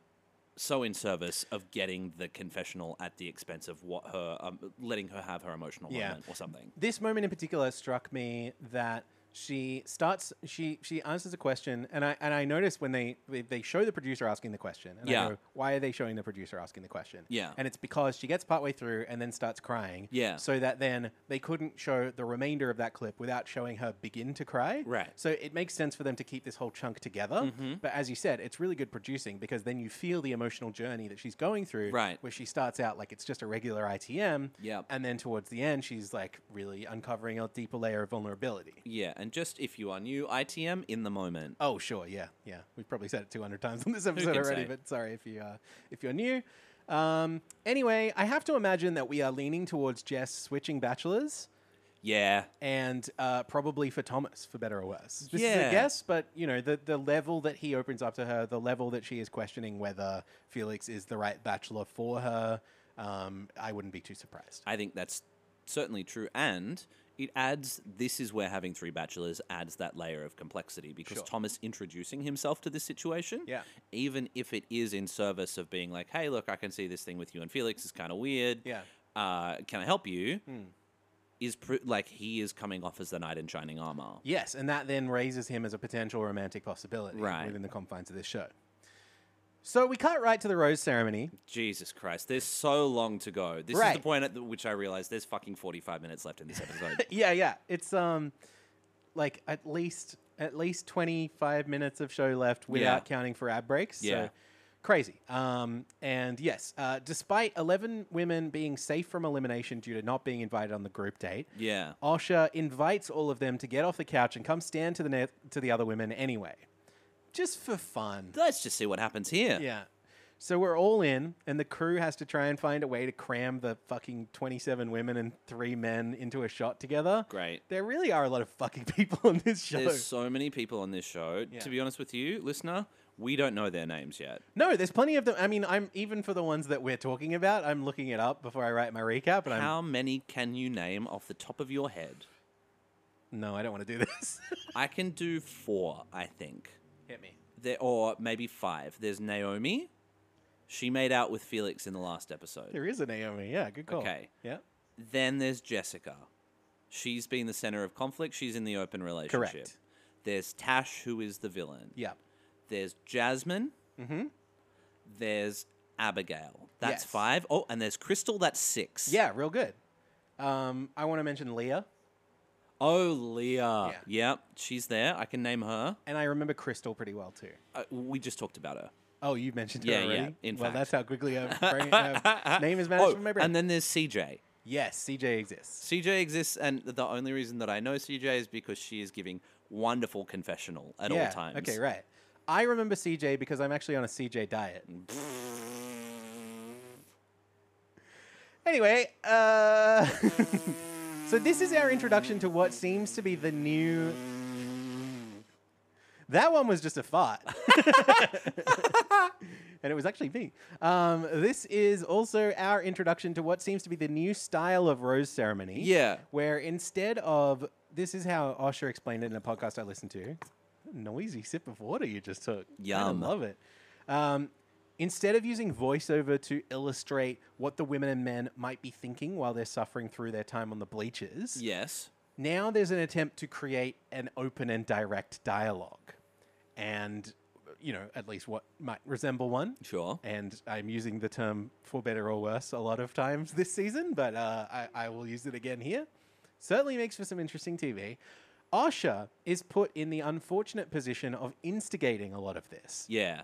[SPEAKER 2] so in service of getting the confessional at the expense of what her um, letting her have her emotional
[SPEAKER 3] Yeah.
[SPEAKER 2] moment or something.
[SPEAKER 3] This moment in particular struck me that she starts she she answers a question and I and I noticed when they they- they show the producer asking the question and
[SPEAKER 2] Yeah.
[SPEAKER 3] I go, why are they showing the producer asking the question?
[SPEAKER 2] Yeah.
[SPEAKER 3] And it's because she gets partway through and then starts crying.
[SPEAKER 2] Yeah.
[SPEAKER 3] So that then they couldn't show the remainder of that clip without showing her begin to cry.
[SPEAKER 2] Right. Mm-hmm.
[SPEAKER 3] So it makes sense for them to keep this whole chunk together. But as you said, it's really good producing because then you feel the emotional journey that she's going through.
[SPEAKER 2] Right.
[SPEAKER 3] Where she starts out like it's just a regular ITM.
[SPEAKER 2] Yep.
[SPEAKER 3] And then towards the end, she's like really uncovering a deeper layer of vulnerability.
[SPEAKER 2] Yeah, and just if you are new, ITM in the moment.
[SPEAKER 3] Oh, sure, yeah, yeah. We've probably said it 200 times on this episode
[SPEAKER 2] can
[SPEAKER 3] already,
[SPEAKER 2] say?
[SPEAKER 3] but sorry if you uh, if you're new. Um, anyway, I have to imagine that we are leaning towards Jess switching bachelors,
[SPEAKER 2] Yeah,
[SPEAKER 3] and uh, probably for Thomas, for better or worse. This is
[SPEAKER 2] Yeah.
[SPEAKER 3] a guess, but you know the the level that he opens up to her, the level that she is questioning whether Felix is the right bachelor for her. Um, I wouldn't be too surprised.
[SPEAKER 2] I think that's certainly true, and it adds. This is where having three bachelors adds that layer of complexity because
[SPEAKER 3] Sure.
[SPEAKER 2] Thomas introducing himself to this situation.
[SPEAKER 3] Yeah.
[SPEAKER 2] even if it is in service of being like, "Hey, look, I can see this thing with you and Felix is kind of weird.
[SPEAKER 3] Yeah. Hmm.
[SPEAKER 2] uh, can I help you?" Is pr- like he is coming off as the knight in shining armor.
[SPEAKER 3] Yes, and that then raises him as a potential romantic possibility
[SPEAKER 2] Right.
[SPEAKER 3] within the confines of this show. So we cut right to the rose ceremony.
[SPEAKER 2] Jesus Christ, there's so long to go. This is the
[SPEAKER 3] Right.
[SPEAKER 2] point at the, which I realized there's fucking 45 minutes left in this episode.
[SPEAKER 3] Yeah, yeah. It's um like at least at least 25 minutes of show left without
[SPEAKER 2] Yeah.
[SPEAKER 3] counting for ad breaks.
[SPEAKER 2] Yeah.
[SPEAKER 3] So crazy. Um and yes, uh, despite 11 women being safe from elimination due to not being invited on the group date,
[SPEAKER 2] yeah.
[SPEAKER 3] Osha invites all of them to get off the couch and come stand to the ne- to the other women anyway. Just for fun.
[SPEAKER 2] Let's just see what happens here.
[SPEAKER 3] Yeah. So we're all in, and the crew has to try and find a way to cram the fucking 27 women and three men into a shot together.
[SPEAKER 2] Great.
[SPEAKER 3] There really are a lot of fucking people on this show.
[SPEAKER 2] There's so many people on this show. To be honest with you, listener, we don't know their names yet.
[SPEAKER 3] no, there's plenty of them. I mean, I'm even for the ones that we're talking about, I'm looking it up before I write my recap, and I'm
[SPEAKER 2] How many can you name off the top of your head?
[SPEAKER 3] no, I don't want to do this.
[SPEAKER 2] I can do four, I think.
[SPEAKER 3] Hit me.
[SPEAKER 2] There or maybe five. There's Naomi. She made out with Felix in the last episode.
[SPEAKER 3] There is a Naomi. Yeah, good call.
[SPEAKER 2] Okay.
[SPEAKER 3] Yeah.
[SPEAKER 2] Then there's Jessica. She's been the center of conflict. She's in the open relationship.
[SPEAKER 3] Correct.
[SPEAKER 2] There's Tash, who is the villain.
[SPEAKER 3] Yeah.
[SPEAKER 2] There's Jasmine. Mm-hmm. There's Abigail. That's
[SPEAKER 3] Yes.
[SPEAKER 2] five. Oh, and there's Crystal. That's six.
[SPEAKER 3] Yeah, real good. Um, I want to mention Leah,
[SPEAKER 2] Oh, Leah.
[SPEAKER 3] Yeah.
[SPEAKER 2] Yep, she's there. I can name her.
[SPEAKER 3] and I remember Crystal pretty well too.
[SPEAKER 2] Uh, we just talked about her.
[SPEAKER 3] Oh, you mentioned her
[SPEAKER 2] Yeah, yeah,
[SPEAKER 3] already.
[SPEAKER 2] in
[SPEAKER 3] well,
[SPEAKER 2] fact.
[SPEAKER 3] that's how quickly I brain, uh, name is managed
[SPEAKER 2] Oh,
[SPEAKER 3] from my brain.
[SPEAKER 2] and then there's CJ.
[SPEAKER 3] yes, CJ exists.
[SPEAKER 2] CJ exists, and the only reason that I know CJ is because she is giving wonderful confessional at
[SPEAKER 3] yeah.
[SPEAKER 2] all times.
[SPEAKER 3] Okay, right. I remember CJ because I'm actually on a CJ diet. anyway, uh, so this is our introduction to what seems to be the new. That one was just a fart. and it was actually me. Um, this is also our introduction to what seems to be the new style of rose ceremony.
[SPEAKER 2] Yeah.
[SPEAKER 3] Where instead of, this is how Osher explained it in a podcast I listened to. Noisy sip of water you just took.
[SPEAKER 2] Yum.
[SPEAKER 3] I love it. Um, instead of using voiceover to illustrate what the women and men might be thinking while they're suffering through their time on the bleachers,
[SPEAKER 2] Yes.
[SPEAKER 3] now there's an attempt to create an open and direct dialogue and you know at least what might resemble one
[SPEAKER 2] Sure.
[SPEAKER 3] and i'm using the term for better or worse a lot of times this season but uh, I, I will use it again here certainly makes for some interesting tv asha is put in the unfortunate position of instigating a lot of this
[SPEAKER 2] Yeah.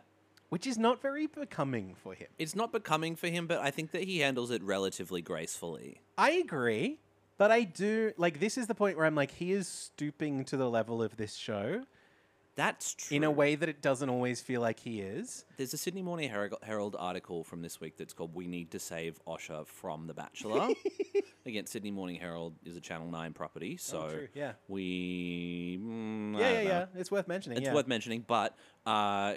[SPEAKER 3] which is not very becoming for him
[SPEAKER 2] It's not becoming for him, but I think that he handles it relatively gracefully.
[SPEAKER 3] I agree, but I do like this is the point where I'm like, he is stooping to the level of this show
[SPEAKER 2] That's true.
[SPEAKER 3] in a way that it doesn't always feel like he is.
[SPEAKER 2] There's a Sydney Morning Herald, Herald article from this week that's called "We Need to Save Osher from The Bachelor." Again, Sydney Morning Herald is a Channel Nine property, so
[SPEAKER 3] Oh, true, yeah.
[SPEAKER 2] we mm, I
[SPEAKER 3] Yeah, yeah,
[SPEAKER 2] don't know.
[SPEAKER 3] yeah. It's worth mentioning.
[SPEAKER 2] It's
[SPEAKER 3] yeah.
[SPEAKER 2] worth mentioning, but uh,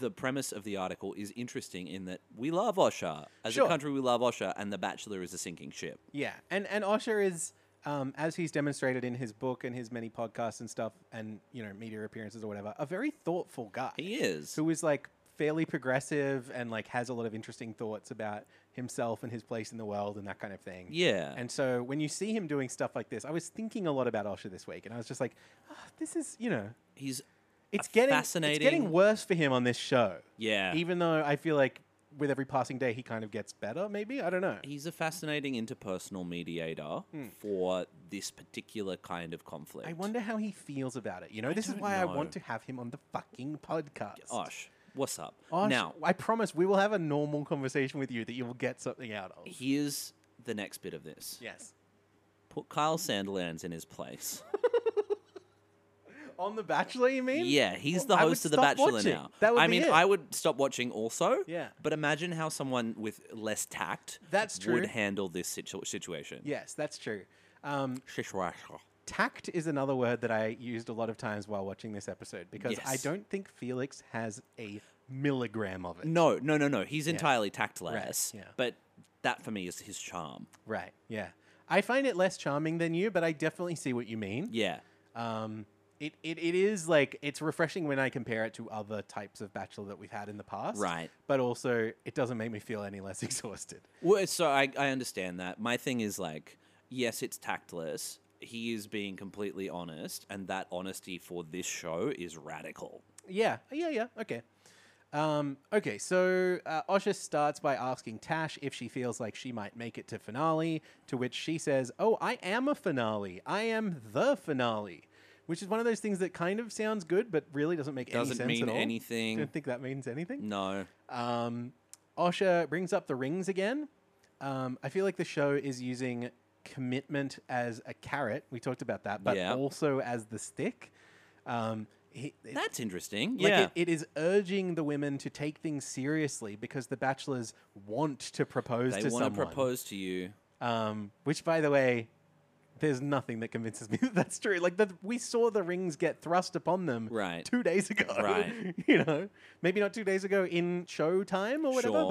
[SPEAKER 2] the premise of the article is interesting in that we love Osher as
[SPEAKER 3] Sure.
[SPEAKER 2] a country. We love Osher, and The Bachelor is a sinking ship.
[SPEAKER 3] Yeah, and and Osher is, um, as he's demonstrated in his book and his many podcasts and stuff, and you know media appearances or whatever, a very thoughtful guy.
[SPEAKER 2] He is.
[SPEAKER 3] who is like fairly progressive and like has a lot of interesting thoughts about himself and his place in the world and that kind of thing.
[SPEAKER 2] Yeah.
[SPEAKER 3] And so when you see him doing stuff like this, I was thinking a lot about Osher this week, and I was just like, "Ah, this is you know,
[SPEAKER 2] He's
[SPEAKER 3] it's getting
[SPEAKER 2] fascinating.
[SPEAKER 3] It's getting worse for him on this show.
[SPEAKER 2] yeah.
[SPEAKER 3] Even though I feel like with every passing day, he kind of gets better. Maybe I don't know.
[SPEAKER 2] He's a fascinating interpersonal mediator for this particular kind of conflict.
[SPEAKER 3] Hmm. I wonder how he feels about it. You know, this is
[SPEAKER 2] don't
[SPEAKER 3] why I want
[SPEAKER 2] know.
[SPEAKER 3] to have him on the fucking podcast.
[SPEAKER 2] Osh, what's up?
[SPEAKER 3] Osh,
[SPEAKER 2] Now,
[SPEAKER 3] I promise we will have a normal conversation with you that you will get something out of.
[SPEAKER 2] here's the next bit of this.
[SPEAKER 3] Yes.
[SPEAKER 2] Put Kyle Sandilands in his place.
[SPEAKER 3] On The Bachelor, you mean?
[SPEAKER 2] Yeah, he's the
[SPEAKER 3] I would
[SPEAKER 2] host of The
[SPEAKER 3] stop
[SPEAKER 2] Bachelor
[SPEAKER 3] watching.
[SPEAKER 2] now.
[SPEAKER 3] That would
[SPEAKER 2] I
[SPEAKER 3] be
[SPEAKER 2] mean,
[SPEAKER 3] it.
[SPEAKER 2] I would stop watching also.
[SPEAKER 3] Yeah.
[SPEAKER 2] But imagine how someone with less tact
[SPEAKER 3] That's true.
[SPEAKER 2] would handle this situ- situation.
[SPEAKER 3] Yes, that's true. Um,
[SPEAKER 2] Situation.
[SPEAKER 3] tact is another word that I used a lot of times while watching this episode because I
[SPEAKER 2] Yes.
[SPEAKER 3] don't think Felix has a milligram of it.
[SPEAKER 2] No, no, no, no. He's entirely tactless.
[SPEAKER 3] yeah.
[SPEAKER 2] But that for me is his charm.
[SPEAKER 3] Right. Yeah. I find it less charming than you, but I definitely see what you mean.
[SPEAKER 2] Yeah.
[SPEAKER 3] Um, it, it, it is like it's refreshing when I compare it to other types of bachelor that we've had in the past.
[SPEAKER 2] Right.
[SPEAKER 3] But also, it doesn't make me feel any less exhausted.
[SPEAKER 2] Well, so I, I understand that. My thing is like, yes, it's tactless. He is being completely honest, and that honesty for this show is radical.
[SPEAKER 3] Yeah, yeah, yeah. Okay. Um, okay, so uh, Osha starts by asking Tash if she feels like she might make it to finale, to which she says, Oh, I am a finale. I am the finale. Which is one of those things that kind of sounds good, but really doesn't make
[SPEAKER 2] Doesn't
[SPEAKER 3] any sense
[SPEAKER 2] mean
[SPEAKER 3] at all.
[SPEAKER 2] anything.
[SPEAKER 3] Don't think that means anything.
[SPEAKER 2] No.
[SPEAKER 3] Um, Osha brings up the rings again. Um, I feel like the show is using commitment as a carrot. We talked about that, but
[SPEAKER 2] Yeah.
[SPEAKER 3] also as the stick. Um, he, it-
[SPEAKER 2] That's interesting.
[SPEAKER 3] like
[SPEAKER 2] yeah.
[SPEAKER 3] it, it is urging the women to take things seriously because the bachelors want to propose
[SPEAKER 2] they
[SPEAKER 3] to
[SPEAKER 2] want
[SPEAKER 3] someone.
[SPEAKER 2] to propose to you.
[SPEAKER 3] Um, which, by the way, there's nothing that convinces me that that's true. Like the, we saw the rings get thrust upon them
[SPEAKER 2] Right.
[SPEAKER 3] two days ago.
[SPEAKER 2] Right.
[SPEAKER 3] you know, maybe not two days ago in show time or whatever,
[SPEAKER 2] Sure.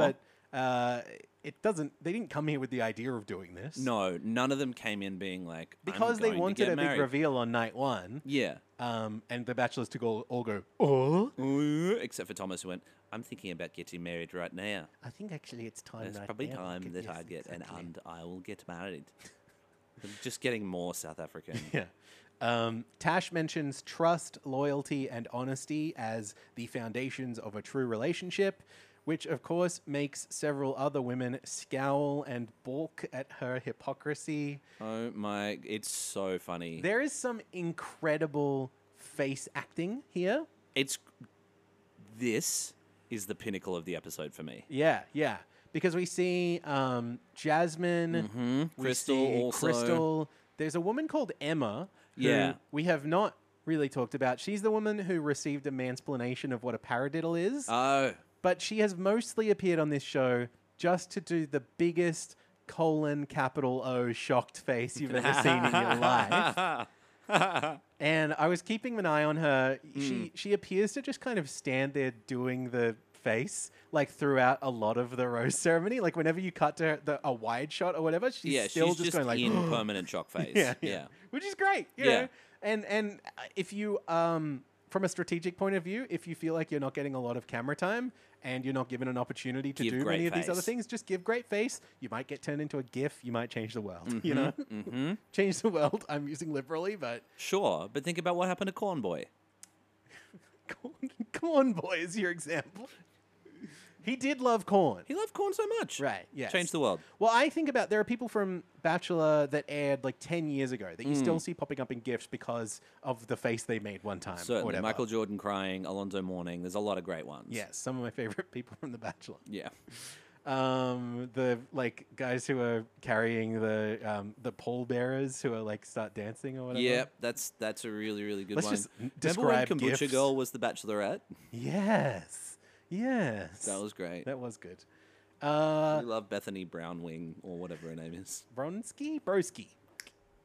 [SPEAKER 3] but uh, it doesn't. They didn't come here with the idea of doing this.
[SPEAKER 2] No, none of them came in being like "I'm
[SPEAKER 3] because they
[SPEAKER 2] going to
[SPEAKER 3] wanted
[SPEAKER 2] get
[SPEAKER 3] a
[SPEAKER 2] married."
[SPEAKER 3] big reveal on night one,
[SPEAKER 2] Yeah.
[SPEAKER 3] um, and the bachelors to go all go. Oh,
[SPEAKER 2] Ooh, Except for Thomas, who went. I'm thinking about getting married right now.
[SPEAKER 3] I think actually it's time.
[SPEAKER 2] It's
[SPEAKER 3] right
[SPEAKER 2] probably
[SPEAKER 3] now.
[SPEAKER 2] time
[SPEAKER 3] Good-
[SPEAKER 2] that
[SPEAKER 3] yes,
[SPEAKER 2] I get
[SPEAKER 3] exactly.
[SPEAKER 2] and and I will get married. Just getting more South African.
[SPEAKER 3] Yeah. Um, Tash mentions trust, loyalty, and honesty as the foundations of a true relationship, which of course makes several other women scowl and balk at her hypocrisy.
[SPEAKER 2] Oh my! It's so funny.
[SPEAKER 3] There is some incredible face acting here.
[SPEAKER 2] it's this is the pinnacle of the episode for me.
[SPEAKER 3] Yeah, yeah. Because we see um, Jasmine, we
[SPEAKER 2] Mm-hmm. Crystal
[SPEAKER 3] see
[SPEAKER 2] also.
[SPEAKER 3] Crystal. There's a woman called Emma. who
[SPEAKER 2] Yeah.
[SPEAKER 3] we have not really talked about. She's the woman who received a mansplanation of what a paradiddle is.
[SPEAKER 2] Oh,
[SPEAKER 3] but she has mostly appeared on this show just to do the biggest colon capital O shocked face you've ever seen in your life. and I was keeping an eye on her.
[SPEAKER 2] Hmm.
[SPEAKER 3] She she appears to just kind of stand there doing the face like throughout a lot of the rose ceremony. Like whenever you cut to her, the, a wide shot or whatever, she's
[SPEAKER 2] yeah,
[SPEAKER 3] still
[SPEAKER 2] she's
[SPEAKER 3] just
[SPEAKER 2] just,
[SPEAKER 3] going like
[SPEAKER 2] in permanent shock phase.
[SPEAKER 3] yeah, yeah,
[SPEAKER 2] yeah.
[SPEAKER 3] which is great. You
[SPEAKER 2] Yeah.
[SPEAKER 3] know? and and uh, if you um from a strategic point of view, if you feel like you're not getting a lot of camera time and you're not given an opportunity to
[SPEAKER 2] Give
[SPEAKER 3] do
[SPEAKER 2] great
[SPEAKER 3] many of these other
[SPEAKER 2] face.
[SPEAKER 3] things, just give great face. You might get turned into a GIF. You might change the world.
[SPEAKER 2] Mm-hmm,
[SPEAKER 3] You know, change the world. I'm using liberally, but
[SPEAKER 2] Sure, but think about what happened to Cornboy.
[SPEAKER 3] corn, corn boy is your example. He did love corn.
[SPEAKER 2] He loved corn so much.
[SPEAKER 3] Right, yes.
[SPEAKER 2] Changed the world.
[SPEAKER 3] Well, I think about there are people from Bachelor that aired like ten years ago that you
[SPEAKER 2] Mm.
[SPEAKER 3] still see popping up in GIFs because of the face they made one time. or
[SPEAKER 2] Certainly.
[SPEAKER 3] whatever.
[SPEAKER 2] Michael Jordan crying, Alonzo mourning. There's a lot of great ones.
[SPEAKER 3] Yes, some of my favorite people from The Bachelor. Uh-huh.
[SPEAKER 2] Yeah.
[SPEAKER 3] Um, the like guys who are carrying the um, the pole bearers who are like start dancing or whatever.
[SPEAKER 2] Yep, that's that's a really really good
[SPEAKER 3] Let's
[SPEAKER 2] one.
[SPEAKER 3] just n-
[SPEAKER 2] Remember when
[SPEAKER 3] describe
[SPEAKER 2] Kombucha
[SPEAKER 3] gifs.
[SPEAKER 2] Girl was the Bachelorette?
[SPEAKER 3] Yes. Yes.
[SPEAKER 2] That was great.
[SPEAKER 3] that was good. Uh,
[SPEAKER 2] we love Bethany Brownwing or whatever her name is.
[SPEAKER 3] Bronski, Broski.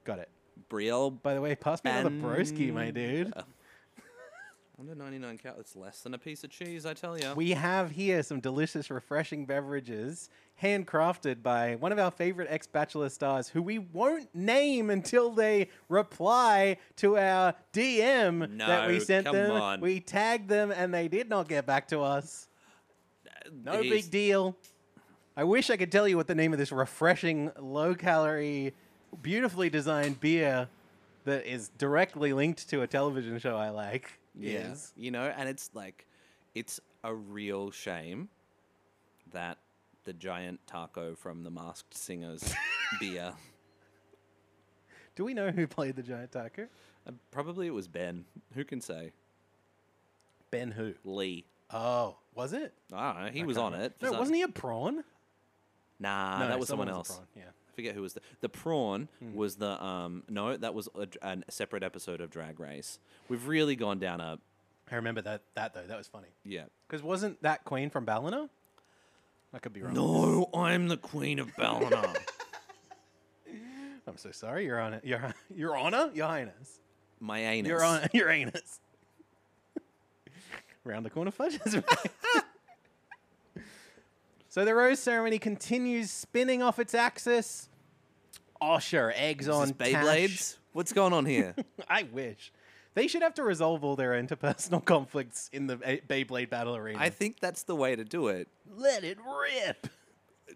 [SPEAKER 3] Got it.
[SPEAKER 2] Brielle
[SPEAKER 3] By the way, pass me another
[SPEAKER 2] Ban-
[SPEAKER 3] Broski, my dude.
[SPEAKER 2] under 99 cal. It's less than a piece of cheese, I tell you.
[SPEAKER 3] We have here some delicious, refreshing beverages handcrafted by one of our favorite ex Bachelor stars who we won't name until they reply to our DM that we
[SPEAKER 2] No,
[SPEAKER 3] sent
[SPEAKER 2] come
[SPEAKER 3] them.
[SPEAKER 2] on.
[SPEAKER 3] We tagged them and they did not get back to us. No big deal. I wish I could tell you what the name of this refreshing, low calorie, beautifully designed beer that is directly linked to a television show I like
[SPEAKER 2] Yeah.
[SPEAKER 3] is.
[SPEAKER 2] You know, and it's like it's a real shame that the giant taco from the Masked Singers beer.
[SPEAKER 3] Do we know who played the giant taco?
[SPEAKER 2] Uh, Probably it was Ben. Who can say?
[SPEAKER 3] Ben Who.
[SPEAKER 2] Lee.
[SPEAKER 3] Oh, was it?
[SPEAKER 2] I don't know. He was on it. for
[SPEAKER 3] No,
[SPEAKER 2] some-
[SPEAKER 3] wasn't he a prawn?
[SPEAKER 2] Nah, Ah, that was someone else.
[SPEAKER 3] Yeah.
[SPEAKER 2] I forget who was the the prawn
[SPEAKER 3] Hmm.
[SPEAKER 2] was the um no that was a, dr- an- a separate episode of Drag Race. We've really gone down a
[SPEAKER 3] I remember that that though. That was funny.
[SPEAKER 2] yeah.
[SPEAKER 3] Because wasn't that queen from Ballina? I could be wrong.
[SPEAKER 2] No, I'm the queen of Ballina.
[SPEAKER 3] I'm so sorry, Your Honor. Your Your Honor? Your Highness.
[SPEAKER 2] My anus.
[SPEAKER 3] Your Honor. Your anus. Round the corner fudges. right? so the rose ceremony continues spinning off its axis. Osher eggs
[SPEAKER 2] Is
[SPEAKER 3] on
[SPEAKER 2] this
[SPEAKER 3] Tash.
[SPEAKER 2] Beyblades. What's going on here?
[SPEAKER 3] I wish. They should have to resolve all their interpersonal conflicts in the Bey- Beyblade battle arena.
[SPEAKER 2] I think that's the way to do it.
[SPEAKER 3] let it rip.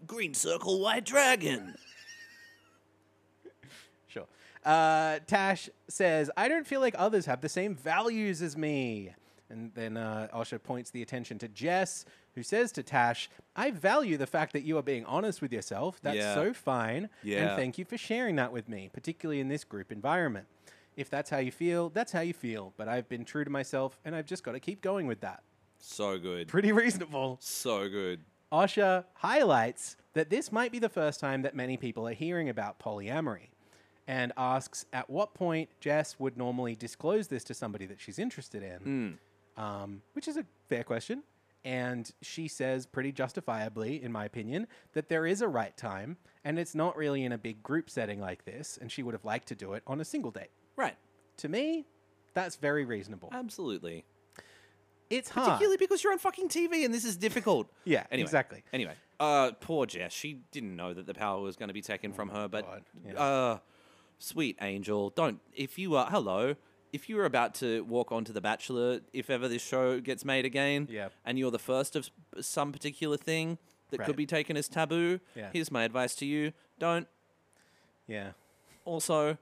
[SPEAKER 2] Green circle, white dragon.
[SPEAKER 3] Sure. Uh, Tash says, I don't feel like others have the same values as me. And then uh, Osha points the attention to Jess, who says to Tash, I value the fact that you are being honest with yourself. That's
[SPEAKER 2] Yeah.
[SPEAKER 3] so fine. And
[SPEAKER 2] Yeah.
[SPEAKER 3] thank you for sharing that with me, particularly in this group environment. If that's how you feel, that's how you feel. But I've been true to myself and I've just got to keep going with that.
[SPEAKER 2] So good.
[SPEAKER 3] Pretty reasonable.
[SPEAKER 2] So good.
[SPEAKER 3] Osha highlights that this might be the first time that many people are hearing about polyamory. and asks at what point Jess would normally disclose this to somebody that she's interested in, um, which is a fair question. And she says, pretty justifiably, in my opinion, that there is a right time, and it's not really in a big group setting like this, and she would have liked to do it on a single date.
[SPEAKER 2] Right.
[SPEAKER 3] To me, that's very reasonable.
[SPEAKER 2] Uh, Absolutely.
[SPEAKER 3] it's hard.
[SPEAKER 2] Particularly because you're on fucking TV and this is difficult.
[SPEAKER 3] Yeah,
[SPEAKER 2] Anyway,
[SPEAKER 3] exactly.
[SPEAKER 2] Anyway, uh, poor Jess. She didn't know that the power was going to be taken from her, but
[SPEAKER 3] God,
[SPEAKER 2] uh, sweet angel, don't. If you are hello, if you are about to walk onto The Bachelor, if ever this show gets made again,
[SPEAKER 3] Yep.
[SPEAKER 2] and you're the first of s- some particular thing that
[SPEAKER 3] Right.
[SPEAKER 2] could be taken as taboo,
[SPEAKER 3] Yeah.
[SPEAKER 2] here's my advice to you: don't.
[SPEAKER 3] Yeah.
[SPEAKER 2] Also,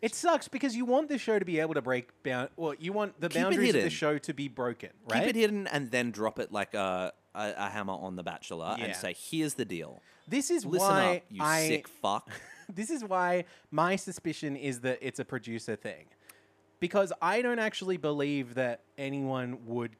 [SPEAKER 3] It sucks because you want this show to be able to break bound. Well, you want the
[SPEAKER 2] Keep it
[SPEAKER 3] boundaries of the
[SPEAKER 2] hidden.
[SPEAKER 3] show to be broken, right?
[SPEAKER 2] keep it hidden and then drop it like a a, a hammer on The Bachelor
[SPEAKER 3] Yeah.
[SPEAKER 2] and say, "Here's the deal."
[SPEAKER 3] This is
[SPEAKER 2] Listen
[SPEAKER 3] why
[SPEAKER 2] up, you
[SPEAKER 3] I.
[SPEAKER 2] sick fuck.
[SPEAKER 3] This is why my suspicion is that it's a producer thing, because I don't actually believe that anyone would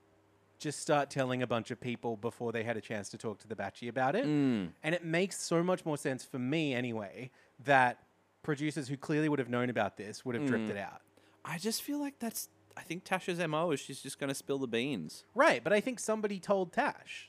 [SPEAKER 3] just start telling a bunch of people before they had a chance to talk to the Batchy about it.
[SPEAKER 2] Mm.
[SPEAKER 3] And it makes so much more sense for me anyway that producers who clearly would have known about this
[SPEAKER 2] Mm.
[SPEAKER 3] would have dripped it out.
[SPEAKER 2] I just feel like that's. I think Tasha's mo is she's just going to spill the beans.
[SPEAKER 3] Right, but I think somebody told Tash.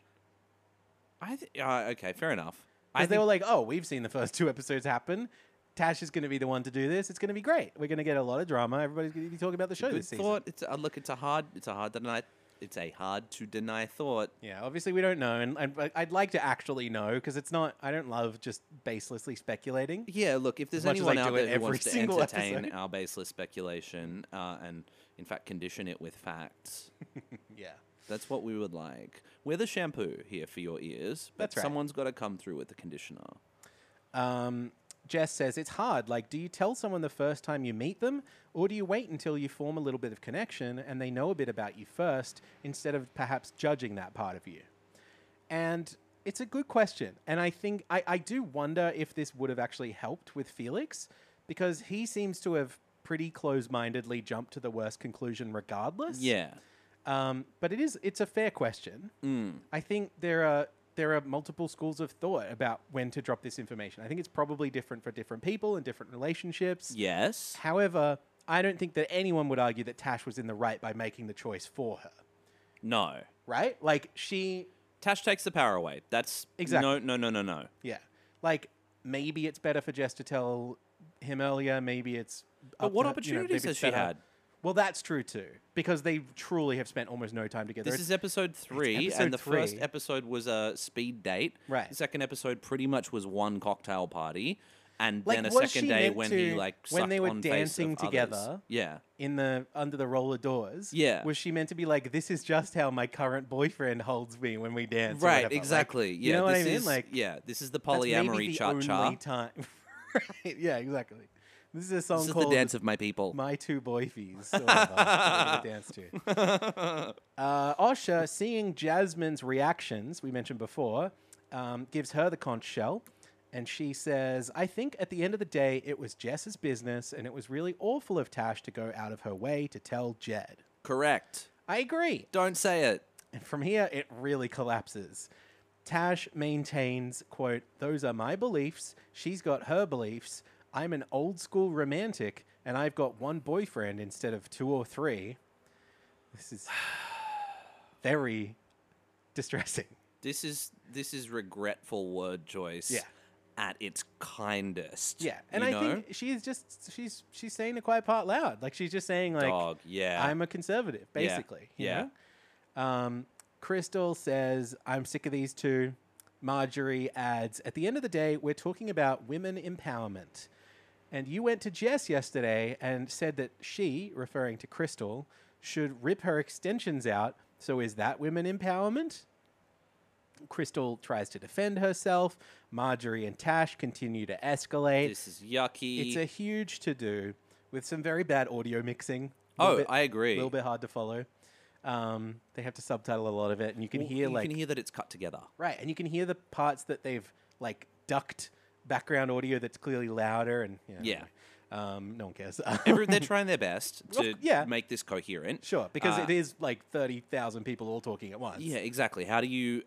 [SPEAKER 2] I th- uh, okay, fair enough. I
[SPEAKER 3] Because they
[SPEAKER 2] think-
[SPEAKER 3] were like, oh, we've seen the first two episodes happen. Tash is going to be the one to do this. It's going to be great. We're going to get a lot of drama. Everybody's going to be talking about the show
[SPEAKER 2] good
[SPEAKER 3] this season.
[SPEAKER 2] thought. It's a, look. It's a hard. It's a hard deny. It's a hard to deny thought.
[SPEAKER 3] Yeah, obviously we don't know, and, and I'd like to actually know because it's not. I don't love just baselessly speculating.
[SPEAKER 2] Yeah, look. If there's
[SPEAKER 3] much as
[SPEAKER 2] anyone
[SPEAKER 3] I
[SPEAKER 2] out
[SPEAKER 3] do
[SPEAKER 2] there
[SPEAKER 3] it
[SPEAKER 2] who
[SPEAKER 3] every
[SPEAKER 2] wants to
[SPEAKER 3] single
[SPEAKER 2] entertain
[SPEAKER 3] episode.
[SPEAKER 2] our baseless speculation uh, and, in fact, condition it with facts,
[SPEAKER 3] Yeah,
[SPEAKER 2] that's what we would like. We're the shampoo here for your ears, but
[SPEAKER 3] That's right.
[SPEAKER 2] someone's got to come through with the conditioner.
[SPEAKER 3] Um, Jess says it's hard. Like, do you tell someone the first time you meet them, or do you wait until you form a little bit of connection and they know a bit about you first, instead of perhaps judging that part of you? And it's a good question, and I think I, I do wonder if this would have actually helped with Felix, because he seems to have pretty close-mindedly jumped to the worst conclusion regardless.
[SPEAKER 2] Yeah.
[SPEAKER 3] Um, but it is it's a fair question.
[SPEAKER 2] Mm.
[SPEAKER 3] I think there are there are multiple schools of thought about when to drop this information. I think it's probably different for different people and different relationships.
[SPEAKER 2] Yes.
[SPEAKER 3] However, I don't think that anyone would argue that Tash was in the right by making the choice for her.
[SPEAKER 2] No.
[SPEAKER 3] Right? Like she
[SPEAKER 2] Tash takes the power away. That's
[SPEAKER 3] Exactly.
[SPEAKER 2] No. No. No. No. No.
[SPEAKER 3] yeah. Like maybe it's better for Jess to tell him earlier, maybe it's
[SPEAKER 2] But
[SPEAKER 3] up
[SPEAKER 2] what
[SPEAKER 3] to- you know,
[SPEAKER 2] opportunities
[SPEAKER 3] maybe it's
[SPEAKER 2] has she
[SPEAKER 3] better-
[SPEAKER 2] had?
[SPEAKER 3] Well, that's true too, because they truly have spent almost no time together.
[SPEAKER 2] This
[SPEAKER 3] It's-
[SPEAKER 2] is episode three,
[SPEAKER 3] episode
[SPEAKER 2] and the first
[SPEAKER 3] three.
[SPEAKER 2] episode was a speed date.
[SPEAKER 3] Right.
[SPEAKER 2] The second episode pretty much was one cocktail party, and
[SPEAKER 3] Like,
[SPEAKER 2] then a
[SPEAKER 3] was she
[SPEAKER 2] second day
[SPEAKER 3] meant
[SPEAKER 2] when he
[SPEAKER 3] to-
[SPEAKER 2] like
[SPEAKER 3] when they
[SPEAKER 2] sucked
[SPEAKER 3] were
[SPEAKER 2] on face of
[SPEAKER 3] dancing
[SPEAKER 2] others.
[SPEAKER 3] together?
[SPEAKER 2] Yeah.
[SPEAKER 3] in the under the roller doors.
[SPEAKER 2] Yeah.
[SPEAKER 3] Was she meant to be like, this is just how my current boyfriend holds me when we dance? or
[SPEAKER 2] Right.
[SPEAKER 3] whatever? Like,
[SPEAKER 2] Exactly. yeah.
[SPEAKER 3] You know what
[SPEAKER 2] this
[SPEAKER 3] I mean?
[SPEAKER 2] Is,
[SPEAKER 3] like
[SPEAKER 2] yeah. This is the
[SPEAKER 3] that's maybe
[SPEAKER 2] polyamory
[SPEAKER 3] the
[SPEAKER 2] cha cha.
[SPEAKER 3] only time. right. Yeah, exactly. This is a song
[SPEAKER 2] This is the
[SPEAKER 3] called
[SPEAKER 2] dance of my people.
[SPEAKER 3] My Two Boyfies. or whatever, that they dance to. Uh, Osha, seeing Jasmine's reactions, we mentioned before, um, gives her the conch shell. And she says, I think at the end of the day, it was Jess's business, and it was really awful of Tash to go out of her way to tell Jed.
[SPEAKER 2] Correct.
[SPEAKER 3] I agree.
[SPEAKER 2] Don't say it.
[SPEAKER 3] And from here, it really collapses. Tash maintains, quote, those are my beliefs. She's got her beliefs. I'm an old school romantic, and I've got one boyfriend instead of two or three. This is very distressing.
[SPEAKER 2] This is this is regretful word choice.
[SPEAKER 3] Yeah.
[SPEAKER 2] At its kindest.
[SPEAKER 3] Yeah. And
[SPEAKER 2] you
[SPEAKER 3] I
[SPEAKER 2] know?
[SPEAKER 3] think she's just she's she's saying it quite part loud. Like she's just saying like
[SPEAKER 2] Dog, yeah.
[SPEAKER 3] I'm a conservative,
[SPEAKER 2] Yeah,
[SPEAKER 3] basically. you
[SPEAKER 2] yeah.
[SPEAKER 3] know? Um, Crystal says, I'm sick of these two. Marjorie adds, at the end of the day, we're talking about women empowerment. And you went to Jess yesterday and said that she, referring to Crystal, should rip her extensions out. So is that women empowerment? Crystal tries to defend herself. Marjorie and Tash continue to escalate.
[SPEAKER 2] This is yucky.
[SPEAKER 3] it's a huge to do with some very bad audio mixing.
[SPEAKER 2] Oh,
[SPEAKER 3] Little bit-
[SPEAKER 2] I agree.
[SPEAKER 3] a little bit hard to follow. Um, they have to subtitle a lot of it, and you can
[SPEAKER 2] Well,
[SPEAKER 3] hear
[SPEAKER 2] you
[SPEAKER 3] like
[SPEAKER 2] can hear that it's cut together.
[SPEAKER 3] right, and you can hear the parts that they've like ducked background audio that's clearly louder, and you know,
[SPEAKER 2] Yeah.
[SPEAKER 3] um, no one cares.
[SPEAKER 2] Every, they're trying their best to
[SPEAKER 3] yeah.
[SPEAKER 2] make this coherent.
[SPEAKER 3] sure, because
[SPEAKER 2] Uh,
[SPEAKER 3] it is like thirty thousand people all talking at once.
[SPEAKER 2] Yeah, exactly. How do you?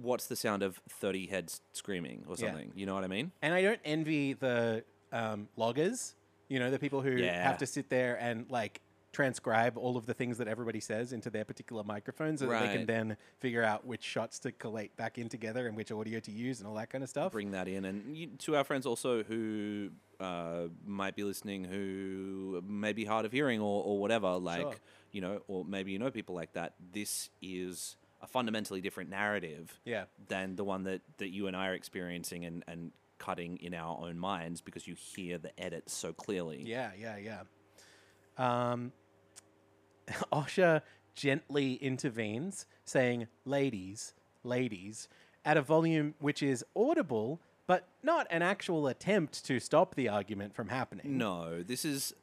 [SPEAKER 2] What's the sound of thirty heads screaming or
[SPEAKER 3] Yeah.
[SPEAKER 2] something? You know what I mean?
[SPEAKER 3] and I don't envy the um, loggers. You know, the people who
[SPEAKER 2] Yeah.
[SPEAKER 3] have to sit there and like transcribe all of the things that everybody says into their particular microphone so that they can
[SPEAKER 2] Right.
[SPEAKER 3] then figure out which shots to collate back in together and which audio to use and all that kind of stuff.
[SPEAKER 2] bring that in. And you, to our friends also who uh, might be listening, who may be hard of hearing or, or whatever, like
[SPEAKER 3] Sure.
[SPEAKER 2] you know, or maybe you know people like that. This is a fundamentally different narrative,
[SPEAKER 3] Yeah.
[SPEAKER 2] than the one that that you and I are experiencing and and cutting in our own minds because you hear the edit so clearly.
[SPEAKER 3] Yeah, yeah, yeah. Um, Osha gently intervenes, saying, Ladies, ladies, at a volume which is audible, but not an actual attempt to stop the argument from happening.
[SPEAKER 2] No, this is.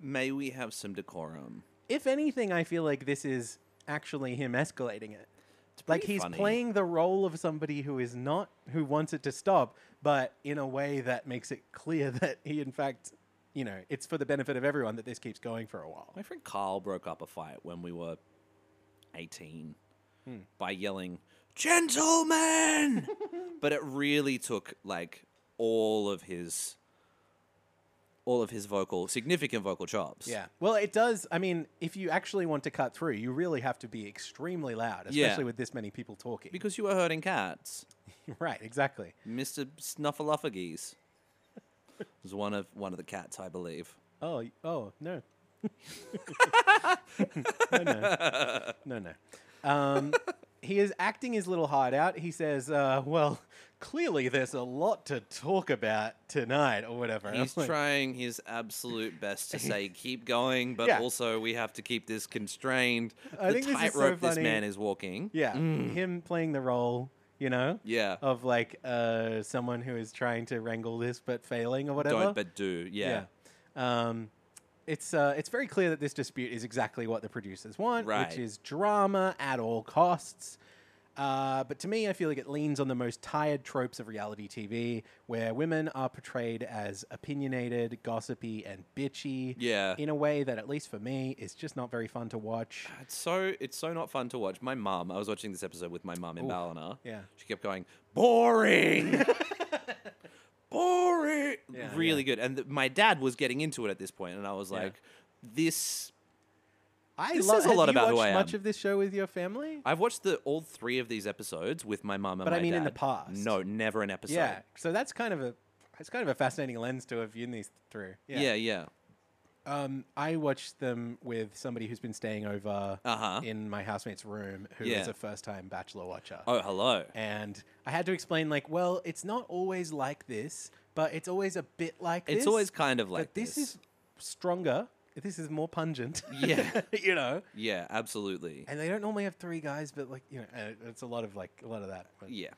[SPEAKER 2] May we have some decorum?
[SPEAKER 3] If anything, I feel like this is actually him escalating it.
[SPEAKER 2] It's
[SPEAKER 3] Like
[SPEAKER 2] pretty
[SPEAKER 3] he's
[SPEAKER 2] funny.
[SPEAKER 3] playing the role of somebody who is not, who wants it to stop, but in a way that makes it clear that he, in fact, you know, it's for the benefit of everyone that this keeps going for a while.
[SPEAKER 2] My friend Carl broke up a fight when we were 18
[SPEAKER 3] Hmm.
[SPEAKER 2] by yelling, Gentlemen! but it really took like all of his all of his vocal significant vocal chops.
[SPEAKER 3] Yeah. Well, it does. I mean, if you actually want to cut through, you really have to be extremely loud, especially
[SPEAKER 2] Yeah.
[SPEAKER 3] with this many people talking.
[SPEAKER 2] Because you were hurting cats.
[SPEAKER 3] right, exactly.
[SPEAKER 2] Mr. Snuffleupagus was one of one of the cats, I believe.
[SPEAKER 3] Oh, y- oh, no. no, no. No, no. Um, he is acting his little heart out. He says, uh, well, clearly there's a lot to talk about tonight or whatever. I'm
[SPEAKER 2] He's
[SPEAKER 3] like,
[SPEAKER 2] trying his absolute best to say keep going, but
[SPEAKER 3] Yeah.
[SPEAKER 2] also we have to keep this constrained.
[SPEAKER 3] I
[SPEAKER 2] the
[SPEAKER 3] think this is so
[SPEAKER 2] tightrope this
[SPEAKER 3] funny.
[SPEAKER 2] man is walking.
[SPEAKER 3] Yeah. Oh, Him playing the role, you know?
[SPEAKER 2] mm. Yeah.
[SPEAKER 3] Of like uh, someone who is trying to wrangle this but failing or whatever.
[SPEAKER 2] Don't but do. Yeah.
[SPEAKER 3] Yeah. Um, it's uh, it's very clear that this dispute is exactly what the producers want,
[SPEAKER 2] Right.
[SPEAKER 3] which is drama at all costs. Uh, but to me, I feel like it leans on the most tired tropes of reality TV, where women are portrayed as opinionated, gossipy, and bitchy.
[SPEAKER 2] Yeah.
[SPEAKER 3] In a way that, at least for me, is just not very fun to watch.
[SPEAKER 2] It's so it's so not fun to watch. My mum, I was watching this episode with my mum in Ballina.
[SPEAKER 3] yeah.
[SPEAKER 2] She kept going, boring. boring.
[SPEAKER 3] Yeah,
[SPEAKER 2] really good. And th- my dad was getting into it at this point, and I was like, this
[SPEAKER 3] I
[SPEAKER 2] This
[SPEAKER 3] love
[SPEAKER 2] says a lot
[SPEAKER 3] have
[SPEAKER 2] about
[SPEAKER 3] you
[SPEAKER 2] who
[SPEAKER 3] watched
[SPEAKER 2] I
[SPEAKER 3] much
[SPEAKER 2] am.
[SPEAKER 3] of this show with your family.
[SPEAKER 2] I've watched the all three of these episodes with my mum and
[SPEAKER 3] But I
[SPEAKER 2] my
[SPEAKER 3] mean in the
[SPEAKER 2] dad.
[SPEAKER 3] past.
[SPEAKER 2] No, never an episode.
[SPEAKER 3] yeah, so that's kind of a it's kind of a fascinating lens to have viewed these through.
[SPEAKER 2] Yeah, yeah.
[SPEAKER 3] Um, I watched them with somebody who's been staying over
[SPEAKER 2] Uh-huh.
[SPEAKER 3] in my housemate's room, who is
[SPEAKER 2] Yeah.
[SPEAKER 3] a first-time Bachelor watcher.
[SPEAKER 2] Oh, hello.
[SPEAKER 3] And I had to explain, like, well, it's not always like this, but it's always a bit like this.
[SPEAKER 2] It's always kind of like
[SPEAKER 3] but this, is stronger. This is more pungent.
[SPEAKER 2] Yeah.
[SPEAKER 3] you know.
[SPEAKER 2] Yeah, absolutely.
[SPEAKER 3] And they don't normally have three guys, but like, you know, uh, it's a lot of like a lot of that. But,
[SPEAKER 2] Yeah.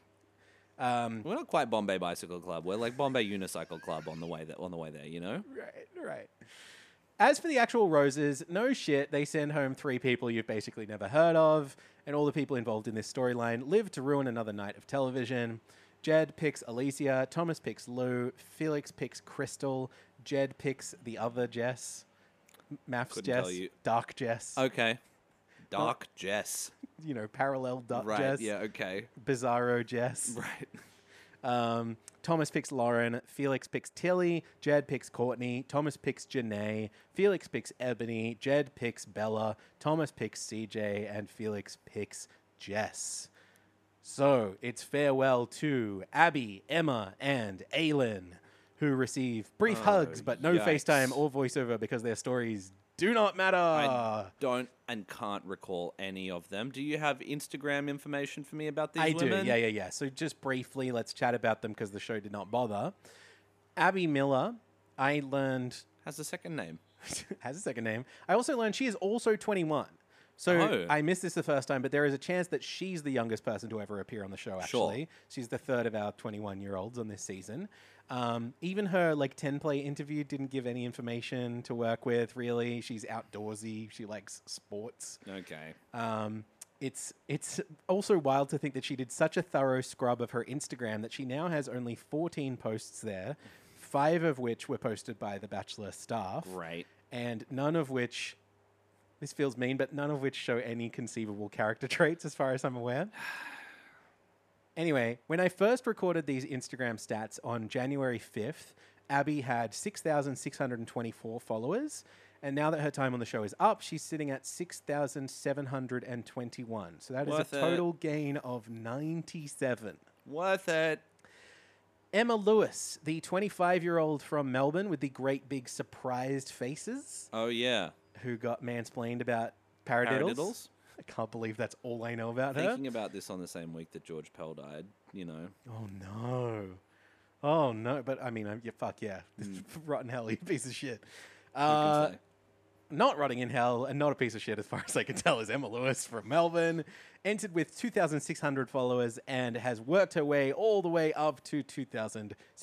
[SPEAKER 2] Um, we're not quite Bombay Bicycle Club. We're like Bombay Unicycle Club on the way that on the way there, you know?
[SPEAKER 3] Right, right. As for the actual roses, no shit, they send home three people you've basically never heard of, and all the people involved in this storyline live to ruin another night of television. Jed picks Alicia, Thomas picks Lou, Felix picks Crystal, Jed picks the other Jess, M- Maths
[SPEAKER 2] Couldn't
[SPEAKER 3] Jess,
[SPEAKER 2] tell you.
[SPEAKER 3] Dark Jess,
[SPEAKER 2] Okay. Dark Jess.
[SPEAKER 3] you know, parallel Dark
[SPEAKER 2] Right.
[SPEAKER 3] Jess,
[SPEAKER 2] Yeah, okay.
[SPEAKER 3] Bizarro Jess.
[SPEAKER 2] Right.
[SPEAKER 3] Um, Thomas picks Lauren, Felix picks Tilly, Jed picks Courtney, Thomas picks Janae, Felix picks Ebony, Jed picks Bella, Thomas picks CJ, and Felix picks Jess. So it's farewell to Abby, Emma, and Aylin, who receive brief hugs but no
[SPEAKER 2] Oh, yikes.
[SPEAKER 3] FaceTime or voiceover because their stories do not matter.
[SPEAKER 2] I
[SPEAKER 3] Uh,
[SPEAKER 2] don't and can't recall any of them. Do you have Instagram information for me about these
[SPEAKER 3] I
[SPEAKER 2] women?
[SPEAKER 3] do. Yeah, yeah, yeah. So just briefly, let's chat about them because the show did not bother. Abby Miller, I learned
[SPEAKER 2] Has a second name.
[SPEAKER 3] has a second name. I also learned she is also 21. So
[SPEAKER 2] Oh.
[SPEAKER 3] I missed this the first time, but there is a chance that she's the youngest person to ever appear on the show.
[SPEAKER 2] Sure.
[SPEAKER 3] Actually, she's the third of our 21 year olds on this season. Um, even her like 10 play interview didn't give any information to work with. Really, she's outdoorsy. She likes sports.
[SPEAKER 2] Okay.
[SPEAKER 3] Um, it's it's also wild to think that she did such a thorough scrub of her Instagram that she now has only 14 posts there, five of which were posted by the Bachelor staff,
[SPEAKER 2] Great.
[SPEAKER 3] and none of which. This feels mean, but none of which show any conceivable character traits, as far as I'm aware. Anyway, when I first recorded these Instagram stats on January 5th, Abby had 6,624 followers. And now that her time on the show is up, she's sitting at 6,721. So that is
[SPEAKER 2] Worth
[SPEAKER 3] a
[SPEAKER 2] it.
[SPEAKER 3] total gain of 97.
[SPEAKER 2] Worth it.
[SPEAKER 3] Emma Lewis, the 25 year old from Melbourne with the great big surprised faces,
[SPEAKER 2] Oh yeah.
[SPEAKER 3] who got mansplained about paradiddles.
[SPEAKER 2] Paradiddles?
[SPEAKER 3] I can't believe that's all I know about her.
[SPEAKER 2] Thinking about this on the same week that George Pell died, you know.
[SPEAKER 3] Oh no. Oh no, but I mean, I'm, yeah, fuck yeah.
[SPEAKER 2] Mm.
[SPEAKER 3] Rotten hell, you piece of shit.
[SPEAKER 2] I can
[SPEAKER 3] Uh,
[SPEAKER 2] say.
[SPEAKER 3] not rotting in hell and not a piece of shit as far as I can tell is Emma Lewis from Melbourne. Entered with 2,600 followers and has worked her way all the way up to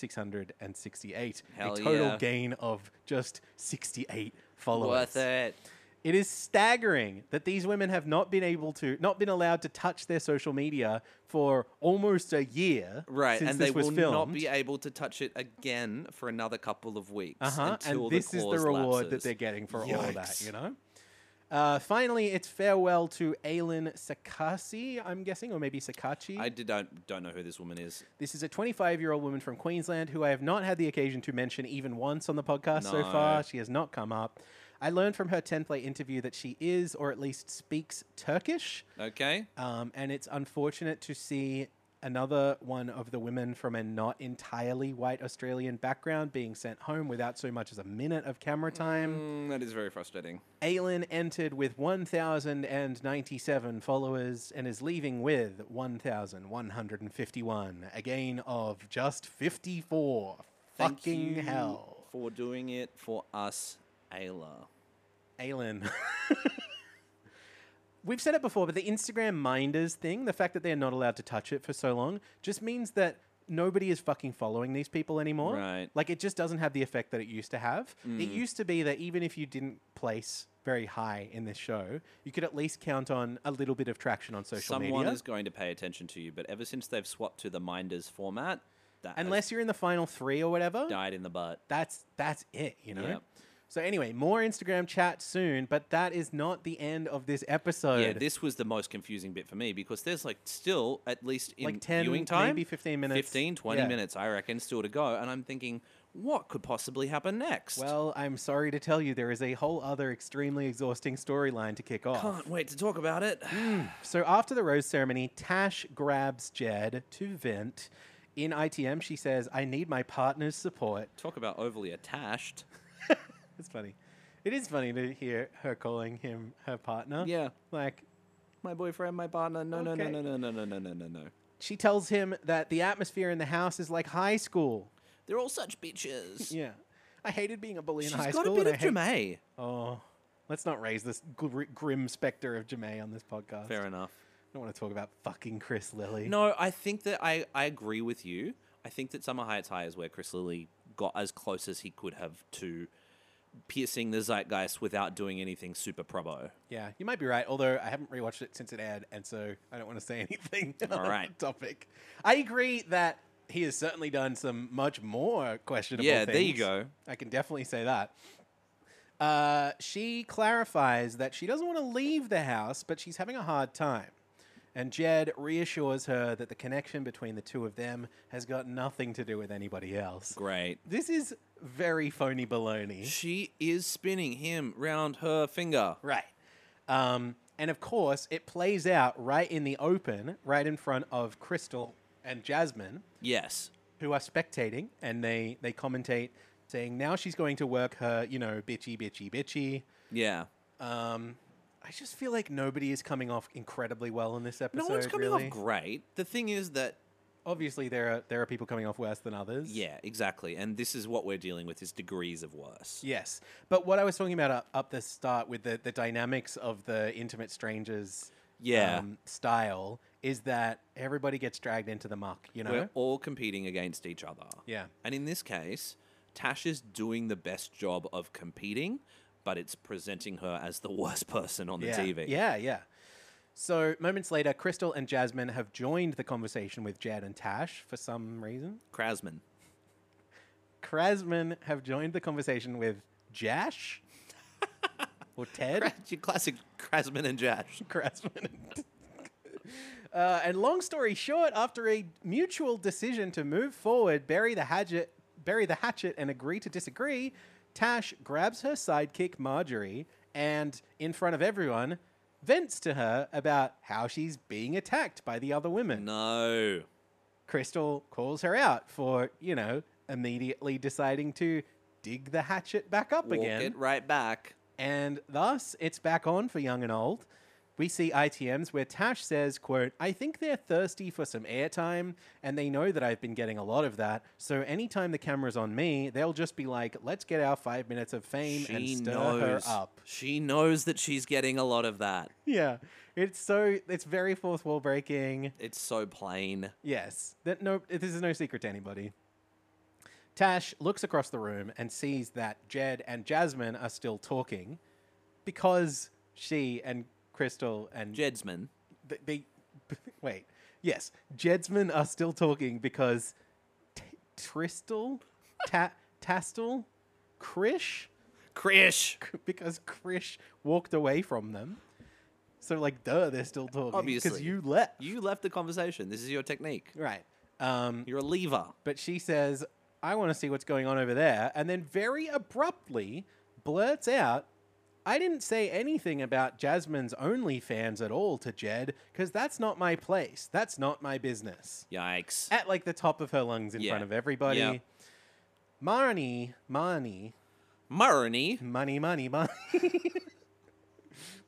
[SPEAKER 3] 2,668.
[SPEAKER 2] Hell
[SPEAKER 3] a total
[SPEAKER 2] yeah.
[SPEAKER 3] gain of just 68 followers.
[SPEAKER 2] Worth it.
[SPEAKER 3] It is staggering that these women have not been able to, not been allowed to touch their social media for almost a year.
[SPEAKER 2] Right,
[SPEAKER 3] since
[SPEAKER 2] and
[SPEAKER 3] this
[SPEAKER 2] they
[SPEAKER 3] was
[SPEAKER 2] will
[SPEAKER 3] filmed.
[SPEAKER 2] not be able to touch it again for another couple of weeks
[SPEAKER 3] Uh-huh.
[SPEAKER 2] until
[SPEAKER 3] and this
[SPEAKER 2] the
[SPEAKER 3] is
[SPEAKER 2] clause
[SPEAKER 3] the reward that
[SPEAKER 2] lapses.
[SPEAKER 3] they're getting for all that,
[SPEAKER 2] Yikes.
[SPEAKER 3] you know? Uh, finally, it's farewell to Aylin Sakasi, I'm guessing, or maybe Sakachi.
[SPEAKER 2] I did, don't don't know who this woman is.
[SPEAKER 3] This is a 25 year old woman from Queensland who I have not had the occasion to mention even once on the podcast so
[SPEAKER 2] No.
[SPEAKER 3] far. She has not come up. I learned from her 10 play interview that she is, or at least speaks, Turkish.
[SPEAKER 2] Okay,
[SPEAKER 3] Um, and it's unfortunate to see another one of the women from a not entirely white Australian background being sent home without so much as a minute of camera time.
[SPEAKER 2] Mm, that is very frustrating.
[SPEAKER 3] Aylin entered with 1,097 followers and is leaving with 1,151, a gain of just 54.
[SPEAKER 2] Thank
[SPEAKER 3] Fucking
[SPEAKER 2] you
[SPEAKER 3] hell.
[SPEAKER 2] for doing it for us, Ayla.
[SPEAKER 3] Aylin. We've said it before, but the Instagram minders thing, the fact that they're not allowed to touch it for so long, just means that nobody is fucking following these people anymore.
[SPEAKER 2] Right. Mm.
[SPEAKER 3] Like it just doesn't have the effect that it used to have. It used to be that even if you didn't place very high in this show, you could at least count on a little bit of traction on social
[SPEAKER 2] Someone
[SPEAKER 3] media.
[SPEAKER 2] is going to pay attention to you, but ever since they've swapped to the minders format, that has
[SPEAKER 3] Unless you're in the final three or whatever.
[SPEAKER 2] died in the butt.
[SPEAKER 3] that's that's it, you know.
[SPEAKER 2] Yep.
[SPEAKER 3] So anyway, more Instagram chat soon, but that is not the end of this episode.
[SPEAKER 2] Yeah, this was the most confusing bit for me because there's like still at least in
[SPEAKER 3] Like 10,
[SPEAKER 2] viewing time,
[SPEAKER 3] maybe 15 minutes.
[SPEAKER 2] 15, 20
[SPEAKER 3] Yeah.
[SPEAKER 2] minutes, I reckon, still to go. And I'm thinking, what could possibly happen next?
[SPEAKER 3] Well, I'm sorry to tell you, there is a whole other extremely exhausting storyline to kick off.
[SPEAKER 2] can't wait to talk about it.
[SPEAKER 3] So after the rose ceremony, Tash grabs Jed to vent. In ITM, she says, I need my partner's support.
[SPEAKER 2] talk about overly attached.
[SPEAKER 3] It's funny. It is funny to hear her calling him her partner.
[SPEAKER 2] Yeah.
[SPEAKER 3] Like,
[SPEAKER 2] My boyfriend, my partner. No, no,
[SPEAKER 3] Okay.
[SPEAKER 2] no, no, no, no, no, no, no, no.
[SPEAKER 3] she tells him that the atmosphere in the house is like high school.
[SPEAKER 2] They're all such bitches.
[SPEAKER 3] Yeah. I hated being a bully in
[SPEAKER 2] She's
[SPEAKER 3] high
[SPEAKER 2] got
[SPEAKER 3] school.
[SPEAKER 2] a bit
[SPEAKER 3] and
[SPEAKER 2] of
[SPEAKER 3] I hate-
[SPEAKER 2] Jamae.
[SPEAKER 3] Oh, let's not raise this gr- grim specter of Jamae on this podcast.
[SPEAKER 2] Fair
[SPEAKER 3] I
[SPEAKER 2] enough.
[SPEAKER 3] don't want to talk about fucking Chris Lilly.
[SPEAKER 2] No, I think that I, I agree with you. I think that Summer Heights High is where Chris Lilly got as close as he could have to piercing the zeitgeist without doing anything super probo.
[SPEAKER 3] Yeah, you might be right. Although I haven't rewatched it since it aired, and so I don't want to say anything
[SPEAKER 2] All
[SPEAKER 3] on
[SPEAKER 2] right.
[SPEAKER 3] the topic. I agree that he has certainly done some much more questionable.
[SPEAKER 2] Yeah,
[SPEAKER 3] things.
[SPEAKER 2] there you go.
[SPEAKER 3] I can definitely say that. Uh, she clarifies that she doesn't want to leave the house, but she's having a hard time. And Jed reassures her that the connection between the two of them has got nothing to do with anybody else.
[SPEAKER 2] Great.
[SPEAKER 3] This is very phony baloney.
[SPEAKER 2] She is spinning him round her finger.
[SPEAKER 3] Right. Um, and of course, it plays out right in the open, right in front of Crystal and Jasmine,
[SPEAKER 2] Yes.
[SPEAKER 3] who are spectating, and they they commentate saying now she's going to work her, you know, bitchy, bitchy, bitchy.
[SPEAKER 2] Yeah.
[SPEAKER 3] Um, I just feel like nobody is coming off incredibly well in this
[SPEAKER 2] No
[SPEAKER 3] episode.
[SPEAKER 2] one's coming
[SPEAKER 3] really.
[SPEAKER 2] off great. The thing is that
[SPEAKER 3] Obviously, there are there are people coming off worse than others.
[SPEAKER 2] yeah, exactly. And this is what we're dealing with is degrees of worse.
[SPEAKER 3] Yes, but what I was talking about up, up the start with the, the dynamics of the intimate strangers, um,
[SPEAKER 2] Yeah.
[SPEAKER 3] style is that everybody gets dragged into the muck, you know.
[SPEAKER 2] We're all competing against each other.
[SPEAKER 3] Yeah.
[SPEAKER 2] And in this case, Tash is doing the best job of competing, but it's presenting her as the worst person on the
[SPEAKER 3] yeah.
[SPEAKER 2] TV.
[SPEAKER 3] Yeah, yeah. So moments later, Crystal and Jasmine have joined the conversation with Jed and Tash for some reason.
[SPEAKER 2] Krasman.
[SPEAKER 3] Krasman have joined the conversation with Jash or Ted.
[SPEAKER 2] Your classic Krasman and Jash.
[SPEAKER 3] Craftsman. Uh, and long story short, after a mutual decision to move forward, bury the hatchet, bury the hatchet and agree to disagree, Tash grabs her sidekick, Marjorie, and in front of everyone, vents to her about how she's being attacked by the other women.
[SPEAKER 2] No.
[SPEAKER 3] Crystal calls her out for, you know, immediately deciding to dig the hatchet back up
[SPEAKER 2] Walk
[SPEAKER 3] again.
[SPEAKER 2] it right back.
[SPEAKER 3] And thus, it's back on for young and old. We see ITMs where Tash says, quote, I think they're thirsty for some airtime, and they know that I've been getting a lot of that. So anytime the camera's on me, they'll just be like, let's get our five minutes of fame and
[SPEAKER 2] She
[SPEAKER 3] stir
[SPEAKER 2] knows.
[SPEAKER 3] her up.
[SPEAKER 2] She knows that she's getting a lot of that.
[SPEAKER 3] Yeah. It's so, it's very fourth wall breaking.
[SPEAKER 2] It's so plain.
[SPEAKER 3] Yes. That no this is no secret to anybody. Tash looks across the room and sees that Jed and Jasmine are still talking because she and Crystal and
[SPEAKER 2] Jedsman.
[SPEAKER 3] they, they wait. Yes, Jedsman are still talking because t- Tristel, Ta- Tastel, Krish,
[SPEAKER 2] Krish.
[SPEAKER 3] because Krish walked away from them. So like, duh, they're still talking because
[SPEAKER 2] Obviously.
[SPEAKER 3] you left.
[SPEAKER 2] You left the conversation. This is your technique.
[SPEAKER 3] right. Um,
[SPEAKER 2] You're a lever.
[SPEAKER 3] but she says, I want to see what's going on over there. And then very abruptly blurts out, I didn't say anything about Jasmine's OnlyFans at all to Jed because that's not my place. That's not my business.
[SPEAKER 2] Yikes.
[SPEAKER 3] At like the top of her lungs in
[SPEAKER 2] Yeah.
[SPEAKER 3] front of everybody.
[SPEAKER 2] Yeah.
[SPEAKER 3] Marnie, Marnie,
[SPEAKER 2] Marnie.
[SPEAKER 3] money, money, money.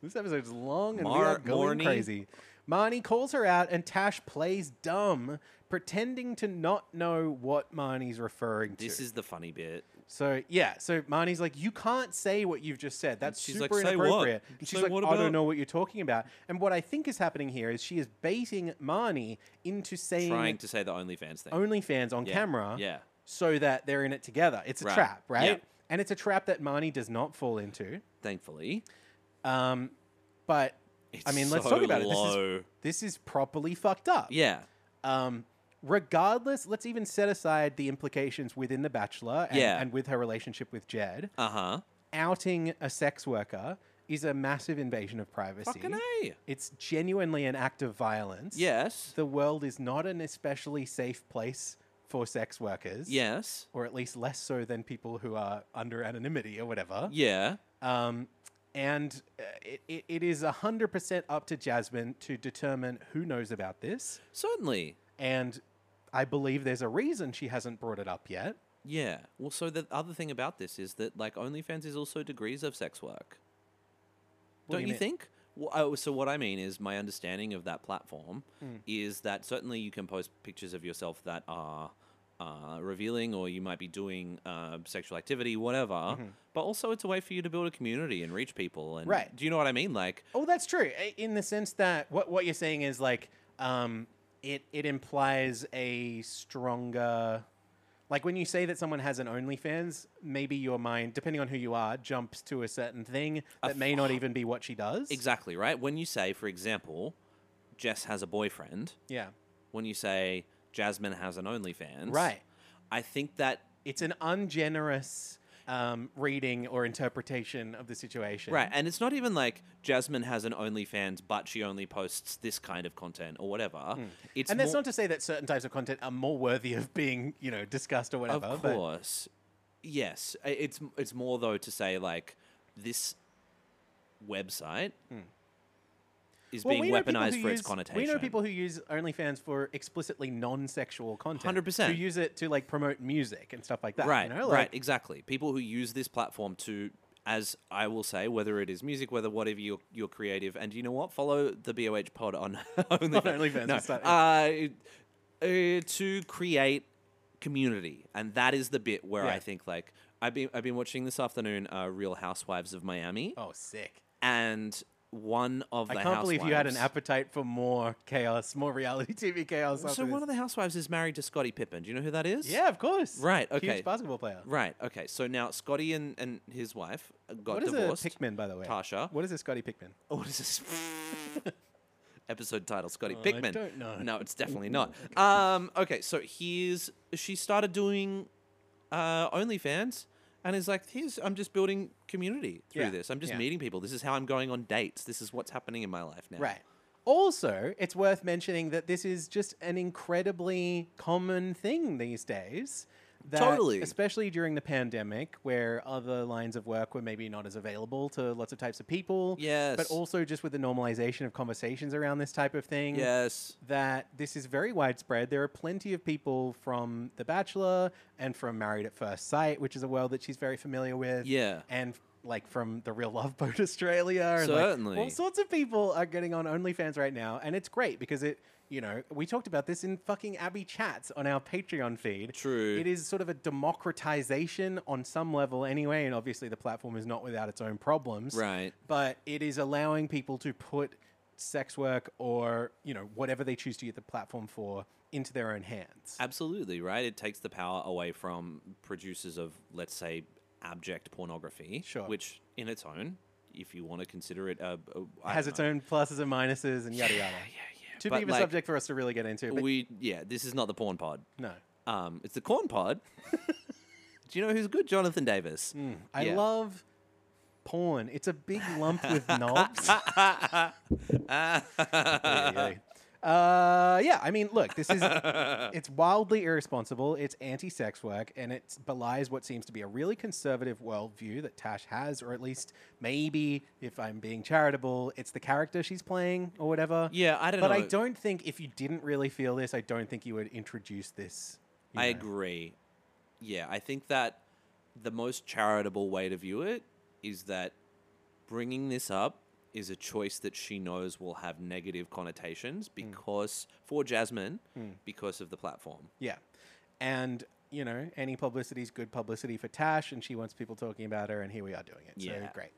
[SPEAKER 3] this episode is long and we
[SPEAKER 2] Mar-
[SPEAKER 3] are going
[SPEAKER 2] Marnie.
[SPEAKER 3] crazy. Marnie calls her out, and Tash plays dumb, pretending to not know what Marnie's referring to.
[SPEAKER 2] This is the funny bit.
[SPEAKER 3] So yeah, so Marnie's like, you can't say what you've just said. That's
[SPEAKER 2] she's like,
[SPEAKER 3] super
[SPEAKER 2] "Say what?
[SPEAKER 3] inappropriate. And
[SPEAKER 2] Say
[SPEAKER 3] She's like,
[SPEAKER 2] what
[SPEAKER 3] I don't
[SPEAKER 2] about-"
[SPEAKER 3] know what you're talking about. And what I think is happening here is she is baiting Marnie into saying
[SPEAKER 2] Trying to say the OnlyFans thing.
[SPEAKER 3] OnlyFans on
[SPEAKER 2] Yeah,
[SPEAKER 3] camera,
[SPEAKER 2] Yeah.
[SPEAKER 3] so that they're in it together. It's a
[SPEAKER 2] Right,
[SPEAKER 3] trap,
[SPEAKER 2] yeah.
[SPEAKER 3] right? And it's a trap that Marnie does not fall into.
[SPEAKER 2] Thankfully.
[SPEAKER 3] Um, but I
[SPEAKER 2] It's
[SPEAKER 3] mean, let's
[SPEAKER 2] so
[SPEAKER 3] talk about it.
[SPEAKER 2] low.
[SPEAKER 3] This is, this is properly fucked up.
[SPEAKER 2] Yeah.
[SPEAKER 3] Um, regardless, let's even set aside the implications within The Bachelor and,
[SPEAKER 2] Yeah.
[SPEAKER 3] and with her relationship with Jed.
[SPEAKER 2] Uh huh.
[SPEAKER 3] outing a sex worker is a massive invasion of privacy.
[SPEAKER 2] Fucking A.
[SPEAKER 3] It's genuinely an act of violence.
[SPEAKER 2] Yes.
[SPEAKER 3] The world is not an especially safe place for sex workers.
[SPEAKER 2] Yes.
[SPEAKER 3] Or at least less so than people who are under anonymity or whatever.
[SPEAKER 2] Yeah.
[SPEAKER 3] Um, and uh, it, it, it is 100% up to Jasmine to determine who knows about this.
[SPEAKER 2] Certainly.
[SPEAKER 3] And I believe there's a reason she hasn't brought it up yet.
[SPEAKER 2] Yeah. Well, so the other thing about this is that like OnlyFans is also degrees of sex work.
[SPEAKER 3] What do
[SPEAKER 2] don't
[SPEAKER 3] you
[SPEAKER 2] you,
[SPEAKER 3] mean?
[SPEAKER 2] think? Well, I, so what I mean is my understanding of that platform
[SPEAKER 3] Hmm.
[SPEAKER 2] is that certainly you can post pictures of yourself that are uh, revealing, or you might be doing uh, sexual activity, whatever.
[SPEAKER 3] Mm-hmm.
[SPEAKER 2] But also, it's a way for you to build a community and reach people. And
[SPEAKER 3] Right.
[SPEAKER 2] do you know what I mean? Like,
[SPEAKER 3] Oh, that's true. I- In the sense that what what you're saying is like um, it it implies a stronger, like when you say that someone has an OnlyFans, maybe your mind, depending on who you are, jumps to a certain thing that may not even be what she does.
[SPEAKER 2] exactly right. When you say, for example, Jess has a boyfriend,
[SPEAKER 3] Yeah.
[SPEAKER 2] when you say Jasmine has an OnlyFans,
[SPEAKER 3] Right.
[SPEAKER 2] I think that
[SPEAKER 3] It's an ungenerous um, reading or interpretation of the situation.
[SPEAKER 2] Right, and it's not even like Jasmine has an OnlyFans, but she only posts this kind of content or whatever. It's
[SPEAKER 3] Mm. And that's
[SPEAKER 2] more-
[SPEAKER 3] not to say that certain types of content are more worthy of being, you know, discussed or whatever.
[SPEAKER 2] of
[SPEAKER 3] but-
[SPEAKER 2] course, yes. I- It's it's more though to say like this website is
[SPEAKER 3] Mm. Well,
[SPEAKER 2] being
[SPEAKER 3] we know people
[SPEAKER 2] weaponized
[SPEAKER 3] who
[SPEAKER 2] for its
[SPEAKER 3] use-
[SPEAKER 2] connotation.
[SPEAKER 3] We know people who use OnlyFans for explicitly non-sexual content.
[SPEAKER 2] 100%.
[SPEAKER 3] Who use it to like promote music and stuff like that.
[SPEAKER 2] right,
[SPEAKER 3] You know?
[SPEAKER 2] right,
[SPEAKER 3] Like,
[SPEAKER 2] exactly. People who use this platform to. As I will say, whether it is music, whether whatever you're, you're creative, and you know what, follow the BOH pod on OnlyFans.
[SPEAKER 3] OnlyFans,
[SPEAKER 2] no,
[SPEAKER 3] we started-
[SPEAKER 2] uh, uh, to create community, and that is the bit where
[SPEAKER 3] Yeah.
[SPEAKER 2] I think like I've been I've been watching this afternoon uh, Real Housewives of Miami,
[SPEAKER 3] Oh, sick.
[SPEAKER 2] and one of the
[SPEAKER 3] I can't believe you had an
[SPEAKER 2] housewives-
[SPEAKER 3] appetite for more chaos, more reality TV chaos.
[SPEAKER 2] So one of the housewives is married to Scottie Pippen. Do you know who that is?
[SPEAKER 3] yeah, of course.
[SPEAKER 2] Right, okay.
[SPEAKER 3] Huge basketball player.
[SPEAKER 2] Right. Okay. So now Scotty and, and his wife uh, got
[SPEAKER 3] What is
[SPEAKER 2] divorced.
[SPEAKER 3] a Pikmin, by the way?
[SPEAKER 2] Tasha.
[SPEAKER 3] What is a Scotty Pikmin?
[SPEAKER 2] Oh, what is this? Episode title: Scotty
[SPEAKER 3] Oh, I
[SPEAKER 2] Pickman.
[SPEAKER 3] don't know.
[SPEAKER 2] No, it's definitely not. Um, okay, so here's she started doing uh, OnlyFans, and is like, here's I'm just building community through
[SPEAKER 3] Yeah,
[SPEAKER 2] this. I'm just
[SPEAKER 3] yeah.
[SPEAKER 2] meeting people. This is how I'm going on dates. This is what's happening in my life now.
[SPEAKER 3] Right. Also, it's worth mentioning that this is just an incredibly common thing these days. that
[SPEAKER 2] Totally.
[SPEAKER 3] especially during the pandemic where other lines of work were maybe not as available to lots of types of people
[SPEAKER 2] Yes.
[SPEAKER 3] but also just with the normalization of conversations around this type of thing
[SPEAKER 2] Yes.
[SPEAKER 3] that this is very widespread. There are plenty of people from The Bachelor and from Married at First Sight, which is a world that she's very familiar with.
[SPEAKER 2] Yeah.
[SPEAKER 3] And like from The Real Love Boat Australia. And like,
[SPEAKER 2] Certainly.
[SPEAKER 3] all sorts of people are getting on OnlyFans right now. And it's great because it, you know, we talked about this in fucking Abby Chats on our Patreon feed.
[SPEAKER 2] True.
[SPEAKER 3] It is sort of a democratization on some level anyway. And obviously the platform is not without its own problems
[SPEAKER 2] Right.
[SPEAKER 3] but it is allowing people to put sex work or you know whatever they choose to get the platform for into their own hands.
[SPEAKER 2] Absolutely, right? It takes the power away from producers of, let's say, abject pornography,
[SPEAKER 3] Sure.
[SPEAKER 2] which in its own, if you want to consider it, uh, uh, I
[SPEAKER 3] has
[SPEAKER 2] don't
[SPEAKER 3] its
[SPEAKER 2] know.
[SPEAKER 3] own pluses and minuses and yada yada. Too
[SPEAKER 2] But,
[SPEAKER 3] big of a
[SPEAKER 2] like,
[SPEAKER 3] subject for us to really get into. But
[SPEAKER 2] We yeah, this is not the porn pod.
[SPEAKER 3] no,
[SPEAKER 2] Um, it's the corn pod. Do you know who's good? Jonathan Davis.
[SPEAKER 3] I
[SPEAKER 2] yeah.
[SPEAKER 3] love porn. It's a big lump with knobs. Ay, ay. Uh, yeah, I mean, look, this is it's wildly irresponsible. It's anti-sex work, and it belies what seems to be a really conservative worldview that Tash has, or at least maybe, if I'm being charitable, it's the character she's playing or whatever.
[SPEAKER 2] Yeah, I don't
[SPEAKER 3] but
[SPEAKER 2] know.
[SPEAKER 3] I don't think if you didn't really feel this, I don't think you would introduce this. you
[SPEAKER 2] I
[SPEAKER 3] know.
[SPEAKER 2] agree. Yeah, I think that the most charitable way to view it is that bringing this up is a choice that she knows will have negative connotations
[SPEAKER 3] Hmm.
[SPEAKER 2] because for Jasmine because of the platform.
[SPEAKER 3] Yeah. And, you know, any publicity is good publicity for Tash, and she wants people talking about her, and here we are doing it. So
[SPEAKER 2] Yeah.
[SPEAKER 3] great.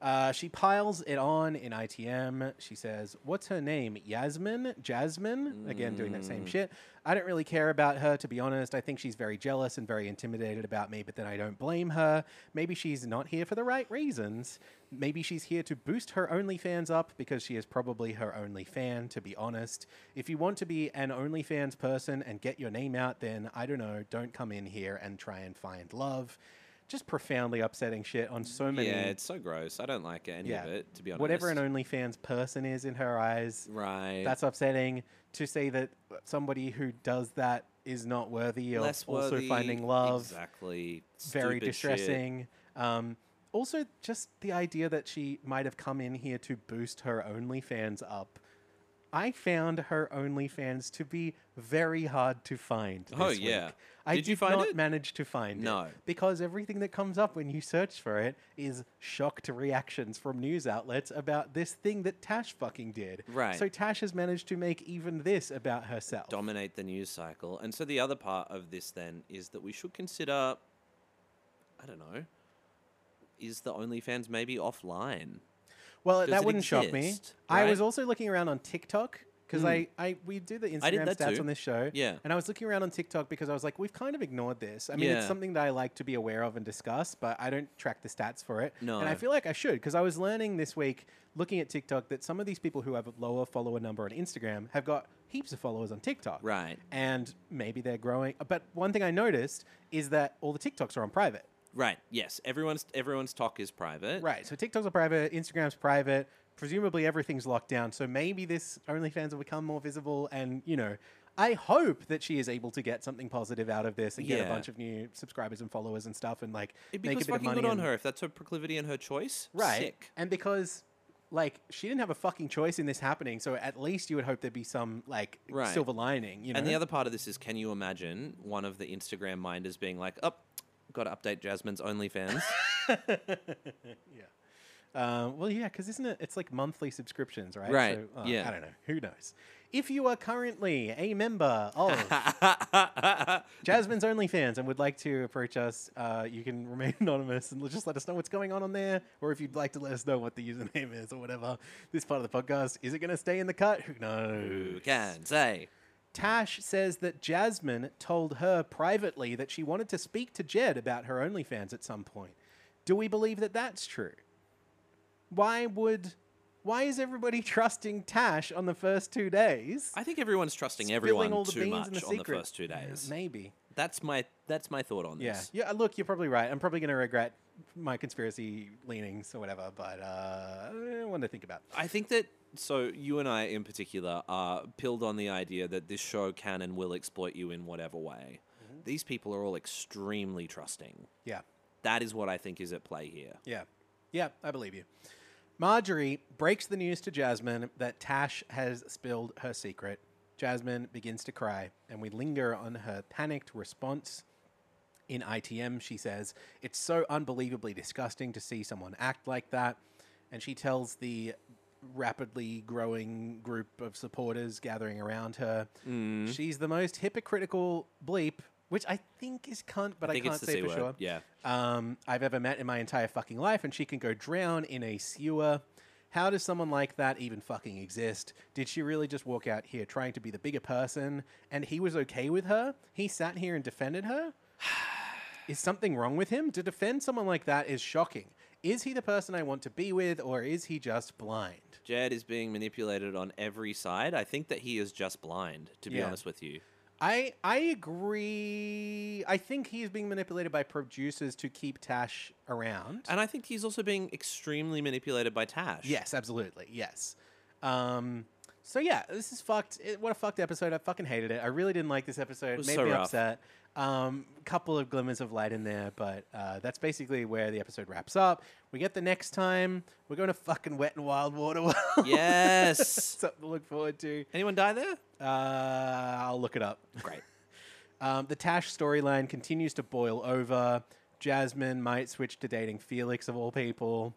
[SPEAKER 3] Uh, she piles it on in ITM. She says, What's her name? Yasmin? Jasmine? Again, doing that same shit. I don't really care about her, to be honest. I think she's very jealous and very intimidated about me, but then I don't blame her. Maybe she's not here for the right reasons. Maybe she's here to boost her OnlyFans up because she is probably her only fan, to be honest. If you want to be an OnlyFans person and get your name out, then I don't know, don't come in here and try and find love. Just profoundly upsetting shit on so many.
[SPEAKER 2] Yeah, it's so gross. I don't like any of it to be honest.
[SPEAKER 3] Whatever an OnlyFans person is in her eyes,
[SPEAKER 2] right.
[SPEAKER 3] that's upsetting. To say that somebody who does that is not worthy of
[SPEAKER 2] less
[SPEAKER 3] also
[SPEAKER 2] worthy.
[SPEAKER 3] finding love,
[SPEAKER 2] Exactly.
[SPEAKER 3] very
[SPEAKER 2] Stupid shit.
[SPEAKER 3] distressing. Um, also, just the idea that she might have come in here to boost her OnlyFans up. I found her OnlyFans to be very hard to find. This
[SPEAKER 2] Oh, yeah.
[SPEAKER 3] week. I
[SPEAKER 2] Did you find
[SPEAKER 3] not
[SPEAKER 2] it?
[SPEAKER 3] manage to find
[SPEAKER 2] No.
[SPEAKER 3] it because everything that comes up when you search for it is shocked reactions from news outlets about this thing that Tash fucking did.
[SPEAKER 2] Right.
[SPEAKER 3] So Tash has managed to make even this about herself.
[SPEAKER 2] dominate the news cycle. And so the other part of this then is that we should consider I don't know, is the OnlyFans maybe offline?
[SPEAKER 3] Well,
[SPEAKER 2] Does
[SPEAKER 3] that
[SPEAKER 2] it
[SPEAKER 3] wouldn't shock me.
[SPEAKER 2] exist,
[SPEAKER 3] I was
[SPEAKER 2] right? Hmm.
[SPEAKER 3] also looking around on TikTok because I, I we do the
[SPEAKER 2] I did
[SPEAKER 3] Instagram
[SPEAKER 2] that
[SPEAKER 3] stats
[SPEAKER 2] too.
[SPEAKER 3] on this show.
[SPEAKER 2] Yeah.
[SPEAKER 3] And I was looking around on TikTok because I was like, we've kind of ignored this. I mean, it's
[SPEAKER 2] Yeah.
[SPEAKER 3] something that I like to be aware of and discuss, but I don't track the stats for it. And I
[SPEAKER 2] No.
[SPEAKER 3] feel like I should because I was learning this week looking at TikTok that some of these people who have a lower follower number on Instagram have got heaps of followers on TikTok.
[SPEAKER 2] Right.
[SPEAKER 3] And maybe they're growing. But one thing I noticed is that all the TikToks are on private.
[SPEAKER 2] Right. Yes. Everyone's everyone's talk is private.
[SPEAKER 3] Right. So TikToks are private, Instagram's private. Presumably everything's locked down. So maybe this OnlyFans will become more visible. And, you know, I hope that she is able to get something positive out of this and get a
[SPEAKER 2] Yeah.
[SPEAKER 3] bunch of new subscribers and followers and stuff and like
[SPEAKER 2] It
[SPEAKER 3] make a
[SPEAKER 2] becomes
[SPEAKER 3] bit of
[SPEAKER 2] fucking
[SPEAKER 3] money.
[SPEAKER 2] good on
[SPEAKER 3] and-
[SPEAKER 2] her if that's her proclivity and her choice.
[SPEAKER 3] Right.
[SPEAKER 2] Sick.
[SPEAKER 3] And because like she didn't have a fucking choice in this happening, so at least you would hope there'd be some like
[SPEAKER 2] Right.
[SPEAKER 3] silver lining, you know.
[SPEAKER 2] And the other part of this is can you imagine one of the Instagram minders being like, oh, got to update Jasmine's OnlyFans?
[SPEAKER 3] Uh, well, yeah, because isn't it? It's like monthly subscriptions, right?
[SPEAKER 2] Right,
[SPEAKER 3] So, uh,
[SPEAKER 2] yeah.
[SPEAKER 3] I don't know. Who knows? If you are currently a member of Jasmine's OnlyFans and would like to approach us, uh, you can remain anonymous and just let us know what's going on on there, or if you'd like to let us know what the username is or whatever. This part of the podcast is it going to stay in the cut? Who
[SPEAKER 2] Who
[SPEAKER 3] knows?
[SPEAKER 2] can say?
[SPEAKER 3] Tash says that Jasmine told her privately that she wanted to speak to Jed about her OnlyFans at some point. Do we believe that that's true? Why would. Why is everybody trusting Tash on the first two days?
[SPEAKER 2] I think everyone's trusting
[SPEAKER 3] Spilling
[SPEAKER 2] everyone
[SPEAKER 3] all the
[SPEAKER 2] too
[SPEAKER 3] beans
[SPEAKER 2] much
[SPEAKER 3] in the
[SPEAKER 2] on the
[SPEAKER 3] secret.
[SPEAKER 2] first two
[SPEAKER 3] Yeah,
[SPEAKER 2] days.
[SPEAKER 3] Maybe.
[SPEAKER 2] That's my that's my thought on
[SPEAKER 3] Yeah.
[SPEAKER 2] this.
[SPEAKER 3] Yeah. Look, you're probably right. I'm probably going to regret my conspiracy leanings or whatever, but uh, one to think about.
[SPEAKER 2] I think that so you and I in
[SPEAKER 3] Mm-hmm.
[SPEAKER 2] particular are pilled on the idea that this show can and will exploit you in whatever way. these people are all extremely trusting.
[SPEAKER 3] Yeah.
[SPEAKER 2] That is what I think is at play here.
[SPEAKER 3] Yeah. Yeah, I believe you. Marjorie breaks the news to Jasmine that Tash has spilled her secret. Jasmine begins to cry, and we linger on her panicked response. In ITM, she says, It's so unbelievably disgusting to see someone act like that. And she tells the rapidly growing group of supporters gathering around her,
[SPEAKER 2] Mm.
[SPEAKER 3] She's the most hypocritical bleep, which I think is cunt, but I,
[SPEAKER 2] think
[SPEAKER 3] can't
[SPEAKER 2] it's the
[SPEAKER 3] say
[SPEAKER 2] C
[SPEAKER 3] for
[SPEAKER 2] word,
[SPEAKER 3] sure
[SPEAKER 2] yeah.
[SPEAKER 3] um, I've ever met in my entire fucking life, and she can go drown in a sewer. How does someone like that even fucking exist? Did she really just walk out here trying to be the bigger person and he was okay with her? He sat here and defended her? Is something wrong with him? To defend someone like that is shocking. Is he the person I want to be with or is he just blind?
[SPEAKER 2] Jed is being manipulated on every side. I think that he is just blind, to be
[SPEAKER 3] Yeah.
[SPEAKER 2] honest with you.
[SPEAKER 3] I I agree. I think he's being manipulated by producers to keep Tash around.
[SPEAKER 2] And I think he's also being extremely manipulated by Tash.
[SPEAKER 3] Yes, absolutely. Yes. Um, so yeah, this is fucked. It, what a fucked episode. I fucking hated it. I really didn't like this episode. It
[SPEAKER 2] was
[SPEAKER 3] made
[SPEAKER 2] so
[SPEAKER 3] me
[SPEAKER 2] rough.
[SPEAKER 3] upset. Um, couple of glimmers of light in there, but uh, that's basically where the episode wraps up. We get the next time. We're going to fucking wet and wild water. World.
[SPEAKER 2] Yes.
[SPEAKER 3] Something to look forward to.
[SPEAKER 2] Anyone die there?
[SPEAKER 3] Uh, I'll look it up.
[SPEAKER 2] Great.
[SPEAKER 3] Um, the Tash storyline continues to boil over. Jasmine might switch to dating Felix of all people.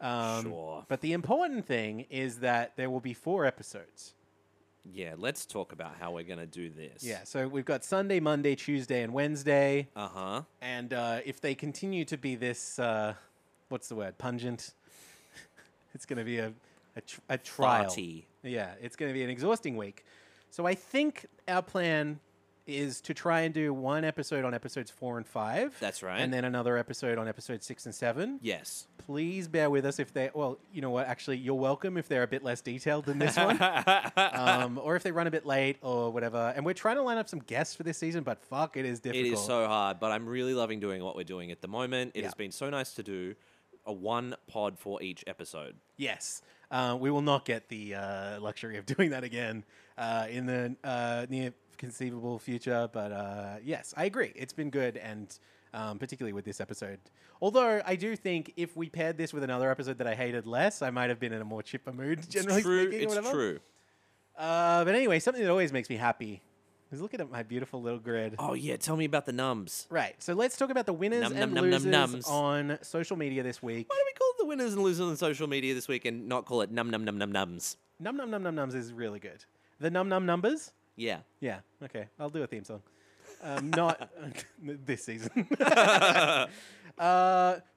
[SPEAKER 3] Um,
[SPEAKER 2] Sure.
[SPEAKER 3] But the important thing is that there will be four episodes.
[SPEAKER 2] Yeah, let's talk about how we're going to do this.
[SPEAKER 3] Yeah, so we've got Sunday, Monday, Tuesday, and Wednesday.
[SPEAKER 2] Uh huh.
[SPEAKER 3] And uh, if they continue to be this, uh, what's the word, pungent, it's going to be a, a, tr- a trial.
[SPEAKER 2] Farty.
[SPEAKER 3] Yeah, it's going to be an exhausting week. So I think our plan is to try and do one episode on episodes four and five.
[SPEAKER 2] That's right.
[SPEAKER 3] And then another episode on episode six and seven.
[SPEAKER 2] Yes.
[SPEAKER 3] Please bear with us if they, well, you know what, actually, you're welcome if they're a bit less detailed than this one. um, or if they run a bit late or whatever. And we're trying to line up some guests for this season, but fuck, it is
[SPEAKER 2] It
[SPEAKER 3] difficult.
[SPEAKER 2] is so hard, but I'm really loving doing what we're doing at the moment. It has
[SPEAKER 3] Yeah.
[SPEAKER 2] been so nice to do a one pod for each episode.
[SPEAKER 3] Yes. Uh, we will not get the uh, luxury of doing that again uh, in the uh, near conceivable future. But uh, yes, I agree. It's been good, and um, particularly with this episode. Although I do think if we paired this with another episode that I hated less, I might have been in a more chipper mood, generally
[SPEAKER 2] it's true.
[SPEAKER 3] speaking. or
[SPEAKER 2] it's
[SPEAKER 3] whatever.
[SPEAKER 2] true.
[SPEAKER 3] Uh, but anyway, something that always makes me happy is looking at my beautiful little grid.
[SPEAKER 2] Oh, yeah. Tell me about the numbs.
[SPEAKER 3] Right. So let's talk about the winners
[SPEAKER 2] Num,
[SPEAKER 3] and
[SPEAKER 2] num, num, num,
[SPEAKER 3] losers
[SPEAKER 2] nums.
[SPEAKER 3] on social media this week.
[SPEAKER 2] Why do we call the winners and losers on social media this week and not call it num num num num nums?
[SPEAKER 3] Num num num num nums is really good. The num num numbers.
[SPEAKER 2] Yeah.
[SPEAKER 3] Yeah. Okay. I'll do a theme song. Um, not this season. uh,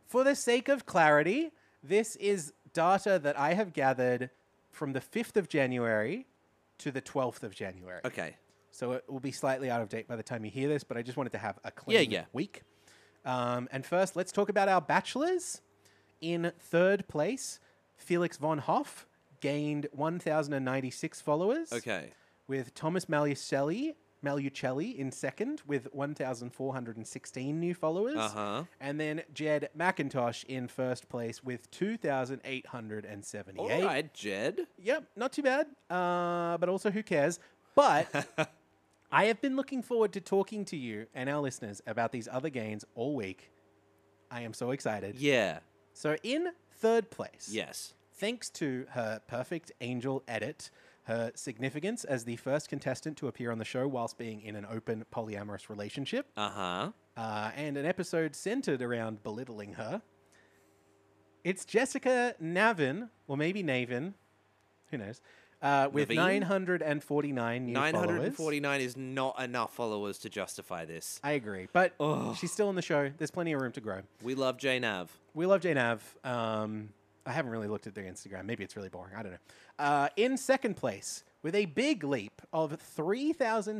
[SPEAKER 3] for the sake of clarity, this is data that I have gathered from the 5th of January to the 12th of January.
[SPEAKER 2] Okay.
[SPEAKER 3] So it will be slightly out of date by the time you hear this, but I just wanted to have a clean
[SPEAKER 2] yeah.
[SPEAKER 3] week. Um, and first, let's talk about our bachelors. In third place, Felix von Hoff gained 1,096 followers
[SPEAKER 2] Okay.
[SPEAKER 3] with Thomas Malucelli, Malucelli in second with 1,416 new followers.
[SPEAKER 2] Uh-huh.
[SPEAKER 3] And then Jed McIntosh in first place with 2,878.
[SPEAKER 2] All right, Jed.
[SPEAKER 3] Yep, not too bad. Uh, but also, who cares? But I have been looking forward to talking to you and our listeners about these other gains all week. I am so excited.
[SPEAKER 2] Yeah.
[SPEAKER 3] So, in third place,
[SPEAKER 2] Yes.
[SPEAKER 3] Thanks to her perfect angel edit, her significance as the first contestant to appear on the show whilst being in an open polyamorous relationship,
[SPEAKER 2] Uh huh.
[SPEAKER 3] uh, and an episode centered around belittling her, it's Jessica Navin, or maybe Navin, who knows, uh, with
[SPEAKER 2] Naveen?
[SPEAKER 3] 949 new followers.
[SPEAKER 2] 949 is not enough followers to justify this.
[SPEAKER 3] I agree, but she's still on the show. There's plenty of room to grow.
[SPEAKER 2] We love JNav.
[SPEAKER 3] We love JNav. Um, I haven't really looked at their Instagram. Maybe it's really boring. I don't know. Uh, in second place, with a big leap of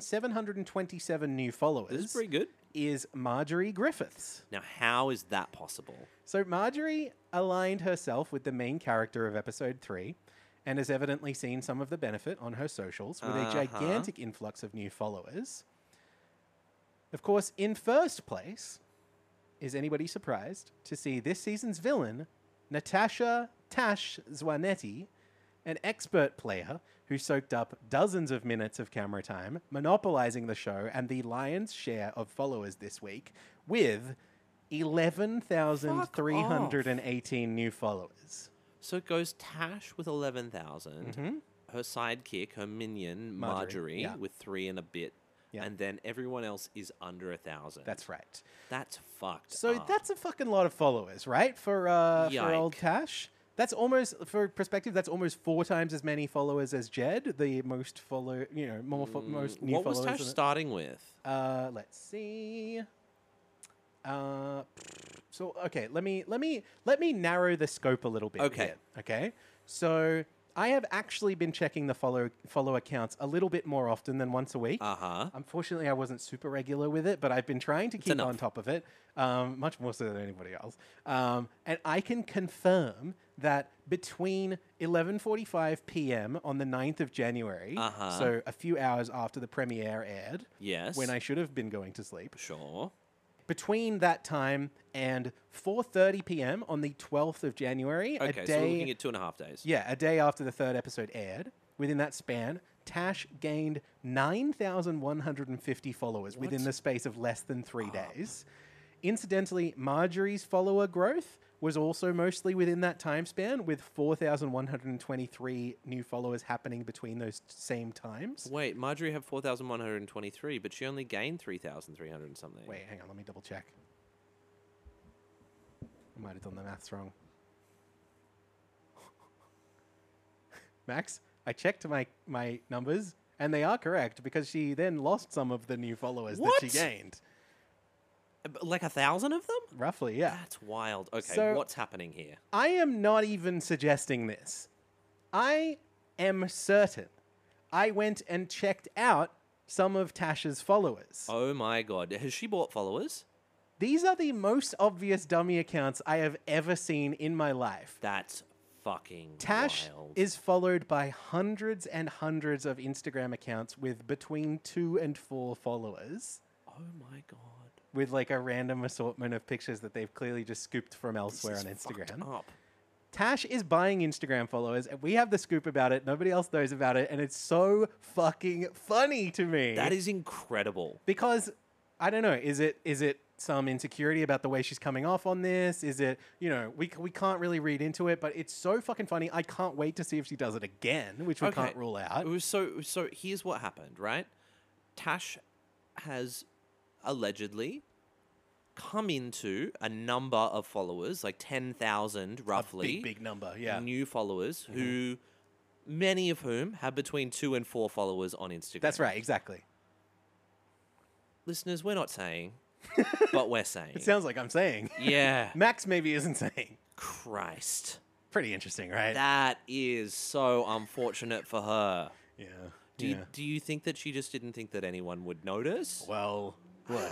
[SPEAKER 3] 3,727 new followers,
[SPEAKER 2] This is pretty good.
[SPEAKER 3] is Marjorie Griffiths.
[SPEAKER 2] Now, how is that possible?
[SPEAKER 3] So, Marjorie aligned herself with the main character of episode three and has evidently seen some of the benefit on her socials with a
[SPEAKER 2] Uh-huh.
[SPEAKER 3] gigantic influx of new followers. Of course, in first place, is anybody surprised to see this season's villain, Natasha Tash Zwanetti, an expert player who soaked up dozens of minutes of camera time, monopolizing the show and the lion's share of followers this week with 11,318 new followers.
[SPEAKER 2] So it goes Tash with 11,000, her sidekick, her minion, Marjorie,
[SPEAKER 3] Mm-hmm. Marjorie, yeah.
[SPEAKER 2] with three and a bit.
[SPEAKER 3] Yeah.
[SPEAKER 2] And then everyone else is under a thousand.
[SPEAKER 3] That's right.
[SPEAKER 2] that's fucked.
[SPEAKER 3] So
[SPEAKER 2] up.
[SPEAKER 3] that's a fucking lot of followers, right? For uh, for old
[SPEAKER 2] Ah. Yike.
[SPEAKER 3] Tash. That's almost for perspective. That's almost four times as many followers as Jed, the most follow, you know, more fo- most new
[SPEAKER 2] Mm, what was
[SPEAKER 3] followers.
[SPEAKER 2] Tash
[SPEAKER 3] than-
[SPEAKER 2] starting with?
[SPEAKER 3] Uh, let's see. Uh, so okay, let me let me let me narrow the scope a little bit.
[SPEAKER 2] Okay.
[SPEAKER 3] here, okay. So I have actually been checking the follow follow accounts a little bit more often than once a week.
[SPEAKER 2] Uh huh.
[SPEAKER 3] Unfortunately, I wasn't super regular with it, but I've been trying to keep
[SPEAKER 2] enough.
[SPEAKER 3] on top of it, um, much more so than anybody else. Um, and I can confirm that between 11:45 p.m. on the 9th of January,
[SPEAKER 2] Uh-huh.
[SPEAKER 3] so a few hours after the premiere aired,
[SPEAKER 2] Yes.
[SPEAKER 3] when I should have been going to sleep,
[SPEAKER 2] Sure.
[SPEAKER 3] between that time and 4:30 p.m. on the 12th of January, a day
[SPEAKER 2] Okay, so we're looking at two and a half days.
[SPEAKER 3] yeah, a day after the third episode aired, within that span, Tash gained 9,150 followers within the space of less than three days. Incidentally, Marjorie's follower growth was also mostly within that time span, with 4,123 new followers happening between those same times.
[SPEAKER 2] Wait, Marjorie had 4,123, but she only gained 3,300 and something.
[SPEAKER 3] Wait, hang on, let me double check. I might have done the maths wrong. Max, I checked my, my numbers and they are correct because she then lost some of the new followers that
[SPEAKER 2] What?
[SPEAKER 3] she gained.
[SPEAKER 2] Uh, but Like a thousand of them?
[SPEAKER 3] Roughly, yeah.
[SPEAKER 2] That's wild. Okay,
[SPEAKER 3] So-
[SPEAKER 2] what's happening here?
[SPEAKER 3] I am not even suggesting this. I am certain I went and checked out some of Tasha's followers.
[SPEAKER 2] Oh my god. Has she bought followers?
[SPEAKER 3] These are the most obvious dummy accounts I have ever seen in my life.
[SPEAKER 2] That's fucking
[SPEAKER 3] Tash
[SPEAKER 2] wild.
[SPEAKER 3] is followed by hundreds and hundreds of Instagram accounts with between two and four followers,
[SPEAKER 2] Oh my god.
[SPEAKER 3] with like a random assortment of pictures that they've clearly just scooped from elsewhere
[SPEAKER 2] This
[SPEAKER 3] on
[SPEAKER 2] is fucked
[SPEAKER 3] Instagram.
[SPEAKER 2] Up.
[SPEAKER 3] Tash is buying Instagram followers, and we have the scoop about it. Nobody else knows about it, and it's so fucking funny to me.
[SPEAKER 2] That is incredible.
[SPEAKER 3] because I don't know. Is it is it some insecurity about the way she's coming off on this? Is it you know we c- we can't really read into it, but it's so fucking funny. I can't wait to see if she does it again, which we
[SPEAKER 2] Okay.
[SPEAKER 3] can't rule out.
[SPEAKER 2] It was so so here's what happened, right? Tash has allegedly come into a number of followers, like 10,000 roughly.
[SPEAKER 3] Big big number, yeah. Mm-hmm.
[SPEAKER 2] new followers who many of whom have between two and four followers on Instagram.
[SPEAKER 3] That's right, exactly.
[SPEAKER 2] Listeners, we're not saying, but we're saying.
[SPEAKER 3] It sounds like I'm saying.
[SPEAKER 2] yeah.
[SPEAKER 3] Max maybe isn't saying.
[SPEAKER 2] Christ.
[SPEAKER 3] Pretty interesting, right?
[SPEAKER 2] That is so unfortunate for her.
[SPEAKER 3] yeah.
[SPEAKER 2] Do,
[SPEAKER 3] yeah.
[SPEAKER 2] you, do you think that she just didn't think that anyone would notice?
[SPEAKER 3] Well, look.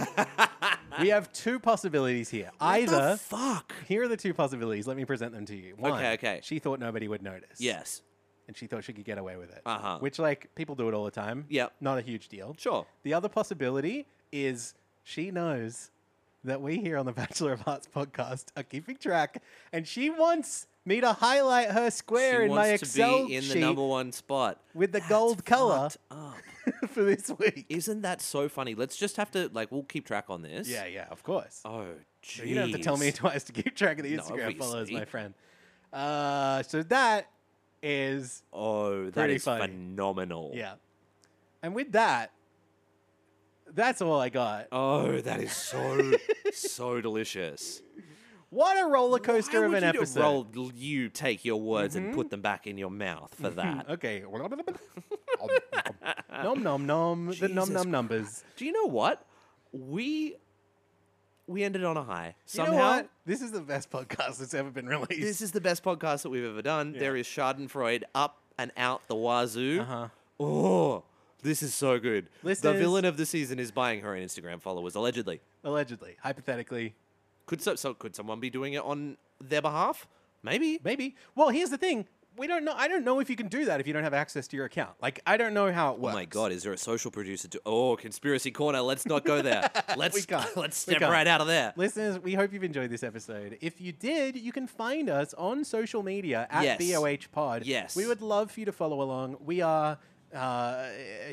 [SPEAKER 3] we have two possibilities here.
[SPEAKER 2] What the
[SPEAKER 3] Either
[SPEAKER 2] fuck?
[SPEAKER 3] here are the two possibilities. Let me present them to you. One,
[SPEAKER 2] Okay, okay.
[SPEAKER 3] She thought nobody would notice.
[SPEAKER 2] Yes.
[SPEAKER 3] and she thought she could get away with it.
[SPEAKER 2] Uh-huh.
[SPEAKER 3] Which, like, people do it all the time.
[SPEAKER 2] Yep.
[SPEAKER 3] Not a huge deal.
[SPEAKER 2] Sure.
[SPEAKER 3] The other possibility is she knows that we here on the Bachelor of Arts podcast are keeping track, and she wants me to highlight her square
[SPEAKER 2] she
[SPEAKER 3] in
[SPEAKER 2] wants
[SPEAKER 3] my Excel
[SPEAKER 2] to be in
[SPEAKER 3] sheet
[SPEAKER 2] the number one spot.
[SPEAKER 3] with the
[SPEAKER 2] That's
[SPEAKER 3] gold color
[SPEAKER 2] fucked up.
[SPEAKER 3] for this week.
[SPEAKER 2] Isn't that so funny? Let's just have to like we'll keep track on this.
[SPEAKER 3] yeah, yeah, of course.
[SPEAKER 2] Oh, jeez.
[SPEAKER 3] You don't have to tell me twice to keep track of the
[SPEAKER 2] No,
[SPEAKER 3] Instagram followers,
[SPEAKER 2] obviously.
[SPEAKER 3] my friend. Uh, so that is
[SPEAKER 2] Oh, that
[SPEAKER 3] Pretty
[SPEAKER 2] is
[SPEAKER 3] funny.
[SPEAKER 2] phenomenal.
[SPEAKER 3] yeah, and with that, that's all I got.
[SPEAKER 2] Oh, that is so so delicious.
[SPEAKER 3] What a roller coaster
[SPEAKER 2] How
[SPEAKER 3] of
[SPEAKER 2] would
[SPEAKER 3] an
[SPEAKER 2] you do-
[SPEAKER 3] episode. Mm-hmm.
[SPEAKER 2] well, you take your words and put them back in your mouth for that.
[SPEAKER 3] Okay. nom nom nom. the
[SPEAKER 2] Jesus
[SPEAKER 3] nom nom numbers.
[SPEAKER 2] Do you know what? We we ended on a high. Somehow
[SPEAKER 3] you know what? This is the best podcast that's ever been released.
[SPEAKER 2] this is the best podcast that we've ever done. There is Schadenfreude up and out the wazoo.
[SPEAKER 3] Uh-huh.
[SPEAKER 2] Oh, this is so good.
[SPEAKER 3] Listeners-
[SPEAKER 2] The villain of the season is buying her an Instagram followers allegedly.
[SPEAKER 3] Allegedly, hypothetically,
[SPEAKER 2] Could so, so could someone be doing it on their behalf? Maybe.
[SPEAKER 3] maybe. Well, here's the thing. we don't know. I don't know if you can do that if you don't have access to your account. Like, I don't know how it
[SPEAKER 2] Oh
[SPEAKER 3] works.
[SPEAKER 2] my God! Is there a social producer? To, oh, conspiracy corner. Let's not go there. Let's
[SPEAKER 3] can't.
[SPEAKER 2] let's
[SPEAKER 3] We
[SPEAKER 2] step
[SPEAKER 3] can't.
[SPEAKER 2] right out of there.
[SPEAKER 3] Listeners, we hope you've enjoyed this episode. If you did, you can find us on social media at
[SPEAKER 2] Yes.
[SPEAKER 3] BOH Pod.
[SPEAKER 2] Yes.
[SPEAKER 3] We would love for you to follow along. We are uh,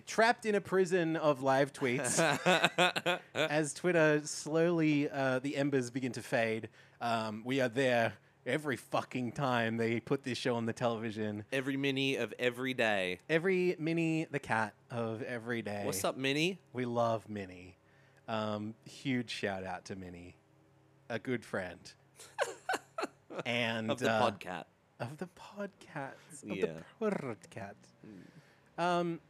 [SPEAKER 3] trapped in a prison of live tweets as Twitter slowly, uh, the embers begin to fade. Um, we are there every fucking time they put this show on the television.
[SPEAKER 2] Every mini of every day.
[SPEAKER 3] Every Minnie the cat of every day.
[SPEAKER 2] What's up, mini?
[SPEAKER 3] We love Minnie. Um, huge shout out to Minnie, a good friend. and
[SPEAKER 2] Of the
[SPEAKER 3] uh,
[SPEAKER 2] podcat.
[SPEAKER 3] Of the podcast. Of
[SPEAKER 2] Yeah.
[SPEAKER 3] the podcast. Um,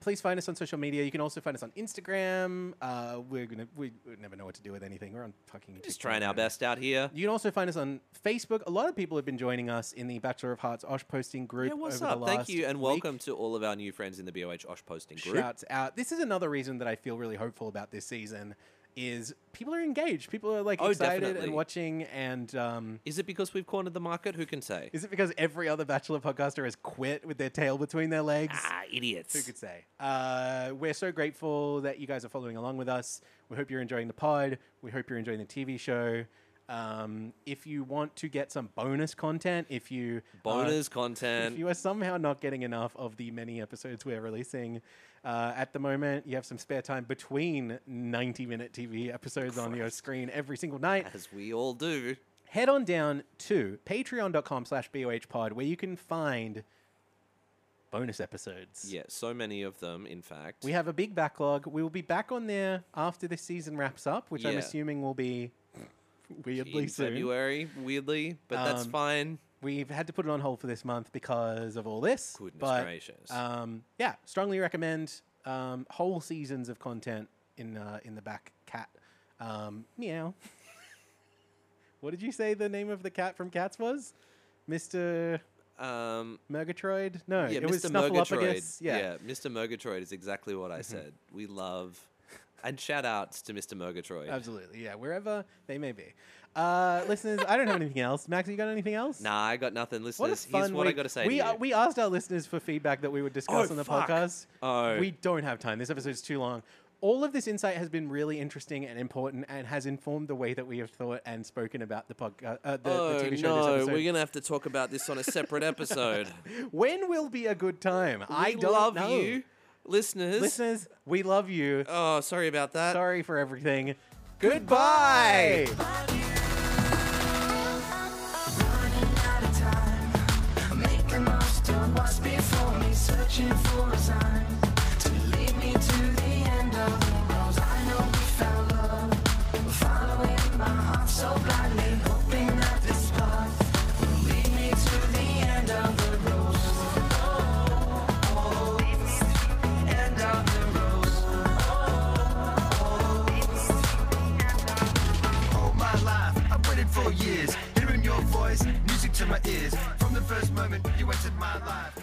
[SPEAKER 3] please find us on social media. You can also find us on Instagram. Uh, we're gonna we, we never know what to do with anything. We're on fucking
[SPEAKER 2] Just
[SPEAKER 3] TikTok
[SPEAKER 2] trying our
[SPEAKER 3] now.
[SPEAKER 2] best out here.
[SPEAKER 3] You can also find us on Facebook. A lot of people have been joining us in the Bachelor of Hearts Osh posting group.
[SPEAKER 2] Yeah, what's
[SPEAKER 3] over
[SPEAKER 2] up?
[SPEAKER 3] The
[SPEAKER 2] Thank
[SPEAKER 3] last
[SPEAKER 2] you, and
[SPEAKER 3] week.
[SPEAKER 2] welcome to all of our new friends in the BOH Osh posting group.
[SPEAKER 3] Shouts out. This is another reason that I feel really hopeful about this season is people are engaged. People are like
[SPEAKER 2] Oh,
[SPEAKER 3] excited
[SPEAKER 2] definitely.
[SPEAKER 3] and watching. And um,
[SPEAKER 2] Is it because we've cornered the market? Who can say?
[SPEAKER 3] is it because every other Bachelor podcaster has quit with their tail between their legs?
[SPEAKER 2] ah, idiots.
[SPEAKER 3] Who could say? Uh, we're so grateful that you guys are following along with us. We hope you're enjoying the pod. We hope you're enjoying the TV show. Um, if you want to get some bonus content, if you uh, are-
[SPEAKER 2] Bonus content.
[SPEAKER 3] if you are somehow not getting enough of the many episodes we're releasing uh, at the moment, you have some spare time between 90 minute TV episodes on your screen every single night.
[SPEAKER 2] as we all do.
[SPEAKER 3] Head on down to patreon.com slash bohpod where you can find bonus episodes.
[SPEAKER 2] Yeah, so many of them, in fact.
[SPEAKER 3] We have a big backlog. We will be back on there after this season wraps up, which I'm
[SPEAKER 2] Yeah.
[SPEAKER 3] assuming will be weirdly
[SPEAKER 2] in
[SPEAKER 3] soon.
[SPEAKER 2] February, weirdly, but that's
[SPEAKER 3] Um,
[SPEAKER 2] fine.
[SPEAKER 3] We've had to put it on hold for this month because of all this.
[SPEAKER 2] Goodness
[SPEAKER 3] but,
[SPEAKER 2] gracious.
[SPEAKER 3] Um, yeah, strongly recommend um, whole seasons of content in uh, in the back cat. Um, meow. what did you say the name of the cat from Cats was? Mr.
[SPEAKER 2] Um,
[SPEAKER 3] Murgatroyd? No,
[SPEAKER 2] yeah,
[SPEAKER 3] it was
[SPEAKER 2] Mr.
[SPEAKER 3] Snuffleupagus.
[SPEAKER 2] Murgatroyd.
[SPEAKER 3] Yeah. Mm-hmm.
[SPEAKER 2] Mr. Murgatroyd is exactly what I said. We love, and shout outs to Mr. Murgatroyd.
[SPEAKER 3] absolutely. Yeah, wherever they may be. Uh, listeners, I don't have anything else. Max, you got anything else?
[SPEAKER 2] Nah, I got nothing. Listeners,
[SPEAKER 3] What a fun
[SPEAKER 2] here's what I
[SPEAKER 3] week.
[SPEAKER 2] got to say.
[SPEAKER 3] We,
[SPEAKER 2] to you.
[SPEAKER 3] uh, we asked our listeners for feedback that we would discuss
[SPEAKER 2] Oh,
[SPEAKER 3] on the
[SPEAKER 2] fuck.
[SPEAKER 3] podcast.
[SPEAKER 2] Oh.
[SPEAKER 3] We don't have time. This episode's too long. All of this insight has been really interesting and important and has informed the way that we have thought and spoken about the podcast, uh, the,
[SPEAKER 2] oh
[SPEAKER 3] the TV show this
[SPEAKER 2] no,
[SPEAKER 3] episode.
[SPEAKER 2] we're gonna have to talk about this on a separate episode.
[SPEAKER 3] When will be a good time? I
[SPEAKER 2] We
[SPEAKER 3] don't
[SPEAKER 2] love
[SPEAKER 3] know.
[SPEAKER 2] you, listeners.
[SPEAKER 3] Listeners, we love you.
[SPEAKER 2] Oh, sorry about that.
[SPEAKER 3] Sorry for everything. Goodbye.
[SPEAKER 5] Running out of time, make the most of what's before me. Searching for a sign to lead me to the end of the road. I know we found love, following my heart so blindly, hoping that this path will lead me to the end of the road. End of the
[SPEAKER 6] all my life. I've waited for years, hearing your voice, music to my ears. From the first moment you entered my life.